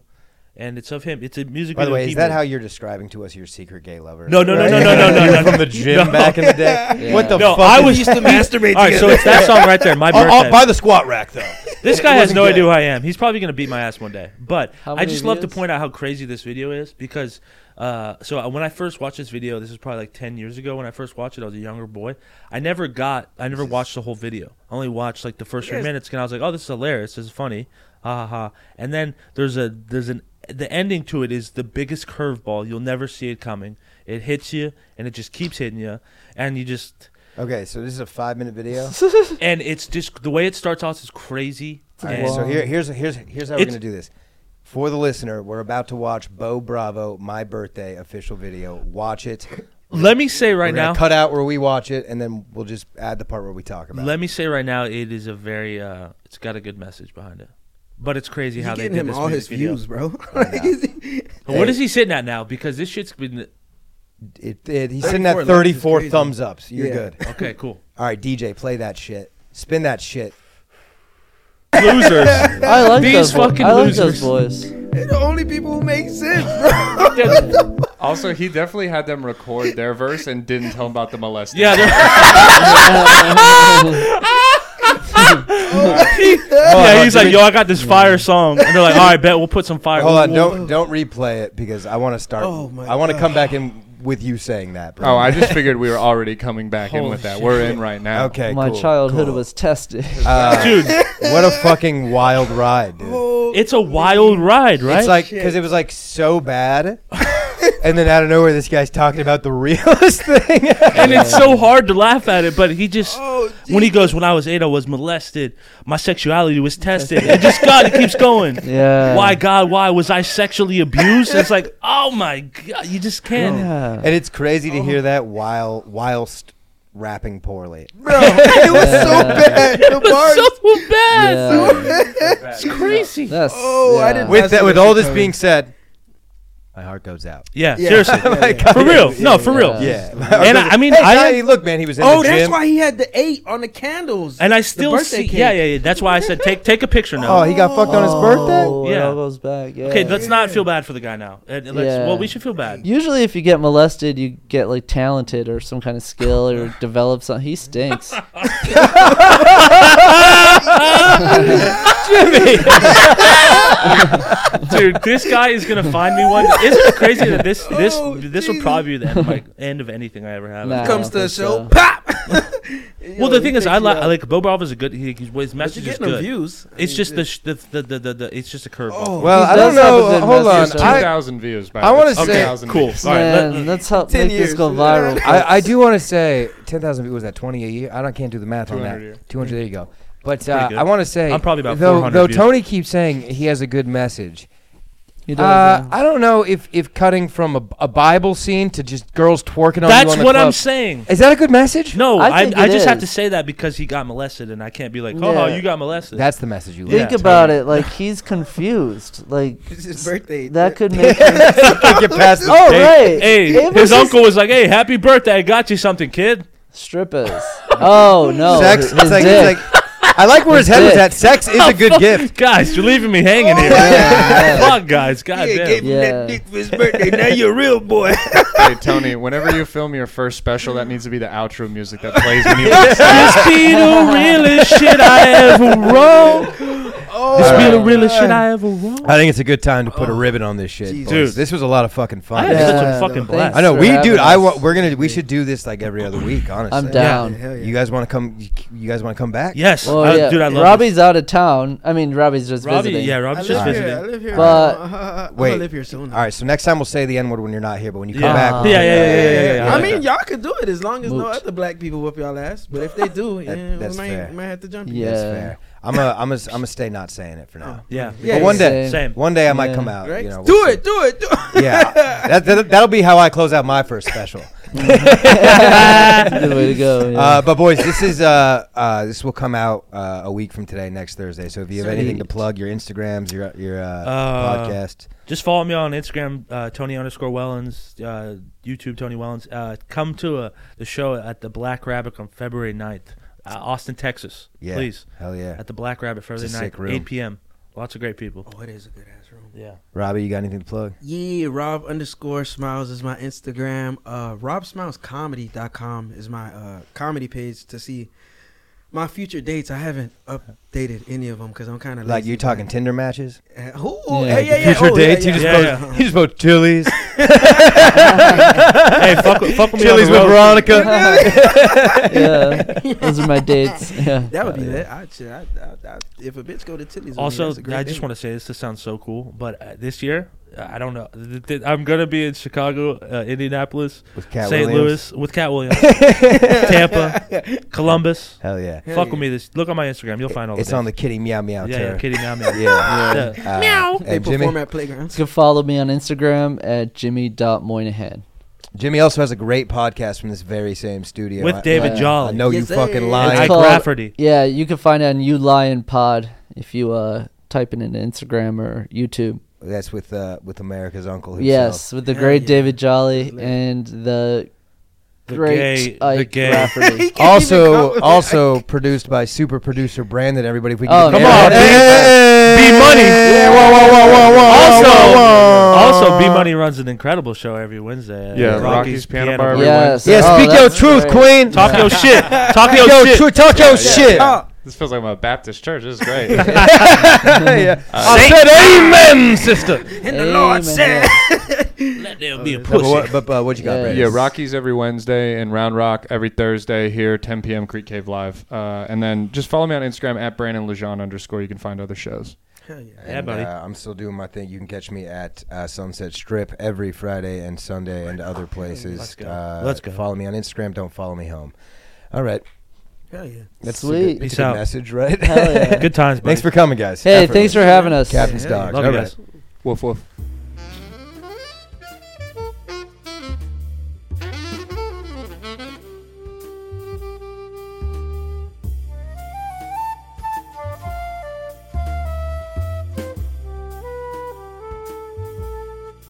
S4: and it's of him. It's a music.
S1: By the
S4: video
S1: way,
S4: he
S1: is that
S4: made.
S1: how you're describing to us your secret gay lover?
S4: No, no, no, no, no, no, no,
S1: You were (laughs)
S4: no,
S1: from
S4: no.
S1: the gym
S4: No.
S1: back in the (laughs) day.
S5: Yeah.
S1: What the
S4: No,
S1: fuck?
S4: I
S1: is-
S4: was
S11: used to masturbate
S4: (laughs) All right, so it's that song right there. My
S1: Oh,
S4: birthday.
S1: oh, by the squat rack (laughs) though.
S4: This
S1: It
S4: guy has
S1: wasn't
S4: no
S1: good.
S4: idea who I am. He's probably gonna beat my ass one day. But
S5: How
S4: I
S5: many
S4: just love to
S5: views?
S4: point out how crazy this video is because. Uh, so I- when I first watched this video, this is probably like ten years ago. When I first watched it, I was a younger boy. I never got, I never watched the whole video. I only watched like the first few minutes, and I was like, "Oh, this is hilarious. This is funny, ha ha ha." And then there's a there's an the ending to it is the biggest curveball. You'll never see it coming. It hits you, and it just keeps hitting you, and you just
S1: Okay, so this is a five minute video.
S4: (laughs) and it's just the way it starts off is crazy.
S1: All
S4: and-
S1: right, so here, here's here's here's how we're
S4: It's-
S1: gonna do this. For the listener, we're about to watch Bo Bravo My Birthday official video. Watch it.
S4: Let me say right
S1: We're gonna
S4: now.
S1: cut out where we watch it, and then we'll just add the part where we talk about.
S4: Let
S1: it.
S4: me say right now, it is a very. Uh, it's got a good message behind it, but it's crazy
S11: You're
S4: how they
S11: getting
S4: did
S11: him
S4: this
S11: all his views,
S4: music video. Oh,
S11: bro. (laughs) Like, is he-
S4: But What is he sitting at now? Because this shit's been
S1: It, it, he's sitting
S11: 34
S1: at
S11: likes is
S1: 34
S11: crazy.
S1: thumbs ups. You're
S11: Yeah. (laughs)
S1: good.
S4: okay. Cool.
S1: (laughs) All right, DJ, play that shit. Spin that shit. (laughs)
S4: Losers.
S5: I like
S4: These
S5: those. bo-
S4: fucking
S5: I like
S4: losers.
S5: those boys.
S11: (laughs) They're the only people who make sense,
S1: (laughs)
S11: bro.
S3: Also, he definitely had them record their verse and didn't tell them about the molestation.
S4: Yeah.
S11: (laughs)
S4: They're,
S5: Oh,
S4: yeah. He's like, yo, I got this fire song, and they're like, all right, bet we'll put some fire.
S1: Hold on,
S4: we'll-
S1: don't don't replay it because I want to start.
S11: Oh my
S1: I want to
S11: God.
S1: come back in with you saying that. Bro.
S3: Oh, I just
S1: (laughs)
S3: figured we were already coming back in
S4: Holy
S3: with that.
S4: shit.
S3: We're in right now.
S1: okay.
S5: My
S1: cool,
S5: childhood
S1: cool.
S5: was tested.
S1: (laughs) Uh,
S4: (laughs) Dude.
S1: What a fucking wild ride, dude.
S11: Oh,
S4: It's a wild ride, right?
S1: It's like because it was like so bad and then out of nowhere, this guy's talking about the realest (laughs) thing.
S4: and it's so hard to laugh at it, but he just
S11: Oh,
S4: when he goes, when I was eight, I was molested. My
S11: (laughs)
S4: sexuality was tested. (laughs) It just God, it keeps going.
S1: Uh.
S5: Yeah.
S4: Why God? Why was I sexually abused? It's like, oh my God, you just can't.
S1: And it's crazy to
S4: Oh.
S1: hear that while whilst rapping poorly.
S2: Bro, it was so bad. The
S4: It was
S2: bars-
S4: so
S2: bad.
S4: Yeah. It's crazy.
S5: That's,
S2: Oh, I didn't.
S1: With that, with all this
S2: coming.
S1: being said, my heart goes out.
S4: Yeah,
S2: Yeah.
S4: seriously,
S1: (laughs) My
S4: for
S1: God,
S4: real.
S1: yeah,
S4: no, for
S1: yeah.
S4: real.
S1: Yeah. (laughs)
S4: and I, I mean,
S1: Hey,
S4: I
S1: Kanye, look, man, he was in
S11: Oh,
S1: the
S11: that's
S1: gym.
S11: why he had the eight on the candles.
S4: and I
S11: The
S4: still
S11: birthday
S4: see.
S11: cake.
S4: Yeah, yeah, yeah. That's why I said take take a picture now.
S1: Oh, he got fucked on his birthday.
S5: Oh, it
S4: Yeah.
S5: all goes back. Yeah.
S4: okay, let's not feel bad for the guy now. And let's,
S5: Yeah.
S4: Well, we should feel bad.
S5: Usually, if you get molested, you get like talented or some kind of skill or develop something. He stinks.
S4: (laughs) Dude, this guy is gonna find me one. Isn't it crazy that this this
S11: Oh,
S4: this will probably be the end of, my, end of anything I ever have.
S5: Nah.
S11: Comes to
S5: I
S11: the
S5: think
S11: show,
S5: so.
S11: pop.
S4: Well, the thing is, I like like Bobov is a good. He, he's, his
S11: you
S4: message is
S11: getting them
S4: good.
S11: views.
S4: It's just the, sh- the, the, the, the, the it's just a curveball.
S11: Oh.
S1: Well,
S5: He
S1: I don't
S5: does have a
S1: know. uh,
S5: good
S1: Hold on.
S5: message, too.
S1: I,
S3: 2,000 views back.
S1: I wanna
S3: It's
S1: say-
S3: 2,000
S4: Cool.
S3: views.
S4: All right, let-
S5: Man, let's help
S11: Ten
S5: make this go
S11: years.
S4: (laughs)
S5: viral.
S1: I, I do want to say ten thousand. What was that? Twenty a year? I don't can't do the math on
S3: 200
S1: that.
S3: a year.
S1: Two hundred. There you go. But
S4: pretty
S1: uh,
S4: good.
S1: I want to say
S4: I'm probably about
S1: though.
S4: 400
S1: Though
S4: views.
S1: Tony keeps saying he has a good message.
S5: He does,
S1: Uh,
S5: yeah.
S1: I don't know if, if cutting from a, a Bible scene to just girls twerking on you
S4: that's
S1: on the
S4: what I'm
S1: club-
S4: saying.
S1: Is that a good message?
S4: No, Oh,
S5: I
S4: I, I,
S5: think it
S4: just have
S5: is.
S4: to say that because he got molested, and I can't be like, oh,
S5: Yeah.
S4: you got molested.
S1: That's the message you
S5: Think
S1: yeah.
S5: about it. Like he's confused. Like
S11: It's his birthday.
S5: (laughs)
S4: (laughs)
S5: that could
S1: (laughs)
S5: make. him...
S1: Get
S5: (laughs)
S1: past the
S5: Oh
S1: state.
S5: right.
S4: hey,
S5: It was
S4: his
S5: just-
S4: uncle was like, hey, happy birthday, I got you something, kid.
S5: Strippers. (laughs) Oh no.
S1: Sex.
S5: his
S1: It's like,
S5: dick.
S1: it's like, I like where his
S5: His
S1: head was
S5: dick.
S1: at. Sex
S4: (laughs)
S1: is a good gift.
S4: Oh, Guys, you're leaving me hanging here.
S5: Oh,
S4: (laughs)
S5: Yeah.
S4: Fuck, guys,
S11: Yeah,
S4: goddamn.
S11: gave him
S5: Yeah.
S11: that dick for his birthday. Now you're a real boy.
S3: (laughs) hey, Tony, whenever you film your first special, that needs to be the outro music that plays when you.
S4: This be the realest shit I ever wrote.
S1: Oh,
S4: This be the realest shit I ever wrote.
S1: I think it's a good time to put a ribbon on this shit,
S11: Jesus.
S1: boys.
S4: Dude.
S1: This was a lot of fucking
S4: Oh. I
S1: fun.
S4: had
S5: Yeah.
S4: such a fucking
S5: Thanks.
S4: blast.
S1: I know
S5: for
S1: we,
S5: having
S1: dude. I
S5: us.
S1: wa- we're gonna we should do this like every other week. Honestly,
S5: I'm down.
S11: Hell yeah.
S1: You guys want to come? You, you guys want to come back?
S4: Yes,
S5: Oh
S4: I-
S5: yeah.
S4: dude, I love
S5: Robbie's out of town. I mean, Robbie's just
S4: this. Robbie,
S5: visiting.
S4: yeah,
S11: I
S4: Robbie's
S11: live
S4: just
S11: here.
S4: visiting.
S11: I live here.
S1: (laughs)
S5: But-
S11: (laughs) I'm
S1: Wait. Uh,
S11: gonna live here soon.
S1: All right. So next time we'll say the n word when you're not here, but when you come
S4: Yeah.
S1: back,
S4: yeah, yeah, yeah, yeah, yeah, yeah, yeah.
S11: I mean, y'all could do it as long as no
S5: Mooch.
S11: other black people whoop y'all ass. But if they do,
S1: (laughs) That-
S11: yeah,
S1: that's
S11: we might,
S1: fair.
S11: might have to jump you.
S5: Yeah.
S1: that's fair. I'm a I'm a I'm gonna stay not saying it for now.
S4: yeah,
S11: Yeah,
S1: but one day,
S5: same.
S4: same.
S1: one day I might
S5: Yeah.
S1: come out.
S11: Right?
S1: You know,
S11: do
S1: we'll see.
S11: it, do
S1: (laughs)
S11: it, do it.
S1: Yeah, that, that that'll be how I close out my first special.
S5: Good way to go. yeah.
S1: Uh, but boys, this is uh, uh, this will come out uh, a week from today, next Thursday. So if you have anything to
S5: Sweet.
S1: plug, your Instagrams, your your uh,
S4: Uh,
S1: podcast,
S4: Just follow me on Instagram, uh, Tony underscore Wellens, uh, YouTube Tony Wellens. Uh, come to uh the show at the Black Rabbit on February 9th, uh, Austin, Texas.
S1: yeah,
S4: Please,
S1: hell yeah,
S4: at the Black Rabbit February
S1: It's a
S4: 9th,
S1: sick room.
S4: 8 p.m. Lots of great people.
S11: Oh, it is a good ass room.
S4: Yeah.
S1: Robbie, you got anything to plug?
S11: Yeah, Rob underscore Smiles is my Instagram. Uh, RobSmilesComedy.com is my uh, comedy page to see my future dates. I haven't updated any of them because I'm kind of
S1: Like you talking Tinder matches?
S11: Uh, Who? Yeah, yeah,
S5: Yeah.
S11: yeah.
S1: Future
S11: Oh, yeah,
S1: dates?
S11: yeah,
S1: You just
S11: yeah.
S4: both-
S1: post, you just
S11: (laughs)
S1: post Chili's,
S4: hey, fuck, with- fuck with me on the
S1: Chili's with
S4: road.
S11: (laughs)
S1: Veronica.
S5: (laughs) yeah. Those are my dates. Yeah.
S11: That would be lit. I'd, shit, I'd, I'd, I'd, if a bitch go to Tilly's, with me,
S4: Also,
S11: that's a great
S4: I just
S11: date.
S4: want to say this. This sounds so cool, but uh, this year, I don't know. Th- th- I'm gonna be in Chicago, uh, Indianapolis,
S1: With Cat
S4: St.
S1: Williams.
S4: Louis with Cat
S1: (laughs)
S4: Williams, Tampa, Columbus.
S1: Hell yeah.
S11: Hell
S4: Fuck
S11: yeah.
S4: with me. This look on my Instagram. You'll find all.
S1: It's
S4: the
S1: on the
S4: dates.
S1: kitty meow meow
S4: yeah, yeah,
S1: tour.
S4: kitty meow meow.
S1: Yeah.
S4: Yeah.
S1: Uh, meow.
S11: They
S1: And
S11: perform
S1: Jimmy,
S11: at playgrounds.
S5: You can follow me on Instagram at jimmy.moynihan.
S1: Jimmy also has a great podcast from this very same studio.
S4: With
S1: I-
S4: David
S5: Yeah.
S1: I,
S4: Jolly.
S1: know you
S11: Yes, sir.
S1: fucking
S5: It's
S4: and
S1: lying.
S4: Ike
S5: called-
S4: Rafferty.
S5: Yeah, you can find it on You Lion Pod if you uh, type it into Instagram or YouTube.
S1: That's with uh, with America's Uncle. Himself.
S5: Yes, with the
S11: Hell
S5: great
S11: yeah.
S5: David Jolly
S11: Lit.
S5: and the,
S4: The
S5: great
S4: gay- the
S5: Ike
S4: gay. (laughs)
S5: Rafferty.
S11: can't even
S1: Also,
S11: compliment-
S1: also produced by super producer Brandon. Everybody, if we
S5: Oh,
S1: can
S5: Come yeah. on,
S4: B. B Money.
S1: Whoa, whoa, whoa, whoa, whoa,
S4: Also,
S1: whoa, whoa.
S4: also, B Money runs an incredible show every Wednesday. at
S3: Yeah,
S4: Rocky's,
S3: Rocky's Piano
S4: Piano
S3: Bar
S4: Bar.
S3: every
S5: Yes.
S1: Yeah,
S5: Oh,
S1: speak your
S5: that's
S1: truth,
S5: great.
S1: Queen.
S4: Talk your shit. Talk your
S1: Yo,
S4: shit.
S1: truth, talk your shit.
S4: Oh.
S3: This feels like I'm at a Baptist church. This
S1: (laughs)
S3: is great. Uh,
S1: Yeah. I said amen, sister.
S11: And the Lord
S5: Amen.
S11: said,
S4: (laughs) Let there be a
S1: But,
S4: pussy.
S1: what, but, uh, what you got,
S5: Yeah.
S1: Brandon?
S3: yeah, Rockies every Wednesday and Round Rock every Thursday here, 10 p.m. Creek Cave Live. Uh, and then just follow me on Instagram at Brandon Lejean underscore. You can find other shows.
S11: Hell yeah.
S4: Yeah,
S1: And,
S4: buddy.
S1: uh, I'm still doing my thing. You can catch me at uh, Sunset Strip every Friday and Sunday and other places.
S4: Let's go.
S1: Uh,
S4: Let's go.
S1: Follow me on Instagram. Don't follow me home. All right.
S11: Hell yeah.
S1: That's
S5: Sweet.
S1: A good, that's
S4: Peace
S1: a good
S4: out.
S1: message, right?
S5: Hell yeah.
S4: Good times,
S1: (laughs)
S4: buddy.
S1: Thanks for coming, guys.
S5: Hey,
S1: Effortless.
S5: thanks for having us.
S1: Captain's
S11: Yeah, yeah.
S1: Dog.
S4: Love you guys.
S3: Woof woof.